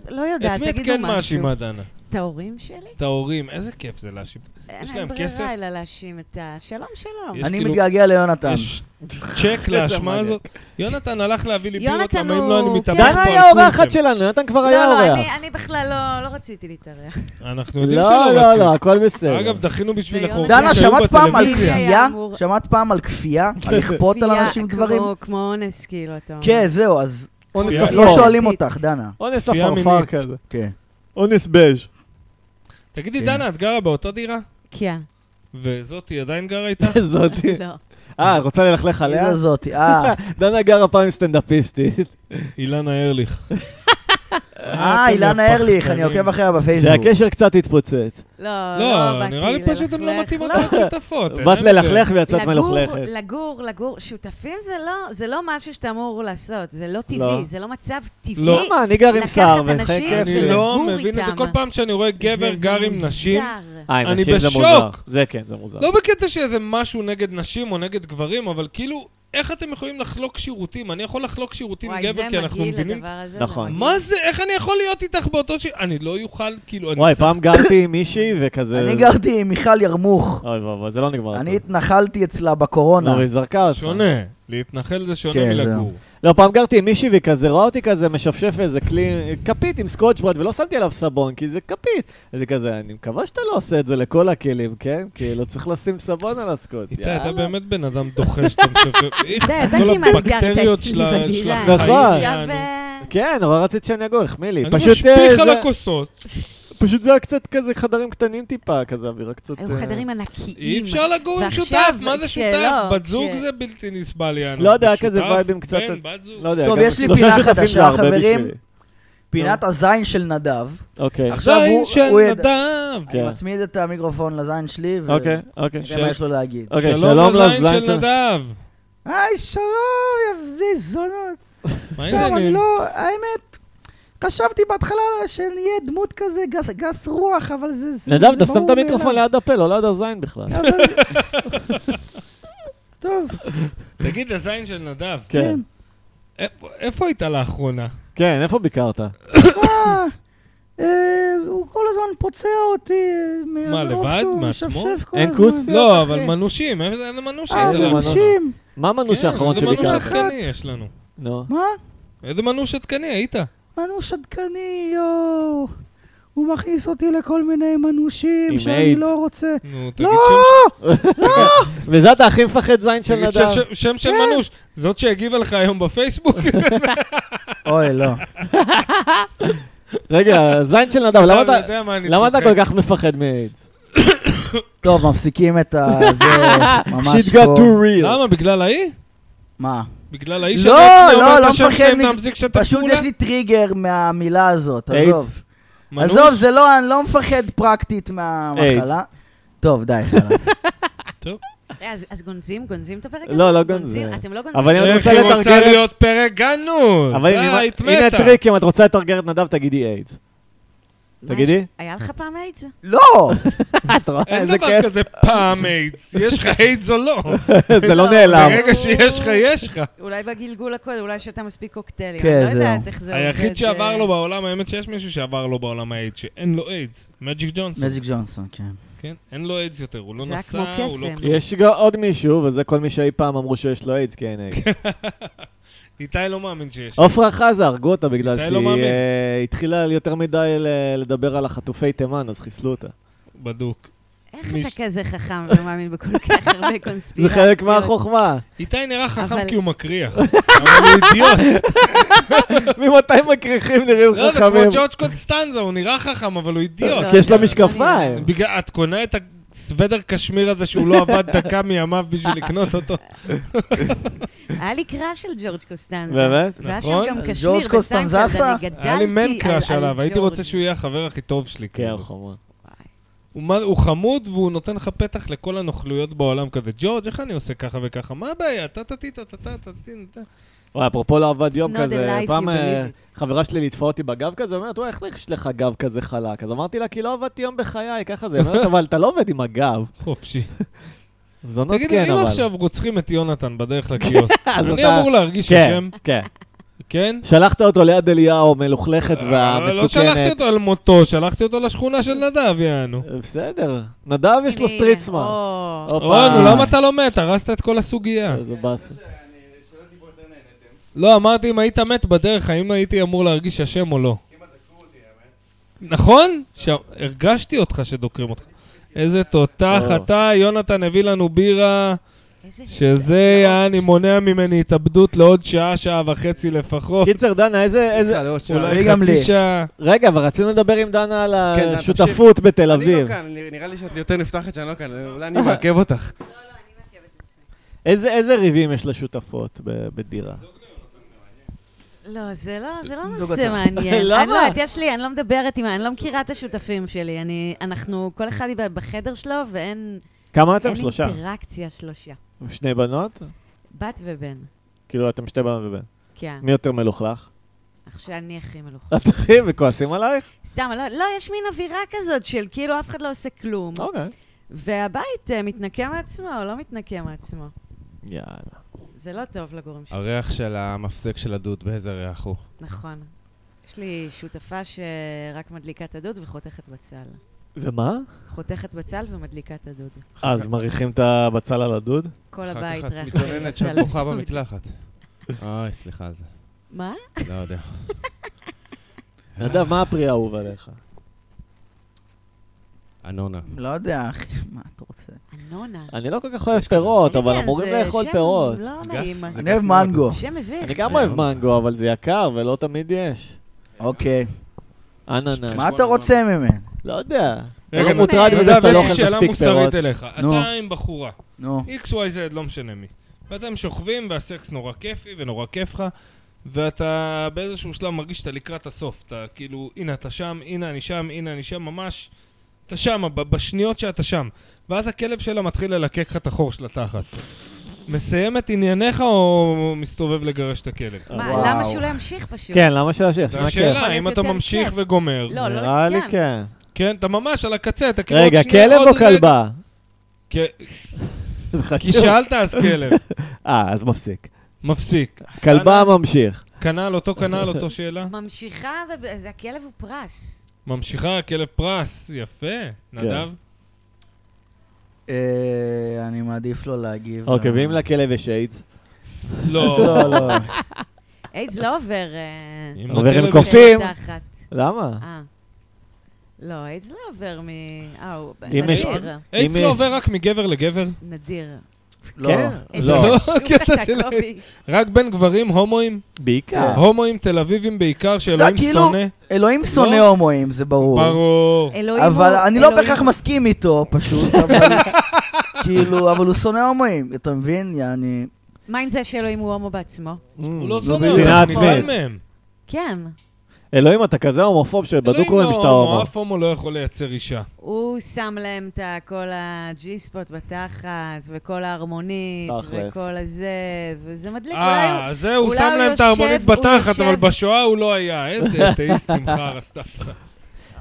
Speaker 5: לא
Speaker 2: את
Speaker 5: יודעת,
Speaker 2: מי
Speaker 5: תגידו משהו.
Speaker 2: את כן מאשימה, דנה?
Speaker 5: את ההורים שלי?
Speaker 2: את ההורים, איזה כיף זה להאשים.
Speaker 5: אין
Speaker 2: יש
Speaker 5: להם
Speaker 2: להם
Speaker 5: ברירה
Speaker 2: כסף?
Speaker 5: אלא להאשים את ה... שלום, שלום.
Speaker 2: יש
Speaker 4: אני
Speaker 2: כאילו-
Speaker 4: מתגעגע ליונתן.
Speaker 2: יש צ'ק לאשמה הזאת. יונתן הלך להביא לי בירות,
Speaker 5: יונתן
Speaker 2: למה אם
Speaker 5: הוא- כן.
Speaker 2: לא אני מתאבד פה על
Speaker 3: דנה
Speaker 2: כולכם.
Speaker 3: היא האורחת שלנו, יונתן כבר
Speaker 5: לא,
Speaker 3: היה
Speaker 5: לא,
Speaker 3: אורח.
Speaker 5: אני- אני בכלל לא- לא רציתי להתארח.
Speaker 2: אנחנו יודעים שלא
Speaker 3: לא, לא,
Speaker 2: רצית.
Speaker 3: לא, הכל בסדר.
Speaker 2: אגב, דחינו בשבילך
Speaker 5: ויונתן-
Speaker 2: אורחים
Speaker 4: דנה,
Speaker 2: שהיו
Speaker 4: שמעת פעם על
Speaker 2: בטלוויזיה.
Speaker 4: כפייה?
Speaker 5: כן, אמור-
Speaker 4: שמעת פעם על כפייה? על לכפות על
Speaker 5: כפייה,
Speaker 4: אנשים דברים?
Speaker 5: כמו- אה, כמו אונס, כאילו, אתה אומר.
Speaker 4: כן, זהו, אז
Speaker 3: אונס
Speaker 2: כפייה.
Speaker 4: לא
Speaker 3: אפור.
Speaker 4: שואלים אותך,
Speaker 5: אה,
Speaker 4: דנה.
Speaker 3: אונס
Speaker 2: כפייה
Speaker 3: אפרפר
Speaker 2: מינית.
Speaker 3: כזה.
Speaker 4: כן.
Speaker 3: אונס בז'.
Speaker 2: תגידי,
Speaker 4: כן.
Speaker 2: דנה, את גרה באותה דירה?
Speaker 5: כן.
Speaker 2: וזאתי עדיין גרה איתך?
Speaker 3: זאתי.
Speaker 5: לא.
Speaker 3: אה, רוצה ללכלך עליה?
Speaker 4: כאילו זאתי, אה,
Speaker 3: דנה גרה פעם עם סטנדאפיסטית.
Speaker 2: אילנה ארליך.
Speaker 4: אה, אילנה ארליך, אני עוקב אחריה בפייסבוק.
Speaker 3: שהקשר קצת התפוצץ.
Speaker 5: לא,
Speaker 2: לא,
Speaker 5: באתי
Speaker 2: נראה לי פשוט הן לא
Speaker 5: ללכלך,
Speaker 2: מתאימות
Speaker 5: לא.
Speaker 2: לשותפות.
Speaker 3: באת ללכלך ויצאת
Speaker 5: לגור-
Speaker 3: מלוכלכת.
Speaker 5: לגור, לגור, שותפים זה לא, זה לא משהו שאתה אמור לעשות, זה לא
Speaker 3: לא.
Speaker 5: טבעי, זה לא מצב טבעי.
Speaker 2: לא.
Speaker 3: למה? אני גר עם
Speaker 5: לקחת
Speaker 3: שר
Speaker 5: אנשים
Speaker 3: וחי כיף.
Speaker 2: אני
Speaker 3: לי.
Speaker 2: לא
Speaker 5: לגור
Speaker 2: מבין את זה.
Speaker 5: איתם.
Speaker 2: כל פעם שאני רואה גבר
Speaker 5: זה- זה
Speaker 2: גר עם
Speaker 5: מוזר.
Speaker 2: נשים, לא
Speaker 3: אה, עם
Speaker 2: אני
Speaker 3: נשים זה
Speaker 2: בשוק.
Speaker 3: מוזר. זה כן, זה מוזר.
Speaker 2: לא בקטע שזה משהו נגד נשים או נגד גברים, אבל כאילו, איך אתם יכולים לחלוק שירותים? אני יכול לחלוק שירותים עם
Speaker 5: וואי,
Speaker 2: גבר, כי
Speaker 5: זה
Speaker 2: אנחנו
Speaker 5: מגעיל
Speaker 2: מבינים...
Speaker 5: הדבר הזה.
Speaker 3: נכון.
Speaker 5: זה
Speaker 2: מה זה? איך אני יכול להיות איתך באותו ש... אני לא יוכל, כאילו... אני
Speaker 3: וואי,
Speaker 2: צריך-
Speaker 3: פעם גרתי עם מישהי וכזה...
Speaker 4: אני גרתי עם מיכל ירמוך.
Speaker 3: אוי ואבוי, זה לא נגמר.
Speaker 4: אני
Speaker 3: טוב.
Speaker 4: התנחלתי אצלה בקורונה.
Speaker 3: נו, היא זרקה אותך.
Speaker 2: שונה. להתנחל זה שונה
Speaker 4: כן,
Speaker 2: מלגור.
Speaker 3: לא, פעם גרתי עם מישהי והיא כזה רואה אותי כזה משפשף איזה כלי, כפית עם סקוטשברד, ולא שמתי עליו סבון, כי זה כפית. אז היא כזה, אני מקווה שאתה לא עושה את זה לכל הכלים, כן? כאילו, צריך לשים סבון על הסקוט.
Speaker 2: איתי,
Speaker 3: יאללה.
Speaker 2: אתה באמת בן אדם דוחה שאתה מספר... איך
Speaker 5: זה,
Speaker 2: זה
Speaker 5: אתה
Speaker 2: כל
Speaker 5: כמעט גרת
Speaker 2: הבקטריות
Speaker 5: אצלי
Speaker 2: של ה-
Speaker 5: בגילה.
Speaker 2: של החיים.
Speaker 3: נכון.
Speaker 5: עכשיו...
Speaker 2: יענו.
Speaker 5: אה,
Speaker 3: כן, נורא רצית שאני אגור, החמיא לי.
Speaker 2: אני
Speaker 3: פשוט,
Speaker 2: משפיך
Speaker 3: אה,
Speaker 2: על
Speaker 3: זה-
Speaker 2: הכוסות.
Speaker 3: פשוט זה היה קצת כזה חדרים קטנים טיפה, כזה אווירה קצת...
Speaker 5: היו
Speaker 3: אה,
Speaker 5: חדרים ענקיים.
Speaker 2: אי אפשר לגור עם
Speaker 5: ועכשיו,
Speaker 2: שותף, מה זה שותף?
Speaker 5: כשלא,
Speaker 2: בת זוג
Speaker 5: כש-
Speaker 2: זה בלתי נסבל, יענו.
Speaker 3: לא יודע, היה כזה
Speaker 2: שותף,
Speaker 3: וייבים קצת...
Speaker 2: בן, בת זוג.
Speaker 3: לא יודע,
Speaker 4: טוב,
Speaker 3: גם
Speaker 4: יש לי
Speaker 3: שלושה
Speaker 4: פינה
Speaker 3: שותפים זה
Speaker 4: חדשה,
Speaker 3: הרבה
Speaker 4: חברים.
Speaker 3: בשבילי. אה.
Speaker 4: פינת הזין של נדב.
Speaker 3: אוקיי,
Speaker 4: עכשיו
Speaker 2: זין
Speaker 4: הוא-
Speaker 2: של
Speaker 4: הוא ידע-
Speaker 2: נדב.
Speaker 3: כן.
Speaker 4: אני מצמיד את המיקרופון לזין שלי,
Speaker 3: אוקיי,
Speaker 4: ונראה
Speaker 3: אוקיי.
Speaker 4: מה יש לו להגיד.
Speaker 3: אוקיי, שלום לזין
Speaker 2: של
Speaker 3: של...
Speaker 2: נדב.
Speaker 4: היי, שלום, יא זונות.
Speaker 2: מה
Speaker 4: סתם, אני
Speaker 2: העניינים?
Speaker 4: לא... האמת, חשבתי בהתחלה שנהיה דמות כזה גס- גס רוח, אבל זה... זה-
Speaker 3: נדב,
Speaker 4: זה
Speaker 3: אתה שם את
Speaker 4: ברור
Speaker 3: המיקרופון
Speaker 4: מאליו.
Speaker 3: ליד הפה, לא ליד הזין בכלל.
Speaker 4: כן. אבל- טוב,
Speaker 2: תגיד, הזין של נדב.
Speaker 3: כן.
Speaker 4: כן.
Speaker 2: איפה- איפה היית לאחרונה?
Speaker 3: כן, איפה ביקרת?
Speaker 4: אה, אה, הוא כל הזמן פוצע אותי. אה,
Speaker 2: מה,
Speaker 4: מרוב
Speaker 2: לבד?
Speaker 4: שהוא
Speaker 2: מעצמו?
Speaker 4: משפשף כל
Speaker 3: אין
Speaker 4: הזמן.
Speaker 3: כוס?
Speaker 2: לא,
Speaker 3: אחי.
Speaker 2: אבל מנושים, איזה איזה מנושים?
Speaker 4: אה,
Speaker 2: זה
Speaker 3: איזה
Speaker 2: לא-
Speaker 3: מנוש?
Speaker 4: אנשים.
Speaker 3: מה המנוש
Speaker 2: כן,
Speaker 3: האחרון
Speaker 2: איזה מנוש
Speaker 3: שביקרת?
Speaker 2: עדכני יש לנו.
Speaker 3: נו.
Speaker 4: מה?
Speaker 2: איזה מנוש עדכני היית?
Speaker 4: מנוש עדכני, יואו. הוא מכניס אותי לכל מיני מנושים
Speaker 3: עם
Speaker 4: שאני
Speaker 3: איידס.
Speaker 4: לא רוצה.
Speaker 2: נו, תגיד
Speaker 4: לא!
Speaker 2: שם-
Speaker 3: וזה אתה הכי מפחד זין של
Speaker 2: תגיד
Speaker 3: נדב. כן.
Speaker 2: שם- שם של מנוש. זאת שהגיבה לך היום בפייסבוק?
Speaker 4: אוי, לא.
Speaker 3: רגע, זין של נדב, למה
Speaker 2: אני
Speaker 3: אתה-
Speaker 2: לא יודע מה אני
Speaker 3: למה אתה
Speaker 2: צוחק.
Speaker 3: כל כך מפחד מאיידס?
Speaker 4: טוב, מפסיקים את ה... זה ממש
Speaker 3: Shit got
Speaker 4: פה.
Speaker 3: too real.
Speaker 2: למה? בגלל ההיא?
Speaker 4: מה?
Speaker 2: בגלל ההיא
Speaker 4: לא,
Speaker 2: שאני עצמי
Speaker 4: לא,
Speaker 2: אומר את
Speaker 4: לא
Speaker 2: השם
Speaker 4: מפחד
Speaker 2: שלהם
Speaker 4: מג-
Speaker 2: להמזיק שאתה
Speaker 4: פשוט יש לי טריגר מהמילה הזאת,
Speaker 3: איידס.
Speaker 4: עזוב. עזוב, זה לא, אני לא מפחד פרקטית מהמחלה. טוב, די, חלאס.
Speaker 5: אה, אז אז גונזים, גונזים את הפרק הזה?
Speaker 3: לא, לא גונזים.
Speaker 5: אתם לא גונזים.
Speaker 3: אבל אני עוד רוצה
Speaker 2: היא רוצה
Speaker 3: לתרגל...
Speaker 2: להיות פרק גנוז.
Speaker 3: אבל הנה,
Speaker 2: די, את
Speaker 3: הנה
Speaker 2: אה, מתה.
Speaker 3: הטריק, אם את רוצה לתרגל את נדב, תגידי איידס.
Speaker 5: מה,
Speaker 3: תגידי.
Speaker 5: היה לך פעם איידס?
Speaker 4: לא!
Speaker 3: את רואה
Speaker 2: אין
Speaker 3: איזה
Speaker 2: דבר
Speaker 3: כיף?
Speaker 2: כזה פעם איידס. יש לך איידס או לא.
Speaker 3: זה לא נעלם.
Speaker 2: ברגע שיש לך, יש לך.
Speaker 5: אולי בגלגול הקודם, אולי שאתה מספיק קוקטיילים.
Speaker 4: כן,
Speaker 5: אני לא
Speaker 4: זהו.
Speaker 5: יודעת איך זה עובד.
Speaker 2: היחיד שעבר
Speaker 5: אה,
Speaker 2: לו בעולם, האמת שיש מישהו שעבר לו בעולם האיידס, שאין לו איידס. מג'יק ג'ונסון.
Speaker 4: מג'יק ג'ונסון, כן.
Speaker 2: כן? אין לו איידס יותר, הוא לא
Speaker 5: זה היה
Speaker 2: נסע,
Speaker 5: כמו
Speaker 2: הוא לא...
Speaker 5: קסם.
Speaker 2: כלום.
Speaker 3: יש גם עוד מישהו, וזה כל מי שאי פעם אמרו שיש לו איידס, כי אין
Speaker 2: כן.
Speaker 3: איידס.
Speaker 2: איתי לא מאמין שיש.
Speaker 3: עופרה חזה, הרגו אותה בגלל
Speaker 2: אתה
Speaker 3: שהיא
Speaker 2: לא מאמין.
Speaker 3: אה, התחילה יותר מדי ל- לדבר על החטופי תימן, אז חיסלו אותה.
Speaker 2: בדוק.
Speaker 5: איך
Speaker 2: מיש-
Speaker 5: אתה כזה חכם ומאמין בכל כך הרבה
Speaker 3: זה
Speaker 5: קונספירציות?
Speaker 3: חלק מהחוכמה.
Speaker 2: איתי נראה חכם
Speaker 5: אבל-
Speaker 2: כי הוא מקריח. אבל הוא אידיוט.
Speaker 3: ממתי מקריחים נראים
Speaker 2: לא, זה כמו
Speaker 3: חכמים?
Speaker 2: ג'ורג' קונסטנזה, הוא נראה חכם, אבל הוא אידיוט.
Speaker 3: כי יש לה משקפיים.
Speaker 2: בגלל, את קונה את הסוודר קשמיר הזה שהוא לא עבד דקה מימיו בשביל לקנות אותו.
Speaker 5: היה לי קראש של ג'ורג' קוסטנזה.
Speaker 3: באמת?
Speaker 5: והיה שם
Speaker 2: נכון.
Speaker 5: גם
Speaker 4: ג'ורג'
Speaker 5: קשמיר
Speaker 4: קוסטנזסה?
Speaker 5: וסיינפלד, אני
Speaker 2: היה לי מן
Speaker 5: גדלתי על-
Speaker 2: קראש
Speaker 5: על
Speaker 2: עליו, הייתי
Speaker 5: ג'ורג'.
Speaker 2: רוצה שהוא יהיה החבר הכי טוב שלי.
Speaker 3: כן,
Speaker 2: כאילו.
Speaker 3: חומרה.
Speaker 2: הוא מה- הוא חמוד והוא נותן לך פתח לכל הנוכלויות בעולם כזה. ג'ורג', איך אני עושה ככה וככה? מה הבעיה? טה טה טי טה טה טה טה טי טה.
Speaker 3: וואי, אפרופו לא עבד יום
Speaker 5: It's not
Speaker 3: כזה,
Speaker 5: a life
Speaker 3: פעם
Speaker 5: you
Speaker 3: אה,
Speaker 5: believe
Speaker 3: חברה שלי ליטפה אותי בגב כזה, אומרת, וואי, איך יש לך גב כזה חלק? אז אמרתי לה, כי לא עבדתי יום בחיי, ככה זה. היא אומרת, אבל אתה לא עובד עם הגב.
Speaker 2: חופשי.
Speaker 3: זונות
Speaker 2: תגיד לי,
Speaker 3: כן,
Speaker 2: אם
Speaker 3: אבל.
Speaker 2: עכשיו רוצחים את יונתן בדרך לקיוסק,
Speaker 3: אז
Speaker 2: אני
Speaker 3: אתה-
Speaker 2: אמור להרגיש
Speaker 3: כן,
Speaker 2: אשם,
Speaker 3: כן.
Speaker 2: כן?
Speaker 3: שלחת אותו ליד אליהו, מלוכלכת
Speaker 2: אבל לא שלחתי
Speaker 3: והמסוכנת.
Speaker 2: אותו על מותו, שלחתי אותו לשכונה של נדב, יענו.
Speaker 3: אה, בסדר, נדב יש לו
Speaker 5: הנה,
Speaker 3: סטריט סמארט.
Speaker 5: או.
Speaker 3: הופה.
Speaker 2: רון, למה אתה לא מת? הרסת את כל הסוגיה.
Speaker 3: איזה באסה.
Speaker 2: לא, אמרתי אם היית מת בדרך, האם הייתי אמור להרגיש אשם או לא. נכון? ש- הרגשתי אותך שדוקרים אותך. איזה תותח
Speaker 3: או.
Speaker 2: אתה, יונתן הביא לנו בירה,
Speaker 5: איזה
Speaker 2: שזה יעני מונע ממני התאבדות לעוד שעה, שעה וחצי לפחות.
Speaker 3: קיצר, דנה,
Speaker 9: אה,
Speaker 3: איזה... איזה-
Speaker 9: לא,
Speaker 2: אולי
Speaker 4: גם
Speaker 2: חצי
Speaker 4: לי.
Speaker 2: שעה.
Speaker 3: רגע, אבל רצינו לדבר עם דנה על
Speaker 9: כן, דנה,
Speaker 3: השותפות בתל
Speaker 9: אני
Speaker 3: אביב.
Speaker 9: לא כאן, נראה- נראה לי שאת יותר נפתחת שאני לא כאן, אולי אני מעכב אותך.
Speaker 3: איזה איזה ריבים יש לשותפות ב- בדירה?
Speaker 5: לא, זה לא, זה לא
Speaker 4: זוג
Speaker 5: נושא
Speaker 4: אתה.
Speaker 5: מעניין.
Speaker 3: למה?
Speaker 5: אני לא יודעת, יש לי, אני לא מדברת עם, אני לא מכירה את השותפים שלי. אני, אנחנו, כל אחד היא בחדר שלו, ואין
Speaker 3: כמה אתם?
Speaker 5: אין
Speaker 3: שלושה.
Speaker 5: אינטראקציה שלושה.
Speaker 3: שני בנות?
Speaker 5: בת ובן.
Speaker 3: כאילו, אתם שתי בנות ובן.
Speaker 5: כן.
Speaker 3: מי יותר מלוכלך?
Speaker 5: עכשיו אני הכי מלוכה.
Speaker 3: את אחי, וכועסים עלייך?
Speaker 5: סתם, לא, לא, יש מין אווירה כזאת של כאילו אף אחד לא עושה כלום.
Speaker 3: אוקיי.
Speaker 5: והבית אה, מתנקה מעצמו או לא מתנקה מעצמו.
Speaker 3: יאללה.
Speaker 5: זה לא טוב לגורים
Speaker 3: אה.
Speaker 5: שלי.
Speaker 9: הריח של המפסק של הדוד, באיזה ריח הוא?
Speaker 5: נכון. יש לי שותפה שרק מדליקה את הדוד וחותכת בצל.
Speaker 3: ומה?
Speaker 5: חותכת בצל ומדליקה את הדוד.
Speaker 3: אז מריחים את הבצל על הדוד?
Speaker 5: כל הבית
Speaker 9: אחר כך
Speaker 5: ריח
Speaker 9: את מתלוננת
Speaker 5: בצל.
Speaker 9: שאת בוכה במקלחת. אוי, סליחה על זה.
Speaker 5: מה?
Speaker 9: לא יודע.
Speaker 3: נדב, מה הפרי האהוב עליך?
Speaker 9: אנונה.
Speaker 4: לא יודע, אחי, מה אתה רוצה?
Speaker 5: אנונה.
Speaker 3: אני לא כל כך אוהב פירות, אבל
Speaker 5: כן,
Speaker 3: אמורים
Speaker 5: זה
Speaker 3: לאכול
Speaker 5: שם
Speaker 3: פירות.
Speaker 5: לא
Speaker 9: גס,
Speaker 5: נעים.
Speaker 9: זה
Speaker 4: אני אוהב מנגו.
Speaker 5: שם מביך.
Speaker 3: אני גם אוהב מנגו, אבל זה יקר ולא תמיד יש.
Speaker 4: אוקיי.
Speaker 3: אננס.
Speaker 4: מה אתה רוצה ממנו?
Speaker 3: לא יודע. אתה
Speaker 2: רגע,
Speaker 3: לא מוטרד
Speaker 5: נדב,
Speaker 3: מזה שאתה לא
Speaker 2: יש לי
Speaker 3: אוכל
Speaker 2: שאלה
Speaker 3: מספיק פירות.
Speaker 2: מוסרית אליך.
Speaker 4: נו.
Speaker 2: אתה עם בחורה,
Speaker 4: נו.
Speaker 2: XYZ, לא משנה מי. ואתם שוכבים והסקס נורא כיפי ונורא כיף לך, ואתה באיזשהו שלב מרגיש שאתה לקראת הסוף. אתה כאילו, הנה אתה שם, הנה אני שם, הנה אני שם, ממש. אתה שם, ב- בשניות שאתה שם. ואז הכלב שלה מתחיל ללקק לך את החור של התחת. מסיים את ענייניך או מסתובב לגרש את הכלב?
Speaker 5: מה,
Speaker 4: וואו.
Speaker 5: למה שהוא לא ימשיך פשוט?
Speaker 3: כן, למה שאלה שיש?
Speaker 2: זו
Speaker 3: מה כיף?
Speaker 2: השאלה, אם
Speaker 5: להיות
Speaker 2: אתה
Speaker 5: יותר
Speaker 2: ממשיך
Speaker 5: כיף.
Speaker 2: וגומר.
Speaker 5: לא, לא,
Speaker 3: נראה לי
Speaker 5: כן.
Speaker 3: כן.
Speaker 2: כן, אתה ממש על הקצה, אתה כאילו...
Speaker 3: רגע,
Speaker 2: עוד שנייה,
Speaker 3: כלב
Speaker 2: עוד
Speaker 3: או
Speaker 2: רגע-
Speaker 3: כלבה?
Speaker 2: כן,
Speaker 3: זה
Speaker 2: כי
Speaker 3: חשוב.
Speaker 2: שאלת אז כלב.
Speaker 3: אה, אז מפסיק.
Speaker 2: מפסיק.
Speaker 3: כלבה
Speaker 2: לא,
Speaker 3: ממשיך.
Speaker 2: כנ"ל, אותו כנ"ל, אותו שאלה.
Speaker 5: ממשיכה, ו- זה הכלב הוא פרס.
Speaker 2: ממשיכה, כלב פרס, יפה. נדב?
Speaker 4: אה, אני מעדיף לא להגיב.
Speaker 3: אוקיי,
Speaker 4: למה.
Speaker 3: ואם לכלב יש איידס?
Speaker 2: לא.
Speaker 4: לא, לא.
Speaker 5: איידס לא עובר... אה,
Speaker 2: אם
Speaker 3: עובר עם
Speaker 2: הכלב-
Speaker 3: קוף. קופים.
Speaker 5: תחת.
Speaker 3: למה?
Speaker 5: אה. לא, איידס לא עובר מ... אה, הוא...
Speaker 3: אם יש-
Speaker 5: נדיר.
Speaker 2: איידס
Speaker 3: אם
Speaker 2: לא
Speaker 3: יש-
Speaker 2: עובר רק מגבר לגבר?
Speaker 5: נדיר.
Speaker 4: לא.
Speaker 3: כן?
Speaker 5: איזה
Speaker 3: לא.
Speaker 5: חשוב
Speaker 2: הקטע
Speaker 5: אתה,
Speaker 2: של-
Speaker 5: קובי.
Speaker 2: רק בין גברים הומואים?
Speaker 3: בעיקר.
Speaker 2: הומואים תל אביבים בעיקר, שאלוהים
Speaker 4: כאילו-
Speaker 2: שונא?
Speaker 4: אלוהים שונא
Speaker 2: לא.
Speaker 4: הומואים, זה ברור.
Speaker 2: ברור.
Speaker 5: אלוהים הוא...
Speaker 4: אבל אני לא
Speaker 5: אלוהים-
Speaker 4: בהכרח מסכים איתו, פשוט, אבל... כאילו, אבל הוא שונא הומואים, אתה מבין? יעני...
Speaker 5: מה עם זה שאלוהים הוא הומו בעצמו?
Speaker 2: הוא לא
Speaker 3: Mm,
Speaker 2: שונא,
Speaker 3: בדיוק.
Speaker 2: הוא
Speaker 3: שנאה
Speaker 2: נפרד
Speaker 3: עצמית.
Speaker 2: מהם.
Speaker 5: כן.
Speaker 3: אלוהים, אתה כזה הומופוב שבדוק
Speaker 2: אלוהים
Speaker 3: רואים
Speaker 2: לא
Speaker 3: שאתה
Speaker 2: הומו,
Speaker 3: הומו.
Speaker 2: אף הומו לא יכול לייצר אישה.
Speaker 5: הוא שם להם את ה- כל הג'י ספוט בתחת, וכל ההרמונית,
Speaker 3: תכלס.
Speaker 5: וכל הזה, וזה מדליק. אולי הוא-
Speaker 2: אה, זה הוא
Speaker 5: אולי
Speaker 2: שם
Speaker 5: הוא
Speaker 2: להם את
Speaker 5: יושב-
Speaker 2: ההרמונית
Speaker 5: הוא
Speaker 2: בתחת, אבל
Speaker 5: יושב-
Speaker 2: בשואה הוא לא היה. איזה אתאיסטים חרא, סתם.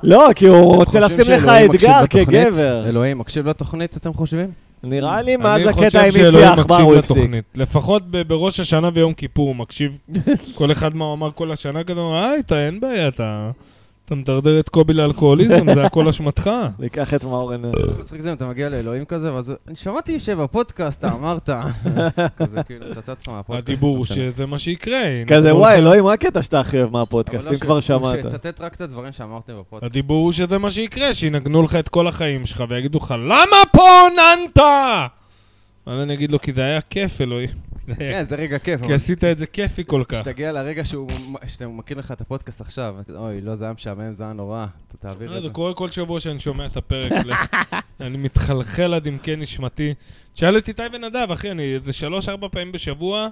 Speaker 3: לא, כי הוא רוצה
Speaker 9: אתם
Speaker 3: לשים
Speaker 9: חושבים
Speaker 3: לך
Speaker 9: שאלוהים מקשיב
Speaker 3: אתגר
Speaker 9: לתוכנית?
Speaker 3: כגבר.
Speaker 9: אלוהים, מקשיב לתוכנית, אתם חושבים?
Speaker 3: נראה לי מאז
Speaker 2: אני חושב
Speaker 3: הקטע עם איצי
Speaker 2: שאלוהים
Speaker 3: העכבר
Speaker 2: מקשיב
Speaker 3: הוא הפסיק.
Speaker 2: לתוכנית. לפחות ב- בראש השנה ויום כיפור הוא מקשיב. כל אחד מה הוא אמר כל השנה כזה, אה, איתה, אין בעיה, אתה... אתה מדרדר את קובי לאלכוהוליזם, זה הכל אשמתך.
Speaker 3: ניקח את מאור עיניו.
Speaker 9: מצחיק זה אם אתה מגיע לאלוהים כזה, ואז אני שמעתי שבפודקאסט אתה אמרת. כזה כאילו, פצצת לך מהפודקאסט. לא
Speaker 2: הדיבור הוא שזה מה שיקרה. הנה,
Speaker 3: כזה,
Speaker 2: כל
Speaker 3: וואי,
Speaker 2: אחד-
Speaker 3: אלוהים, מה הקטע שאתה הכי אוהב
Speaker 9: אבל
Speaker 3: מהפודקאסט,
Speaker 9: לא
Speaker 3: אם
Speaker 9: ש-
Speaker 3: כבר
Speaker 9: שהוא
Speaker 3: שמעת.
Speaker 9: שיצטט רק את הדברים שאמרתם בפודקאסט.
Speaker 2: הדיבור הוא שזה מה שיקרה, שינגנו לך את כל החיים שלך ויגידו לך, למה פה ננת? אז אני אגיד לו, כי זה היה כיף, אלוהים. זה היה-
Speaker 9: כן, זה רגע כיף.
Speaker 2: כי
Speaker 9: אבל
Speaker 2: עשית את זה כיפי כל כך.
Speaker 9: כשתגיע לרגע שהוא שאתה מקריא לך את הפודקאסט עכשיו, אתה- אוי, לא, זה היה משעמם, זה היה נורא. אתה תעביר
Speaker 2: אה,
Speaker 9: את
Speaker 2: זה
Speaker 9: זה.
Speaker 2: קורה כל שבוע שאני שומע את הפרק, ל- אני מתחלחל עד עמקי נשמתי. תשאל את איתי ונדב, אחי, אני איזה שלוש-ארבע פעמים בשבוע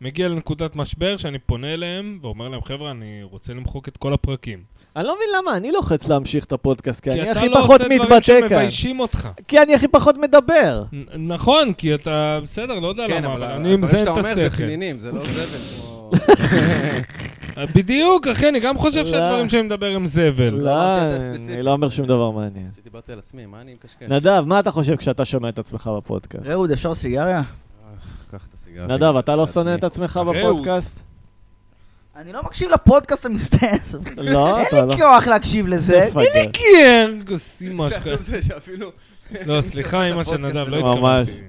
Speaker 2: מגיע לנקודת משבר שאני פונה אליהם ואומר להם, חבר'ה, אני רוצה למחוק את כל הפרקים.
Speaker 3: אני לא מבין למה אני לוחץ להמשיך את הפודקאסט, כי אני
Speaker 2: אתה
Speaker 3: הכי
Speaker 2: לא
Speaker 3: פחות
Speaker 2: עושה דברים
Speaker 3: מתבטא כאן.
Speaker 2: שמביישים אותך.
Speaker 3: כי אני הכי פחות מדבר.
Speaker 2: נ- נכון, כי אתה, בסדר, לא יודע
Speaker 9: כן,
Speaker 2: למה,
Speaker 9: אבל
Speaker 2: אבל
Speaker 9: ה-
Speaker 2: אני
Speaker 9: הדברים
Speaker 2: עם זה את
Speaker 9: שאתה אומר זה
Speaker 2: השכל.
Speaker 9: פנינים, זה לא זבל. כמו-
Speaker 2: אה, בדיוק, אחי, אני גם חושב
Speaker 3: לא.
Speaker 2: שהדברים שאני מדבר הם זבל.
Speaker 3: לא,
Speaker 9: אמרתי את זה
Speaker 3: אני
Speaker 9: ספציפית.
Speaker 3: לא אומר שום דבר מעניין.
Speaker 9: שדיברתי על עצמי, מה אני מקשקש?
Speaker 6: כן.
Speaker 3: נדב, מה אתה חושב כשאתה שומע את עצמך בפודקאסט?
Speaker 4: רעות, אפשר סיגריה?
Speaker 9: קח את הסיגריה.
Speaker 3: נדב, אתה לא
Speaker 9: לעצמי.
Speaker 3: שונא את
Speaker 6: אה,
Speaker 3: עצמך
Speaker 2: אהוד.
Speaker 3: בפודקאסט?
Speaker 4: אני לא מקשיב לפודקאסט המסתעס.
Speaker 3: לא, אתה
Speaker 4: אין
Speaker 3: לא.
Speaker 4: לי כוח להקשיב לזה.
Speaker 3: זה מפגר.
Speaker 2: כן, כוס אימא שלך.
Speaker 9: זה עצוב זה שאפילו...
Speaker 2: לא, סליחה, אימא של נדב, לא
Speaker 3: ממש.
Speaker 2: התכוונתי.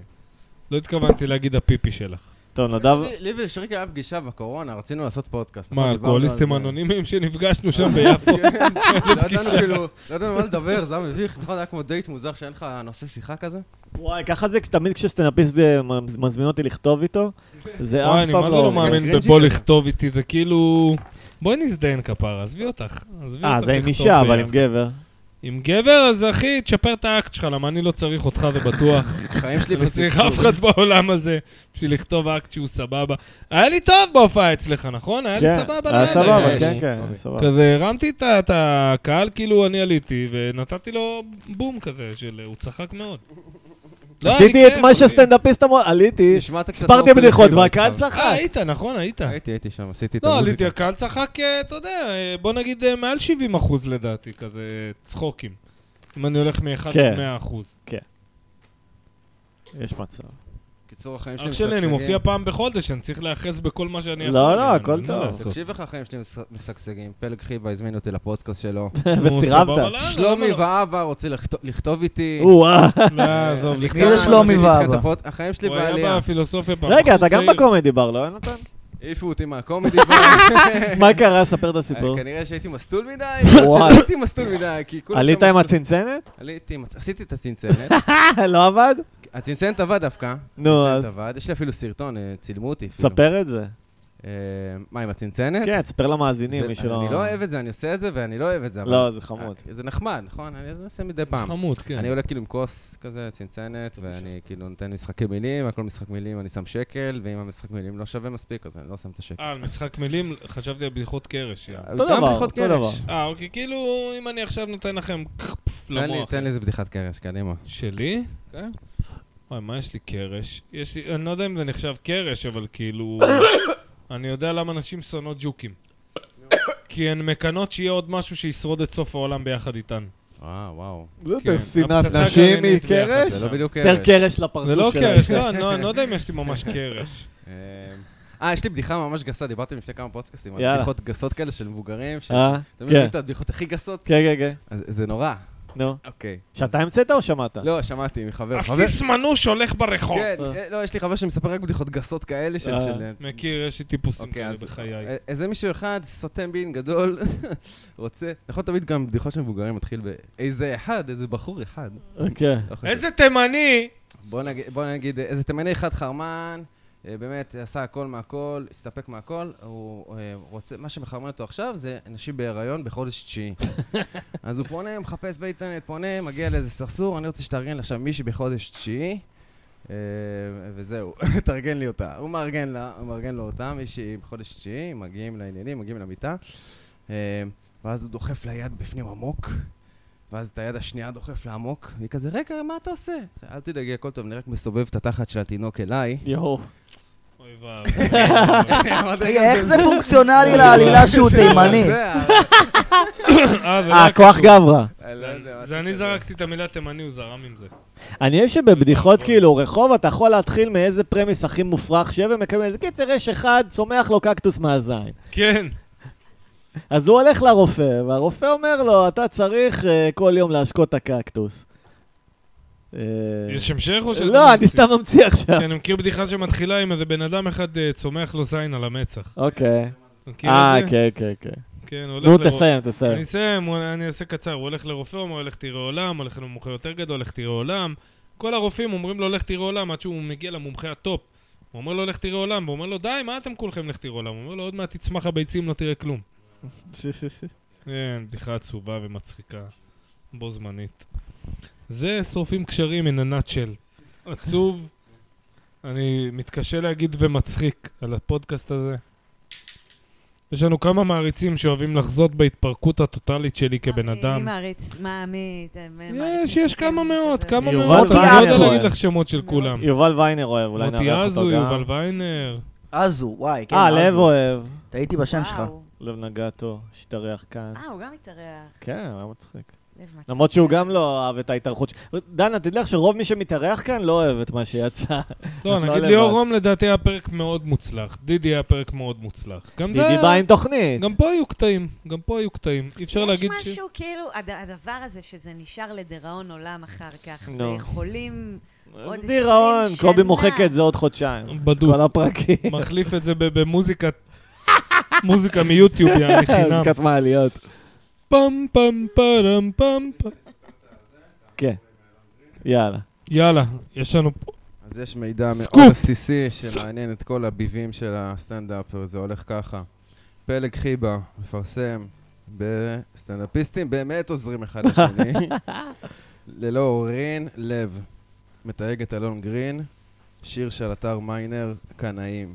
Speaker 2: לא התכוונתי להגיד הפיפי שלך.
Speaker 3: טוב, נדב,
Speaker 9: לי ולשריקה היה פגישה בקורונה, רצינו לעשות פודקאסט.
Speaker 2: מה,
Speaker 9: נכון?
Speaker 2: אלכוהוליסטים
Speaker 9: דיברנו על זה.
Speaker 2: אנונימיים שנפגשנו שם ביפו?
Speaker 9: לא ידענו כאילו, לא ידענו מה לדבר, זה היה מביך, נכון? זה היה כמו דייט מוזר שאין לך נושא שיחה כזה.
Speaker 3: וואי, ככה זה תמיד כשסטנאפיסט אה, מ- מזמין אותי לכתוב איתו, זה
Speaker 2: וואי,
Speaker 3: אף
Speaker 2: אני מה
Speaker 3: פעם
Speaker 2: זה לא
Speaker 3: לא...
Speaker 2: מאמין
Speaker 9: קרינג'י
Speaker 2: בבוא
Speaker 9: כזה.
Speaker 2: לכתוב איתי, זה כאילו... בואי נזדיין כפרה, עזבי אותך. עזבי
Speaker 3: אה,
Speaker 2: אותך
Speaker 3: זה עם
Speaker 2: לכתוב
Speaker 3: אישה, אבל
Speaker 2: ביחד.
Speaker 3: עם גבר.
Speaker 2: עם גבר, אז אחי, תשפר את האקט שלך, למה אני לא צריך אותך, זה בטוח.
Speaker 9: החיים שלי
Speaker 2: לא צריך
Speaker 9: בסגסוג.
Speaker 2: אף אחד בעולם הזה בשביל לכתוב אקט שהוא סבבה. היה לי טוב בהופעה אצלך, נכון? היה לי
Speaker 3: כן,
Speaker 2: סבבה.
Speaker 3: היה
Speaker 2: לילה.
Speaker 3: סבבה,
Speaker 9: יש.
Speaker 3: כן, כן, היה סבבה.
Speaker 2: כזה הרמתי את ה- את הקהל, כאילו אני עליתי, ונתתי לו בום כזה, של... הוא צחק מאוד. לא, היה לי
Speaker 3: עשיתי את
Speaker 2: כיף,
Speaker 3: מה
Speaker 2: אחי.
Speaker 3: שסטנדאפיסט אמר, עליתי,
Speaker 9: נשמעת קצת...
Speaker 3: הסברתי
Speaker 9: לא
Speaker 3: בדיחות
Speaker 9: פרימיטיבי,
Speaker 3: והקהל
Speaker 9: אבל-
Speaker 2: אה,
Speaker 3: צחק.
Speaker 2: היית, נכון, היית.
Speaker 9: הייתי, הייתי שם, עשיתי את
Speaker 2: לא, עליתי,
Speaker 9: המוזיקה.
Speaker 2: הקהל צחק, אה, אתה יודע, אה, בוא נגיד אה, מעל 70 אחוז לדעתי, כזה צחוקים. אם אני הולך מ-1
Speaker 3: כן.
Speaker 2: ל-100 אחוז.
Speaker 3: יש מצב.
Speaker 6: קיצור, החיים שלי
Speaker 2: אח
Speaker 6: משגשגים.
Speaker 2: שלי, אני מופיע פעם בחודש, אני צריך להיאחז בכל מה שאני יכול.
Speaker 3: לא,
Speaker 2: אני-
Speaker 3: לא, הכל
Speaker 2: אין מה
Speaker 3: טוב.
Speaker 2: לעשות.
Speaker 6: תקשיב איך החיים שלי מס- משגשגים. פלג חיבה הזמין אותי לפודקאסט שלו.
Speaker 2: נו, סבבה,
Speaker 3: וסירבת.
Speaker 2: אה, לא, לא,
Speaker 6: שלומי
Speaker 2: לא.
Speaker 6: ואבא רוצה לכתוב- לכתוב איתי. אה,
Speaker 3: או-אה.
Speaker 2: לא, עזוב,
Speaker 6: אני
Speaker 2: לכתוב.
Speaker 4: מי זה
Speaker 6: כאן,
Speaker 4: שלומי
Speaker 6: רציתי איתך
Speaker 4: ואבא?
Speaker 6: את הפוד- החיים שלי
Speaker 2: הוא היה
Speaker 6: בעלייה.
Speaker 2: בפילוסופיה פעם.
Speaker 3: רגע,
Speaker 2: בחור
Speaker 3: אתה גם
Speaker 2: צעיר.
Speaker 3: בקומדי בר, לא, יונתן?
Speaker 6: העיפו אותי מהקומדי. בר.
Speaker 3: מה קרה? ספר את הסיפור.
Speaker 6: כנראה שהייתי מסטול מדי,
Speaker 3: וואי.
Speaker 6: שהייתי מסטול מדי, כי כולם...
Speaker 3: עלית
Speaker 6: שם
Speaker 3: עם
Speaker 6: מסטול-
Speaker 3: הצנצנת?
Speaker 6: עליתי, עם- עשיתי את הצנצנת.
Speaker 3: לא עבד?
Speaker 6: הצנצנת עבד דווקא.
Speaker 3: נו, אז
Speaker 6: הצנצנת עבד, יש לי אפילו סרטון, אה, צילמו אותי אפילו.
Speaker 3: ספר את זה.
Speaker 6: אה, מה, עם הצנצנת?
Speaker 3: כן, תספר למאזינים,
Speaker 6: זה-
Speaker 3: מי שלא...
Speaker 6: אני לא אוהב את זה, אני עושה את זה ואני לא אוהב את זה. אבל-
Speaker 3: לא, זה חמוד.
Speaker 6: אה, זה נחמד, נכון? אני זה עושה מדי פעם.
Speaker 2: חמוד, כן.
Speaker 6: אני עולה כאילו עם כוס כזה, צנצנת, ואני כאילו נותן משחקי מילים, על כל משחק מילים אני שם שקל, ואם המשחק מילים לא שווה מספיק, אז אני לא שם את השקל.
Speaker 2: אה, כן. על משחק מילים, חשבתי על בדיחות קרש. יאללה.
Speaker 3: אותו
Speaker 6: גם
Speaker 3: דבר,
Speaker 6: בדיחות
Speaker 3: אותו דבר.
Speaker 6: קרש.
Speaker 2: אה, אוקיי, כאילו, אם אני עכשיו נותן לכם קפף
Speaker 6: תן לי-
Speaker 2: למוח.
Speaker 6: תן לי איזה בדיחת קרש, קדימה.
Speaker 2: שלי?
Speaker 6: כן.
Speaker 2: וואי, מה יש לי קרש? יש לי, אני לא יודע אם זה נחשב קרש, אבל כאילו... אני יודע למה נשים שונאות ג'וקים. כי הן מקנות שיהיה עוד משהו שישרוד את סוף העולם ביחד איתן.
Speaker 6: וואו, וואו.
Speaker 3: זה
Speaker 2: כן.
Speaker 3: יותר שנאת
Speaker 2: הפצצה
Speaker 3: נשים
Speaker 2: הגרעינית
Speaker 3: מקרש?
Speaker 6: זה לא בדיוק
Speaker 3: יותר
Speaker 6: קרש.
Speaker 3: קרש
Speaker 2: זה לא
Speaker 3: לפרצוף שלהם.
Speaker 2: קרש, לא, אני לא- אני לא יודע אם יש לי ממש קרש.
Speaker 6: אה, אה, יש לי בדיחה ממש גסה, דיברתם לפני כמה פודקאסטים, על
Speaker 3: יאללה.
Speaker 6: בדיחות גסות כאלה של מבוגרים, ש-
Speaker 3: אה?
Speaker 6: אתם
Speaker 3: כן,
Speaker 6: מבינים את הבדיחות הכי גסות?
Speaker 3: כן, כן, כן.
Speaker 6: אז זה נורא.
Speaker 3: נו.
Speaker 6: אוקיי.
Speaker 3: שאתה המצאת או שמעת?
Speaker 6: לא, שמעתי מחבר. חבר-
Speaker 2: עסיס מנוש הולך ברחוב.
Speaker 6: כן,
Speaker 3: אה.
Speaker 6: אה, לא, יש לי חבר שמספר רק בדיחות גסות כאלה של...
Speaker 3: אה.
Speaker 6: של-
Speaker 2: מכיר, יש לי טיפוסים
Speaker 6: אוקיי,
Speaker 2: כאלה
Speaker 6: אז-
Speaker 2: בחיי.
Speaker 6: אה, איזה מישהו אחד, סותם בין גדול, רוצה... נכון, תמיד גם בדיחות של מבוגרים מתחיל באיזה אחד, איזה בחור אחד.
Speaker 3: כן.
Speaker 6: לא חשוב.
Speaker 2: איזה תימני!
Speaker 6: בוא נגיד, בוא נגיד, איזה תימני אחד חרמן, אה, באמת עשה הכל מהכל, הסתפק מהכל, הוא אה, רוצה, מה שמחרמן אותו עכשיו זה נשים בהיריון בחודש תשיעי. אז הוא פונה, מחפש באינטרנט, פונה, מגיע לאיזה סרסור, אני רוצה שתארגן לי עכשיו מישהי בחודש תשיעי. אה, וזהו, תארגן לי אותה. הוא מארגן לה, הוא מארגן לו אותה, מישהי בחודש תשיעי, מגיעים לעניינים, מגיעים למיטה. אה, ואז הוא דוחף לה יד בפנים עמוק, ואז את היד השנייה דוחף לה עמוק, והיא כזה, רגע, מה אתה עושה? אז, אל תדאגי, הכל טוב, אני רק מסובב את התחת של התינוק אליי.
Speaker 3: יואו.
Speaker 2: אוי ואבוי. אה,
Speaker 6: אמרתי,
Speaker 4: רגע, איך זה כאילו, פונקציונלי לעלילה שהוא תימני?
Speaker 6: זה ה-
Speaker 2: אה, זה לא
Speaker 3: אה,
Speaker 2: היה
Speaker 3: כוח
Speaker 2: קשור.
Speaker 3: גברא.
Speaker 6: אני לא יודע,
Speaker 2: זה
Speaker 6: משהו
Speaker 2: אני
Speaker 6: כזה.
Speaker 2: זרקתי את המילה תימני, הוא זרם עם זה.
Speaker 3: אני חושב שבבדיחות כאילו רחוב אתה יכול להתחיל מאיזה פרמיס הכי מופרך שיהיה ומקבל. קיצר, יש אחד, צומח לו קקטוס מהזין.
Speaker 2: כן.
Speaker 3: אז הוא הולך לרופא, והרופא אומר לו, אתה צריך אה, כל יום להשקות את הקקטוס. אה,
Speaker 2: יש המשך או שאתה
Speaker 3: לא, אני
Speaker 2: ממציא?
Speaker 3: סתם ממציא
Speaker 2: כי
Speaker 3: עכשיו.
Speaker 2: כן, אני מכיר בדיחה שמתחילה עם איזה בן אדם אחד אה, צומח לו זין על המצח.
Speaker 3: אוקיי.
Speaker 2: אתה מכיר
Speaker 3: אה,
Speaker 2: את זה?
Speaker 3: כן, כן, כן.
Speaker 2: כן, הוא הולך
Speaker 3: נו,
Speaker 2: לרופא.
Speaker 3: תסיים,
Speaker 2: אני
Speaker 3: תסיים.
Speaker 2: אסיים, הוא- אני אעשה קצר. הוא הולך לרופא, הוא אומר, לך תראה עולם, הולך למומחה יותר גדול, לך תראה עולם. כל הרופאים אומרים לו, לך תראה עולם, עד שהוא מגיע למומחה הטופ. הוא אומר לו, לך תראה עולם, והוא אומר לו, די, מה אתם כולכם לך תראה עולם? הוא אומר לו, עוד מעט תצמח הביצים, לא תראה כלום. כן, בדיחה עצובה ומצחיקה, בו זמנית. זה שורפים קשרים in a nutshell. עצוב, אני מתקשה להגיד ומצחיק על הפודקאסט הזה. יש לנו כמה מעריצים שאוהבים לחזות בהתפרקות הטוטאלית
Speaker 5: אה,
Speaker 2: שלי כבן
Speaker 5: מי- מי
Speaker 2: אדם.
Speaker 5: מעריץ? מה, מי? אתם, אה, מעריצים
Speaker 2: יש, יש
Speaker 5: שלכם?
Speaker 2: כמה מאות,
Speaker 5: כזה?
Speaker 2: כמה
Speaker 3: יובל
Speaker 2: מאות, אני לא יודע
Speaker 4: ויינר.
Speaker 2: להגיד לך שמות של כולם.
Speaker 3: יובל ויינר אוהב, אולי
Speaker 2: מוטי
Speaker 3: נארח
Speaker 2: עזו,
Speaker 3: אותו גם.
Speaker 2: יובל ויינר.
Speaker 4: עזו, וואי, כן,
Speaker 3: אה,
Speaker 4: עזו.
Speaker 3: לב אוהב.
Speaker 4: טעיתי בשם שלך.
Speaker 5: וואו.
Speaker 3: לב נגטו, שהתארח כאן.
Speaker 5: אה, הוא גם מתארח.
Speaker 3: כן, הוא היה מצחיק.
Speaker 5: לב מצחיק.
Speaker 3: למרות שהוא גם לא אהב את ההתארחות. ש- דנה, תדע לך שרוב מי שמתארח כאן לא אוהב את מה שיצא.
Speaker 2: לא,
Speaker 3: את לא
Speaker 2: נגיד
Speaker 3: לבד.
Speaker 2: ליאור רום לדעתי היה פרק מאוד מוצלח. דידי היה פרק מאוד מוצלח. גם זה
Speaker 3: דידי
Speaker 2: היה-
Speaker 3: בא עם תוכנית.
Speaker 2: גם פה היו קטעים, גם פה היו קטעים. אי אפשר להגיד
Speaker 5: יש
Speaker 2: ש...
Speaker 5: משהו, כאילו, הד- הדבר הזה שזה נשאר לדיראון עולם אחר כך,
Speaker 3: נו.
Speaker 5: ויכולים... עוד
Speaker 3: איזה
Speaker 5: 20
Speaker 3: דיראון, קובי
Speaker 5: שנה.
Speaker 3: מוחק את זה עוד חודשיים.
Speaker 2: בדוק.
Speaker 3: כל הפרקים.
Speaker 2: מחליף את זה ב- במוזיקה, מוזיקה מיוטיוב, יעני חינם.
Speaker 3: מוזיקת מעליות.
Speaker 2: פעם פעם פעם פעם פעם.
Speaker 3: כן. יאללה.
Speaker 2: יאללה, יש לנו פה.
Speaker 6: אז יש מידע מאוד
Speaker 2: סקופ.
Speaker 6: עסיסי שמעניין את כל הביבים של הסטנדאפ, וזה הולך ככה. פלג חיבה מפרסם בסטנדאפיסטים, באמת עוזרים אחד לשני. ללא הורין, לב. מתייג את אלון גרין, שיר של אתר מיינר, קנאים.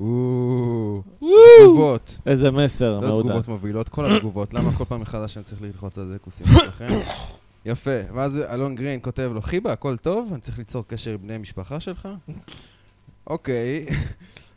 Speaker 6: או, תגובות.
Speaker 3: איזה מסר
Speaker 6: לא
Speaker 3: מעודד.
Speaker 6: תגובות מובילות, כל התגובות. למה כל פעם מחדש אני צריך ללחוץ על זה כוסים שלכם? יפה. ואז אלון גרין כותב לו, חיבה, הכל טוב, אני צריך ליצור קשר עם בני משפחה שלך? אוקיי.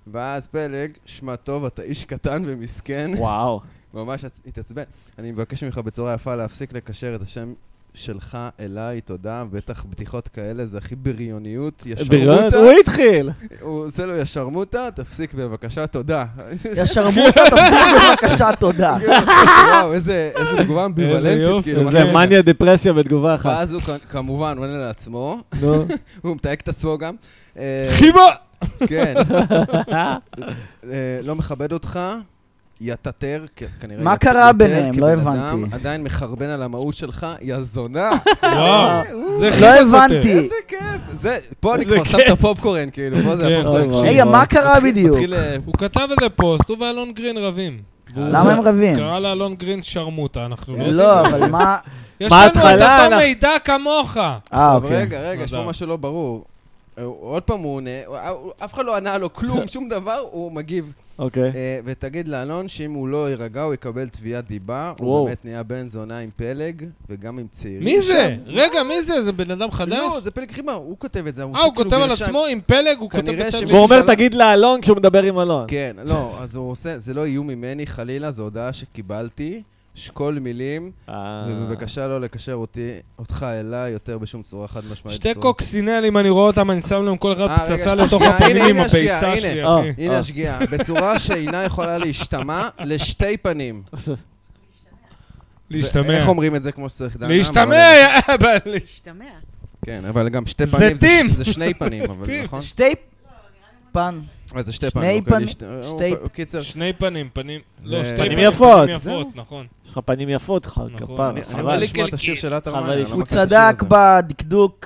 Speaker 6: ואז פלג, שמע טוב, אתה איש קטן ומסכן.
Speaker 3: וואו.
Speaker 6: ממש עצ- התעצבן. אני מבקש ממך בצורה יפה להפסיק לקשר את השם שלך אליי, תודה, בטח בדיחות כאלה זה הכי בריוניות,
Speaker 3: בריונות?
Speaker 6: ישרמוטה,
Speaker 3: הוא התחיל.
Speaker 6: הוא עושה לו ישרמותה, תפסיק בבקשה, תודה.
Speaker 4: ישרמוטה, תפסיק בבקשה, תודה.
Speaker 6: וואו, איזה איזה תגובה אמביוולנטית,
Speaker 2: יופי.
Speaker 6: כאילו.
Speaker 3: זה
Speaker 6: מה-
Speaker 3: מניה דפרסיה בתגובה אחת.
Speaker 6: ואז הוא כ- כמובן עונה לעצמו,
Speaker 3: נו.
Speaker 6: הוא מתייג את עצמו גם. אה,
Speaker 2: חיבה!
Speaker 6: כן. אה, לא מכבד אותך, יתתר, כ- כנראה.
Speaker 4: מה
Speaker 6: ית-
Speaker 4: קרה
Speaker 6: יתר
Speaker 4: ביניהם? לא
Speaker 6: כבן אדם,
Speaker 4: הבנתי.
Speaker 6: עדיין מחרבן על המהות שלך, יא זונה. אה.
Speaker 2: וואו, זה חיבה
Speaker 4: לא
Speaker 2: סותר.
Speaker 4: הבנתי.
Speaker 6: איזה כיף. זה, פה אני
Speaker 2: איזה
Speaker 6: כבר שם
Speaker 2: כיף.
Speaker 6: את הפופקורן, כאילו, פה
Speaker 2: כן.
Speaker 6: זה הפופקורן.
Speaker 3: אוי,
Speaker 4: רגע, מה קרה בדיוק?
Speaker 6: מתחיל, אה,
Speaker 2: הוא כתב איזה פוסט, הוא ואלון גרין רבים. והוא-
Speaker 4: למה הם רבים?
Speaker 2: קרא לאלון גרין שרמוטה, אנחנו לא יודעים.
Speaker 4: לא, אבל מה...
Speaker 2: יש
Speaker 3: מה
Speaker 2: לנו את
Speaker 3: ההתחלה?
Speaker 2: אותו
Speaker 3: אנחנו-
Speaker 2: מידע כמוך.
Speaker 4: אה,
Speaker 6: עכשיו,
Speaker 4: אוקיי.
Speaker 6: רגע, רגע, יש פה
Speaker 2: נדב.
Speaker 6: משהו לא ברור. אה, הוא- עוד פעם הוא עונה, הוא- הוא- אף אחד לא ענה לו כלום, שום דבר, הוא מגיב.
Speaker 3: אוקיי.
Speaker 6: אה, ותגיד לאלון שאם הוא לא יירגע, הוא יקבל תביעת דיבה.
Speaker 3: וואו.
Speaker 6: הוא באמת נהיה בן זונה עם פלג, וגם עם צעירים.
Speaker 2: מי זה?
Speaker 6: שם.
Speaker 2: רגע, מי זה? זה בן אדם חדש?
Speaker 6: לא, זה פלג חיבה, הוא כותב את זה.
Speaker 2: אה, הוא
Speaker 6: עושה כאילו
Speaker 2: כותב על
Speaker 6: בישן.
Speaker 2: עצמו עם פלג, הוא כותב
Speaker 6: כנראה
Speaker 2: בצד...
Speaker 6: שמישהו
Speaker 3: והוא אומר,
Speaker 6: שלח-
Speaker 3: תגיד לאלון כשהוא מדבר עם אלון.
Speaker 6: כן, לא, אז הוא עושה, זה לא איום ממני, חלילה, זו הודעה שקיבלתי. שקול מילים,
Speaker 3: אה.
Speaker 6: ובבקשה לא לקשר אותי, אותך אליי יותר בשום צורה חד משמעית.
Speaker 2: שתי
Speaker 6: בצורה-
Speaker 2: קוקסינלים, אני רואה אותם, אני שם להם כל אחד
Speaker 6: אה, רגע,
Speaker 2: פצצה
Speaker 6: שנייה,
Speaker 2: לתוך
Speaker 6: שנייה,
Speaker 2: הפינים
Speaker 6: הנה,
Speaker 2: עם
Speaker 6: הנה השגיאה,
Speaker 2: הביצה שלי,
Speaker 3: הנה.
Speaker 2: אחי.
Speaker 6: הנה
Speaker 3: אה.
Speaker 6: השגיאה, בצורה שאינה יכולה להשתמע לשתי פנים.
Speaker 2: להשתמע.
Speaker 6: איך אומרים את זה כמו שצריך? דנה?
Speaker 2: להשתמע,
Speaker 6: אבל-
Speaker 2: יא אבל, להשתמע.
Speaker 5: משתמע.
Speaker 6: כן, אבל גם שתי
Speaker 2: זה
Speaker 6: פנים זה-
Speaker 2: טים.
Speaker 6: זה שני פנים, אבל
Speaker 2: טים.
Speaker 6: נכון?
Speaker 4: שתי פן.
Speaker 6: אז אה, זה שתי אוקיי,
Speaker 4: שני
Speaker 6: פנים.
Speaker 4: פנים- שתי-
Speaker 6: שתי... קיצר,
Speaker 2: שני פנים, פנים... לא,
Speaker 6: אה,
Speaker 2: שתי
Speaker 6: פנים
Speaker 2: פנים,
Speaker 3: יפות.
Speaker 2: פנים יפות,
Speaker 6: זהו.
Speaker 2: נכון.
Speaker 3: יש לך פנים יפות, חר
Speaker 2: נכון.
Speaker 3: כפר.
Speaker 6: אני אני
Speaker 3: אה, חבל.
Speaker 6: רוצה
Speaker 2: אבל-
Speaker 6: לשמוע את השיר של
Speaker 3: אבל-
Speaker 6: עטרמן.
Speaker 3: הוא
Speaker 4: הוא צדק בדקדוק.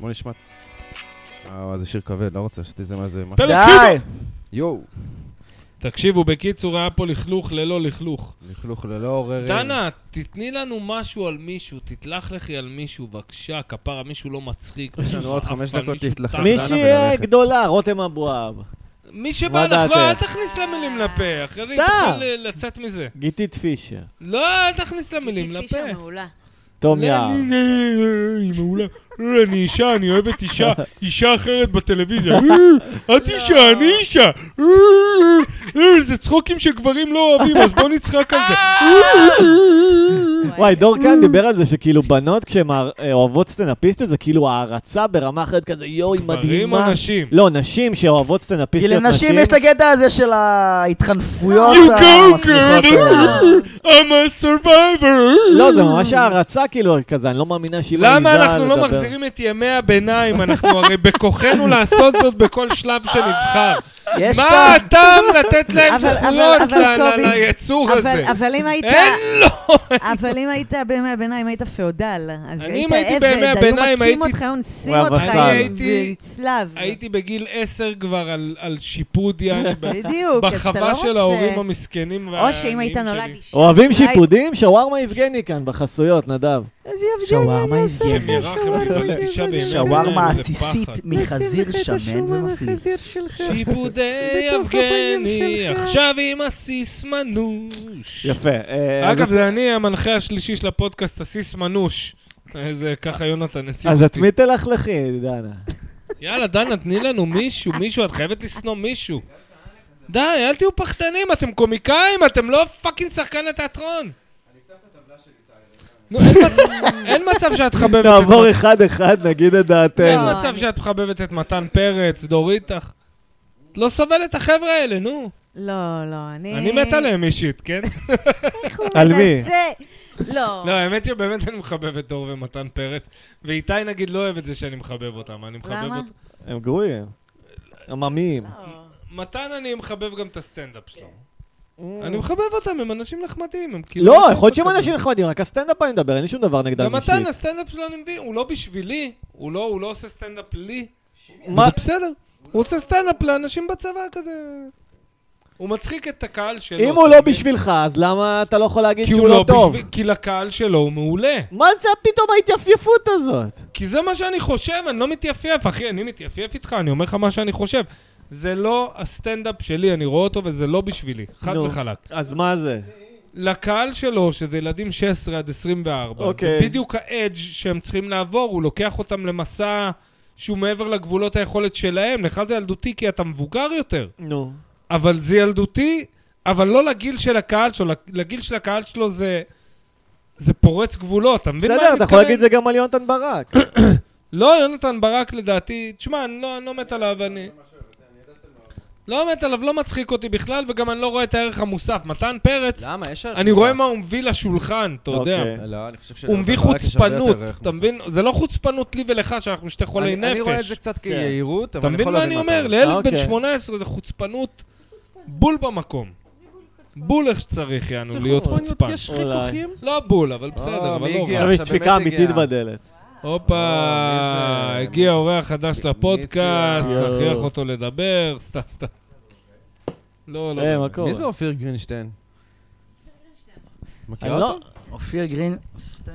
Speaker 6: בוא נשמע. אה, זה שיר כבד, לא רוצה שתזם על זה משהו.
Speaker 2: פלג
Speaker 4: די.
Speaker 6: יואו,
Speaker 2: תקשיבו, בקיצור, היה פה לכלוך ללא לכלוך.
Speaker 6: לכלוך ללא עוררים.
Speaker 2: דנה, תתני לנו משהו על מישהו, תתלח לכי על מישהו, בבקשה, כפרה, מישהו לא מצחיק.
Speaker 6: יש לנו עוד
Speaker 2: עף
Speaker 6: חמש
Speaker 2: על
Speaker 6: דקות
Speaker 2: מישהו,
Speaker 6: להתלחש.
Speaker 2: טח,
Speaker 3: מישהי
Speaker 6: דנה וללכת.
Speaker 3: גדולה, רותם אבואב.
Speaker 2: מי
Speaker 3: מה
Speaker 2: שבא לך, לא, אל
Speaker 3: דעתך?
Speaker 2: תכניס לה מילים לפה, אחרי זה היא
Speaker 3: סתם.
Speaker 2: תוכל אה, לצאת מזה.
Speaker 3: גיתית פישר.
Speaker 2: לא, אל תכניס לה מילים
Speaker 5: גיתית פישר
Speaker 2: לפה.
Speaker 5: מעולה.
Speaker 3: תום יער.
Speaker 2: אני- אני- היא מעולה. אה, אני אישה, אני אוהבת אישה, אישה אחרת בטלוויזיה. אה, את אישה, אני אישה. אה, אה, זה צחוקים שגברים לא אוהבים, אז בוא נצחק על זה.
Speaker 3: וואי, דור כאן דיבר על זה שכאילו בנות כשהן אה, אוהבות סטנאפיסטיות זה כאילו הערצה ברמה אחרת כזה, יואי,
Speaker 2: גברים
Speaker 3: מדהימה.
Speaker 2: או נשים?
Speaker 3: לא, נשים שאוהבות
Speaker 4: כי
Speaker 3: סטנאפיסטיות נשים.
Speaker 4: לנשים יש את הקטע הזה של ההתחנפויות
Speaker 5: לא,
Speaker 2: You go
Speaker 4: המסליחות.
Speaker 2: girl, I'm a survivor.
Speaker 3: לא, זה ממש הערצה כאילו כזה, אני לא מאמינה שהיא
Speaker 2: למה
Speaker 3: מעיזה
Speaker 2: אנחנו לא
Speaker 3: לדבר.
Speaker 2: מחזירים את ימי הביניים? אנחנו הרי בכוחנו לעשות זאת בכל שלב שנבחר.
Speaker 4: יש את
Speaker 2: מה
Speaker 4: ה...
Speaker 2: הטעם לתת להם
Speaker 5: אבל- אבל-
Speaker 2: זכויות
Speaker 5: אבל
Speaker 2: ל- ל-
Speaker 5: קובי,
Speaker 2: ליצור
Speaker 5: אבל-
Speaker 2: הזה?
Speaker 5: אבל אם היית...
Speaker 2: אין לו!
Speaker 5: אבל אם היית בימי הביניים, היית פאודל. אז
Speaker 2: אני,
Speaker 5: היית
Speaker 2: אם הייתי
Speaker 5: עבד,
Speaker 2: בימי הביניים,
Speaker 5: היו מכים
Speaker 2: הייתי-
Speaker 5: אותך, היו אונסים
Speaker 3: הוא היה
Speaker 5: אותך,
Speaker 3: וסל.
Speaker 2: אני
Speaker 5: היו
Speaker 2: הייתי-
Speaker 5: בצלב.
Speaker 2: הייתי בגיל עשר כבר על- על שיפוד, יעני, ב-
Speaker 5: בדיוק, אז אתה לא
Speaker 2: בחווה
Speaker 5: רוצה...
Speaker 2: של ההורים המסכנים והעניים
Speaker 5: או שאם היית נולד
Speaker 2: שלי.
Speaker 5: אישה...
Speaker 3: אוהבים
Speaker 5: אולי-
Speaker 3: שיפודים? שווארמה יבגני כאן בחסויות, נדב.
Speaker 5: אז יבגני,
Speaker 4: שווארמה
Speaker 5: אני עושה לך
Speaker 4: יבגני.
Speaker 2: שמירה חברתית אישה בימי
Speaker 4: שווארמה
Speaker 2: הביניים זה
Speaker 4: עסיסית
Speaker 2: פחד.
Speaker 4: מחזיר שמן ומפליץ.
Speaker 2: שיפודי
Speaker 5: בתוך הפנים
Speaker 2: יבגני,
Speaker 5: שלך.
Speaker 2: עכשיו עם הסיס מנוש.
Speaker 3: יפה. אה,
Speaker 2: אגב,
Speaker 3: אז-
Speaker 2: זה אני המנחה השלישי של הפודקאסט, הסיס מנוש. אה, זה ככה יונתן הציג
Speaker 3: אז את
Speaker 2: אותי.
Speaker 3: מי תלכלכי, דנה?
Speaker 2: יאללה, דנה, תני לנו מישהו, מישהו, את חייבת לשנוא מישהו. די, אל תהיו פחדנים, אתם קומיקאים, אתם לא פאקינג שחקן לתיאטרון. נו, אין מצב- אין מצב שאת חבבת את
Speaker 3: נעבור אחד-אחד, נגיד את
Speaker 2: אין
Speaker 3: דעתנו.
Speaker 5: לא,
Speaker 2: מצב
Speaker 5: אני-
Speaker 2: שאת מחבבת את מתן פרץ, דוריתך. את לא סובלת את החבר'ה האלה, נו.
Speaker 5: לא, לא, אני...
Speaker 2: אני מת עליהם אישית, כן?
Speaker 5: איך הוא
Speaker 3: על מי?
Speaker 5: מנסה? לא.
Speaker 2: לא, האמת שבאמת אני מחבב את דור ומתן פרץ, ואיתי נגיד לא אוהב את זה שאני מחבב אותם, אני מחבב
Speaker 5: למה?
Speaker 2: אותו.
Speaker 3: הם גרועים. עממיים.
Speaker 5: לא.
Speaker 2: מתן אני מחבב גם את הסטנדאפ שלו. אני מחבב אותם, הם אנשים נחמדים, הם כאילו...
Speaker 3: Mm. לא, יכול להיות שהם אנשים נחמדים, רק הסטנדאפ אני מדבר, אין לי שום דבר נגדם
Speaker 2: גם
Speaker 3: אישית.
Speaker 2: מתן, הסטנדאפ שלו אני מבין, הוא לא בשבילי, הוא לא הוא לא עושה סטנדאפ לי.
Speaker 3: מה-
Speaker 2: זה בסדר. הוא עושה סטנדאפ לאנשים בצבא כזה. הוא מצחיק את הקהל שלו.
Speaker 3: אם
Speaker 2: אתה
Speaker 3: הוא לא
Speaker 2: מבין?
Speaker 3: בשבילך, אז למה אתה לא יכול להגיד
Speaker 2: כי
Speaker 3: שהוא
Speaker 2: הוא
Speaker 3: לא טוב?
Speaker 2: בשביל- כי לקהל שלו הוא מעולה.
Speaker 3: מה זה פתאום ההתייפייפות הזאת?
Speaker 2: כי זה מה שאני חושב, אני לא מתייפייף, אחי, אני מתייפייף איתך, אני אומר לך מה שאני חושב. זה לא הסטנדאפ שלי, אני רואה אותו וזה לא בשבילי, חד
Speaker 3: נו.
Speaker 2: וחלק.
Speaker 3: אז מה זה?
Speaker 2: לקהל שלו, שזה ילדים 16 עד 24,
Speaker 3: אוקיי.
Speaker 2: זה בדיוק האדג' שהם צריכים לעבור, הוא לוקח אותם למסע שהוא מעבר לגבולות היכולת שלהם. לך זה ילדותי כי אתה מבוגר יותר,
Speaker 3: נו.
Speaker 2: אבל זה ילדותי, אבל לא לגיל של הקהל שלו, לגיל של הקהל שלו זה זה פורץ גבולות, אתה מבין מה אני
Speaker 3: בסדר,
Speaker 2: מתכוון?
Speaker 3: אתה יכול להגיד את זה גם על יונתן ברק.
Speaker 2: לא, יונתן ברק לדעתי, תשמע, אני לא, אני לא מת עליו, אני... לא מת עליו, לא מצחיק אותי בכלל, וגם אני לא רואה את הערך המוסף. מתן פרץ,
Speaker 6: למה? יש ערך
Speaker 2: אני רואה
Speaker 6: מוסף.
Speaker 2: מה הוא מביא לשולחן, אתה יודע.
Speaker 3: אוקיי.
Speaker 6: לא, אני חושב ש...
Speaker 2: הוא מביא
Speaker 6: ברק יש הרבה יותר אה,
Speaker 2: חוצפנות,
Speaker 6: ערך
Speaker 2: אתה
Speaker 6: מוסף.
Speaker 2: מבין? זה לא חוצפנות לי ולך, שאנחנו שתי חולי
Speaker 6: אני- אני רואה את
Speaker 2: נפש.
Speaker 6: זה קצת כיהירות, אבל
Speaker 2: אתה
Speaker 6: אני
Speaker 2: מבין
Speaker 6: יכול
Speaker 2: מה
Speaker 6: להבין
Speaker 2: אני
Speaker 6: מה אתה
Speaker 2: אומר?
Speaker 6: אומר.
Speaker 2: לילד בן
Speaker 3: אוקיי.
Speaker 2: 18 זה חוצפנות בול במקום. בול איך שצריך, יענו, להיות חוצפן.
Speaker 6: יש
Speaker 3: אולי.
Speaker 6: חיכוכים?
Speaker 2: לא בול, אבל
Speaker 6: אה,
Speaker 2: בסדר, אבל
Speaker 6: מי
Speaker 2: לא
Speaker 6: הגיע?
Speaker 2: רע.
Speaker 3: עכשיו יש
Speaker 6: עכשיו
Speaker 3: דפיקה
Speaker 6: באמת
Speaker 3: אמיתית
Speaker 6: הגיע.
Speaker 3: בדלת.
Speaker 6: וואו,
Speaker 2: הופה,
Speaker 6: מי זה?
Speaker 2: הגיע אורח חדש לפודקאסט,
Speaker 6: מי הציע?
Speaker 2: נכריח אותו לדבר, סתם, סתם. לא, לא.
Speaker 3: אה, מה קורה?
Speaker 6: מי זה אופיר גרינשטיין? מכיר
Speaker 3: אני
Speaker 6: אותו?
Speaker 3: לא-
Speaker 4: אופיר גרין...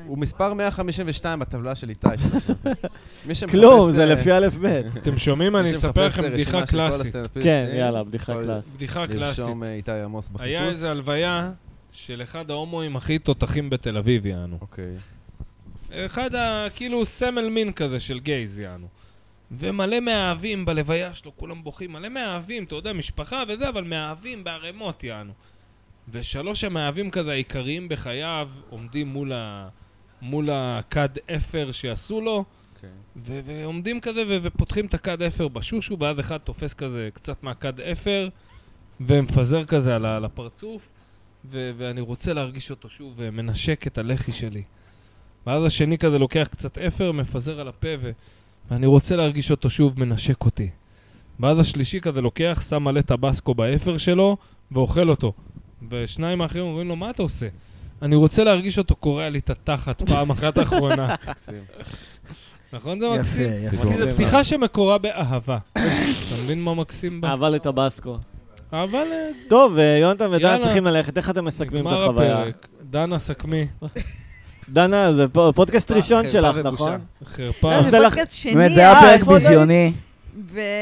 Speaker 6: הוא מספר 152 בטבלה של איתי. שלנו. מי שמחפש,
Speaker 3: כלום, זה
Speaker 6: אה,
Speaker 3: לפי א' ב'.
Speaker 2: אתם שומעים? אני
Speaker 6: מי
Speaker 2: אספר
Speaker 6: שמחפש,
Speaker 2: לכם
Speaker 6: אה,
Speaker 2: בדיחה
Speaker 6: רשימה של כל
Speaker 2: קלאסית.
Speaker 6: הסטנדאפיסטים,
Speaker 3: כן, יאללה, בדיחה
Speaker 6: יכול
Speaker 3: קלאסית.
Speaker 2: בדיחה קלאסית.
Speaker 6: לרשום אה, איתי עמוס בחיפוש.
Speaker 2: היה איזו הלוויה של אחד ההומואים הכי תותחים בתל אביב, יענו.
Speaker 6: אוקיי.
Speaker 2: אחד ה... כאילו סמל מין כזה של גייז, יענו. ומלא מאהבים בלוויה שלו, כולם בוכים, מלא מאהבים, אתה יודע, משפחה וזה, אבל מאהבים בערימות, יענו. ושלוש המאהבים כזה העיקריים בחייו עומדים מול, ה... מול הכד אפר שעשו לו,
Speaker 6: אוקיי.
Speaker 2: ו- ועומדים כזה ו- ופותחים את הכד אפר בשושו, ואז אחד תופס כזה קצת מהכד אפר, ומפזר כזה על, ה- על הפרצוף, ו- ואני רוצה להרגיש אותו שוב, ומנשק את הלחי שלי. ואז השני כזה לוקח קצת אפר, מפזר על הפה, ו- ואני רוצה להרגיש אותו שוב, מנשק אותי. ואז השלישי כזה לוקח, שם מלא טבסקו באפר שלו, ואוכל אותו. ושניים האחרים אומרים לו, מה אתה עושה? אני רוצה להרגיש אותו קורע לי את התחת פעם אחת אחרונה.
Speaker 6: מקסים.
Speaker 2: נכון זה
Speaker 4: יפה,
Speaker 2: מקסים?
Speaker 4: יפה.
Speaker 2: כי זו בדיחה שמקורה באהבה. אתה מבין מה מקסים בה?
Speaker 3: אבל לטבסקו.
Speaker 2: אבל
Speaker 3: טוב, אה, יונתן ודנה
Speaker 2: יאללה.
Speaker 3: צריכים ללכת, איך אתם מסכמים את
Speaker 2: נגמר
Speaker 3: החוויה?
Speaker 2: הפרק. דנה סכמי,
Speaker 3: דנה, זה פ-
Speaker 2: אה,
Speaker 3: פודקאסט ראשון
Speaker 6: אה, חרפה
Speaker 3: שלך,
Speaker 6: ובושה.
Speaker 3: נכון?
Speaker 2: חרפה.
Speaker 5: לא, זה
Speaker 3: עושה לך-
Speaker 5: פודקאסט שני,
Speaker 4: באמת, זה היה
Speaker 3: אה,
Speaker 4: פרק
Speaker 3: איפה עוד
Speaker 4: ביזיוני.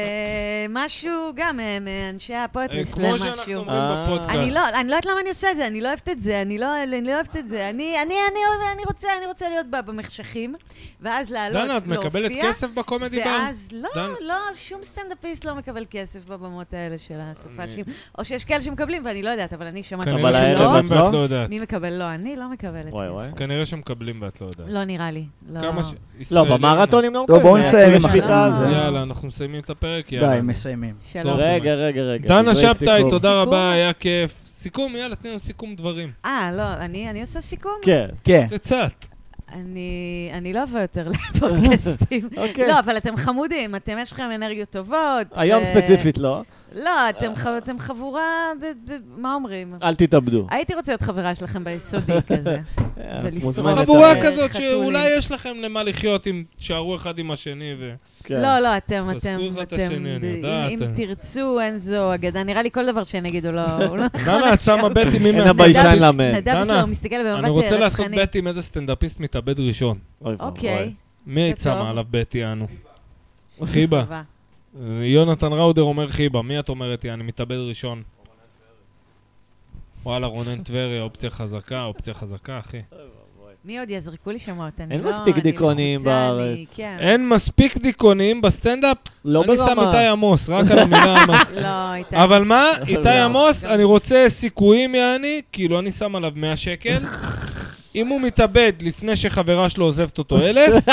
Speaker 5: ומשהו גם אה, מאנשי
Speaker 2: אה,
Speaker 5: הפואטריסט
Speaker 2: כמו שאנחנו
Speaker 5: למשהו.
Speaker 2: אומרים
Speaker 3: אה.
Speaker 5: אני
Speaker 2: בפודקאסט.
Speaker 5: לא, אני לא יודעת למה אני עושה את זה, אני לא אוהבת את זה, אני לא, אני לא אוהבת את זה. אני, אני, אני, אוהב- אני רוצה, אני רוצה להיות ב- במחשכים, ואז לעלות,
Speaker 2: דנה, את
Speaker 5: לא, להופיע,
Speaker 2: מקבלת כסף בקומדי בר?
Speaker 5: ואז לא,
Speaker 2: דן-
Speaker 5: לא, שום סטנדאפיסט לא מקבל כסף בבמות האלה של הסופה
Speaker 2: אני-
Speaker 5: שלי. או שיש כאלה שמקבלים ואני לא יודעת, אבל אני שמעתי
Speaker 2: כנראה
Speaker 3: אבל הערב
Speaker 5: שלא.
Speaker 2: שמקבלים
Speaker 3: את
Speaker 2: ואת
Speaker 3: לא?
Speaker 2: לא יודעת.
Speaker 5: מי מקבל? לא, אני לא מקבלת
Speaker 3: וואי, וואי.
Speaker 5: כסף.
Speaker 2: כנראה שמקבלים ואת לא יודעת.
Speaker 5: לא נראה לי. לא.
Speaker 2: כמה ש...
Speaker 3: לא,
Speaker 2: ישראלים-
Speaker 3: במרתונים לא
Speaker 4: בואו
Speaker 3: מקבלים,
Speaker 4: נסיים עם
Speaker 3: יש שביתה על
Speaker 4: החתונה.
Speaker 3: זה.
Speaker 2: יאללה, אנחנו מסיימים את הפרק,
Speaker 4: די,
Speaker 2: יאללה.
Speaker 4: מסיימים.
Speaker 5: שלום.
Speaker 2: לא.
Speaker 3: רגע, רגע, רגע.
Speaker 2: דנה
Speaker 3: דברי
Speaker 2: שבתאי,
Speaker 3: סיכום.
Speaker 2: תודה
Speaker 5: סיכום?
Speaker 2: רבה, היה כיף. סיכום, יאללה, תני לנו סיכום דברים.
Speaker 5: אה, לא, אני אני עושה סיכום?
Speaker 3: כן,
Speaker 4: כן.
Speaker 2: קצת.
Speaker 5: אני אני לא אבוא יותר לפודקאסטים.
Speaker 3: אוקיי.
Speaker 5: לא, אבל אתם חמודים, אתם, יש לכם אנרגיות טובות.
Speaker 3: היום
Speaker 5: ו-
Speaker 3: ספציפית לא,
Speaker 5: לא, אתם ח- אתם חבורה, ד- ד- מה אומרים?
Speaker 3: אל תתאבדו.
Speaker 5: הייתי רוצה להיות חברה שלכם ביסודי כזה.
Speaker 3: אה,
Speaker 5: ולשרוד.
Speaker 3: מוזמנת,
Speaker 2: חבורה
Speaker 3: אה,
Speaker 2: כזאת
Speaker 5: חתולים.
Speaker 2: שאולי יש לכם למה לחיות אם תישארו אחד עם השני ו...
Speaker 3: כן.
Speaker 5: לא, לא, אתם,
Speaker 2: חזקו
Speaker 5: אתם,
Speaker 2: אחד את
Speaker 5: אתם,
Speaker 2: השני, אני
Speaker 5: אם-
Speaker 2: יודעת,
Speaker 5: אם
Speaker 2: אני-
Speaker 5: תרצו, אין זו אגדה. נראה לי כל דבר שהם יגידו לא הוא לא נכון.
Speaker 2: דנה, את שמה בט עם מי
Speaker 3: הנה
Speaker 2: מהסטנדאפיסט?
Speaker 3: ביישן למן.
Speaker 5: נדב
Speaker 2: דנה,
Speaker 5: שלו מסתכל במבט אה,
Speaker 2: אני רוצה לעשות
Speaker 5: רצחני.
Speaker 2: בט עם איזה סטנדאפיסט מתאבד ראשון.
Speaker 3: אוי ואבוי.
Speaker 5: אוקיי.
Speaker 2: מי היית
Speaker 5: טוב.
Speaker 2: שמה עליו בט, יענו? חיבה.
Speaker 5: טובה.
Speaker 2: יונתן ראודר אומר חיבה, מי את אומרת, יעני, מתאבד ראשון? וואלה, רונן טבריה, אופציה חזקה, אופציה חזקה, אחי.
Speaker 5: מי עוד יזרקו לי שמות? אני
Speaker 3: אין
Speaker 5: לא-
Speaker 3: מספיק
Speaker 5: אני
Speaker 3: דיכאונים
Speaker 5: לחוצה, אני-
Speaker 3: בארץ.
Speaker 5: כן.
Speaker 2: אין מספיק דיכאונים בסטנדאפ,
Speaker 3: לא
Speaker 2: אני שם
Speaker 3: ברמה.
Speaker 2: איתי עמוס, רק על המילה עמוס.
Speaker 5: לא, איתי.
Speaker 2: אבל מה, איתי
Speaker 3: לא.
Speaker 2: עמוס, אני רוצה סיכויים, יעני, כאילו אני שם עליו 100 שקל. אם הוא מתאבד לפני שחברה שלו עוזבת אותו אלף,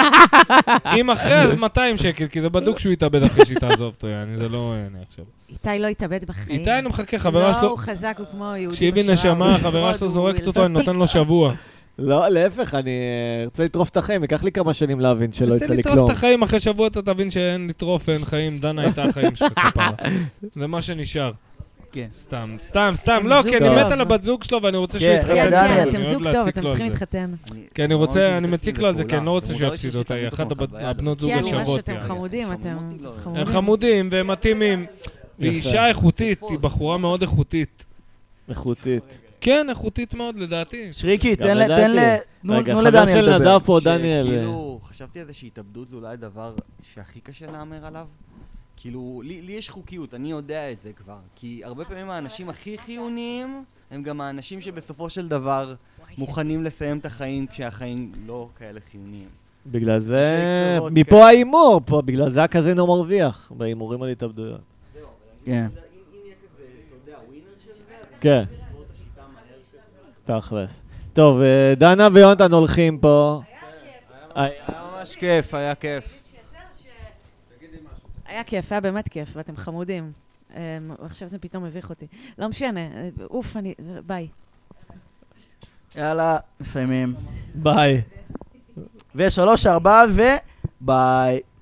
Speaker 2: אם אחרי אז 200 שקל, כי זה בדוק שהוא יתאבד אחרי שהיא תעזוב אותו, יעני, זה לא יעני עכשיו.
Speaker 5: איתי לא התאבד בחיים.
Speaker 2: איתי אני מחכה, חברה
Speaker 5: לא,
Speaker 2: שלו,
Speaker 5: הוא חזק, הוא כמו יהודי
Speaker 2: כשהיא
Speaker 5: בשירה,
Speaker 2: בנשמה,
Speaker 5: הוא
Speaker 2: החברה
Speaker 5: ישרוד,
Speaker 2: שלו
Speaker 5: הוא
Speaker 2: זורקת
Speaker 5: will-
Speaker 2: אותו, אני נותן לו שבוע.
Speaker 3: לא, להפך, אני אה, ארצה לטרוף את החיים, ייקח לי כמה שנים להבין שלא
Speaker 2: תנסה
Speaker 3: יצא לי
Speaker 2: לטרוף
Speaker 3: כלום.
Speaker 2: את החיים, אחרי שבוע אתה תבין שאין לטרוף, אין חיים, דנה הייתה החיים שלך כפרה. זה מה שנשאר.
Speaker 4: כן.
Speaker 2: סטם, סטם, סטם,
Speaker 5: הם
Speaker 2: לא,
Speaker 5: זוג
Speaker 2: כי אני
Speaker 3: טוב.
Speaker 2: מת על הבת זוג שלו ואני רוצה שהוא
Speaker 4: כן,
Speaker 2: יתחתן.
Speaker 5: כן,
Speaker 4: ידענו.
Speaker 2: איתנו,
Speaker 5: כן,
Speaker 2: אני
Speaker 5: אתם
Speaker 2: עוד
Speaker 5: זוג
Speaker 2: להציק
Speaker 5: טוב,
Speaker 2: לו
Speaker 5: אתם
Speaker 2: על
Speaker 5: צריכים
Speaker 2: זה.
Speaker 5: להתחתן.
Speaker 2: כי כן, אני רוצה, אני מציק לו על זה, כי אני לא רוצה שהוא יפסיד אותה, היא אחת הבת- הבנות זוג
Speaker 5: כן, אני רואה
Speaker 2: השוות.
Speaker 5: שאתם
Speaker 2: יעני.
Speaker 5: חמודים,
Speaker 4: שומעים
Speaker 5: אתם
Speaker 4: אותי? לא.
Speaker 2: הם
Speaker 5: חמודים.
Speaker 2: חמודים והם מתאימים. והיא
Speaker 3: יפה.
Speaker 2: אישה איכותית, היא בחורה מאוד איכותית.
Speaker 3: איכותית.
Speaker 2: כן, איכותית מאוד לדעתי.
Speaker 4: שריקי,
Speaker 3: גם
Speaker 4: תן ל... תן ל...
Speaker 3: לדעתי.
Speaker 4: נו
Speaker 3: רגע,
Speaker 4: נו
Speaker 3: חבר
Speaker 4: לדניאל
Speaker 3: של
Speaker 4: לדבר.
Speaker 3: נדב פה, דניאל. אה.
Speaker 10: שכאילו, חשבתי על זה שהתאבדות זה אולי הדבר שהכי קשה להמר עליו. כאילו, לי, לי יש חוקיות, אני יודע את זה כבר. כי הרבה פעמים האנשים הכי חיוניים הם גם האנשים שבסופו של דבר מוכנים לסיים את החיים כשהחיים לא כאלה חיוניים.
Speaker 3: בגלל זה,
Speaker 10: אנשי קצוות, כן.
Speaker 3: מפה ההימור, פה, בגלל זה הקזינו מרוויח, בהימורים על התאבדויות.
Speaker 4: כן.
Speaker 3: כן. תכלס. טוב, אה, דנה ויונתן הולכים פה. היה
Speaker 7: ממש כיף, היה כיף.
Speaker 5: היה כיף, היה באמת כיף, ואתם חמודים. אמ, עכשיו זה פתאום מביך אותי. לא משנה, אה, אוף, אני... ביי.
Speaker 4: יאללה, מסיימים.
Speaker 3: ביי.
Speaker 4: ושלוש, ארבע, וביי.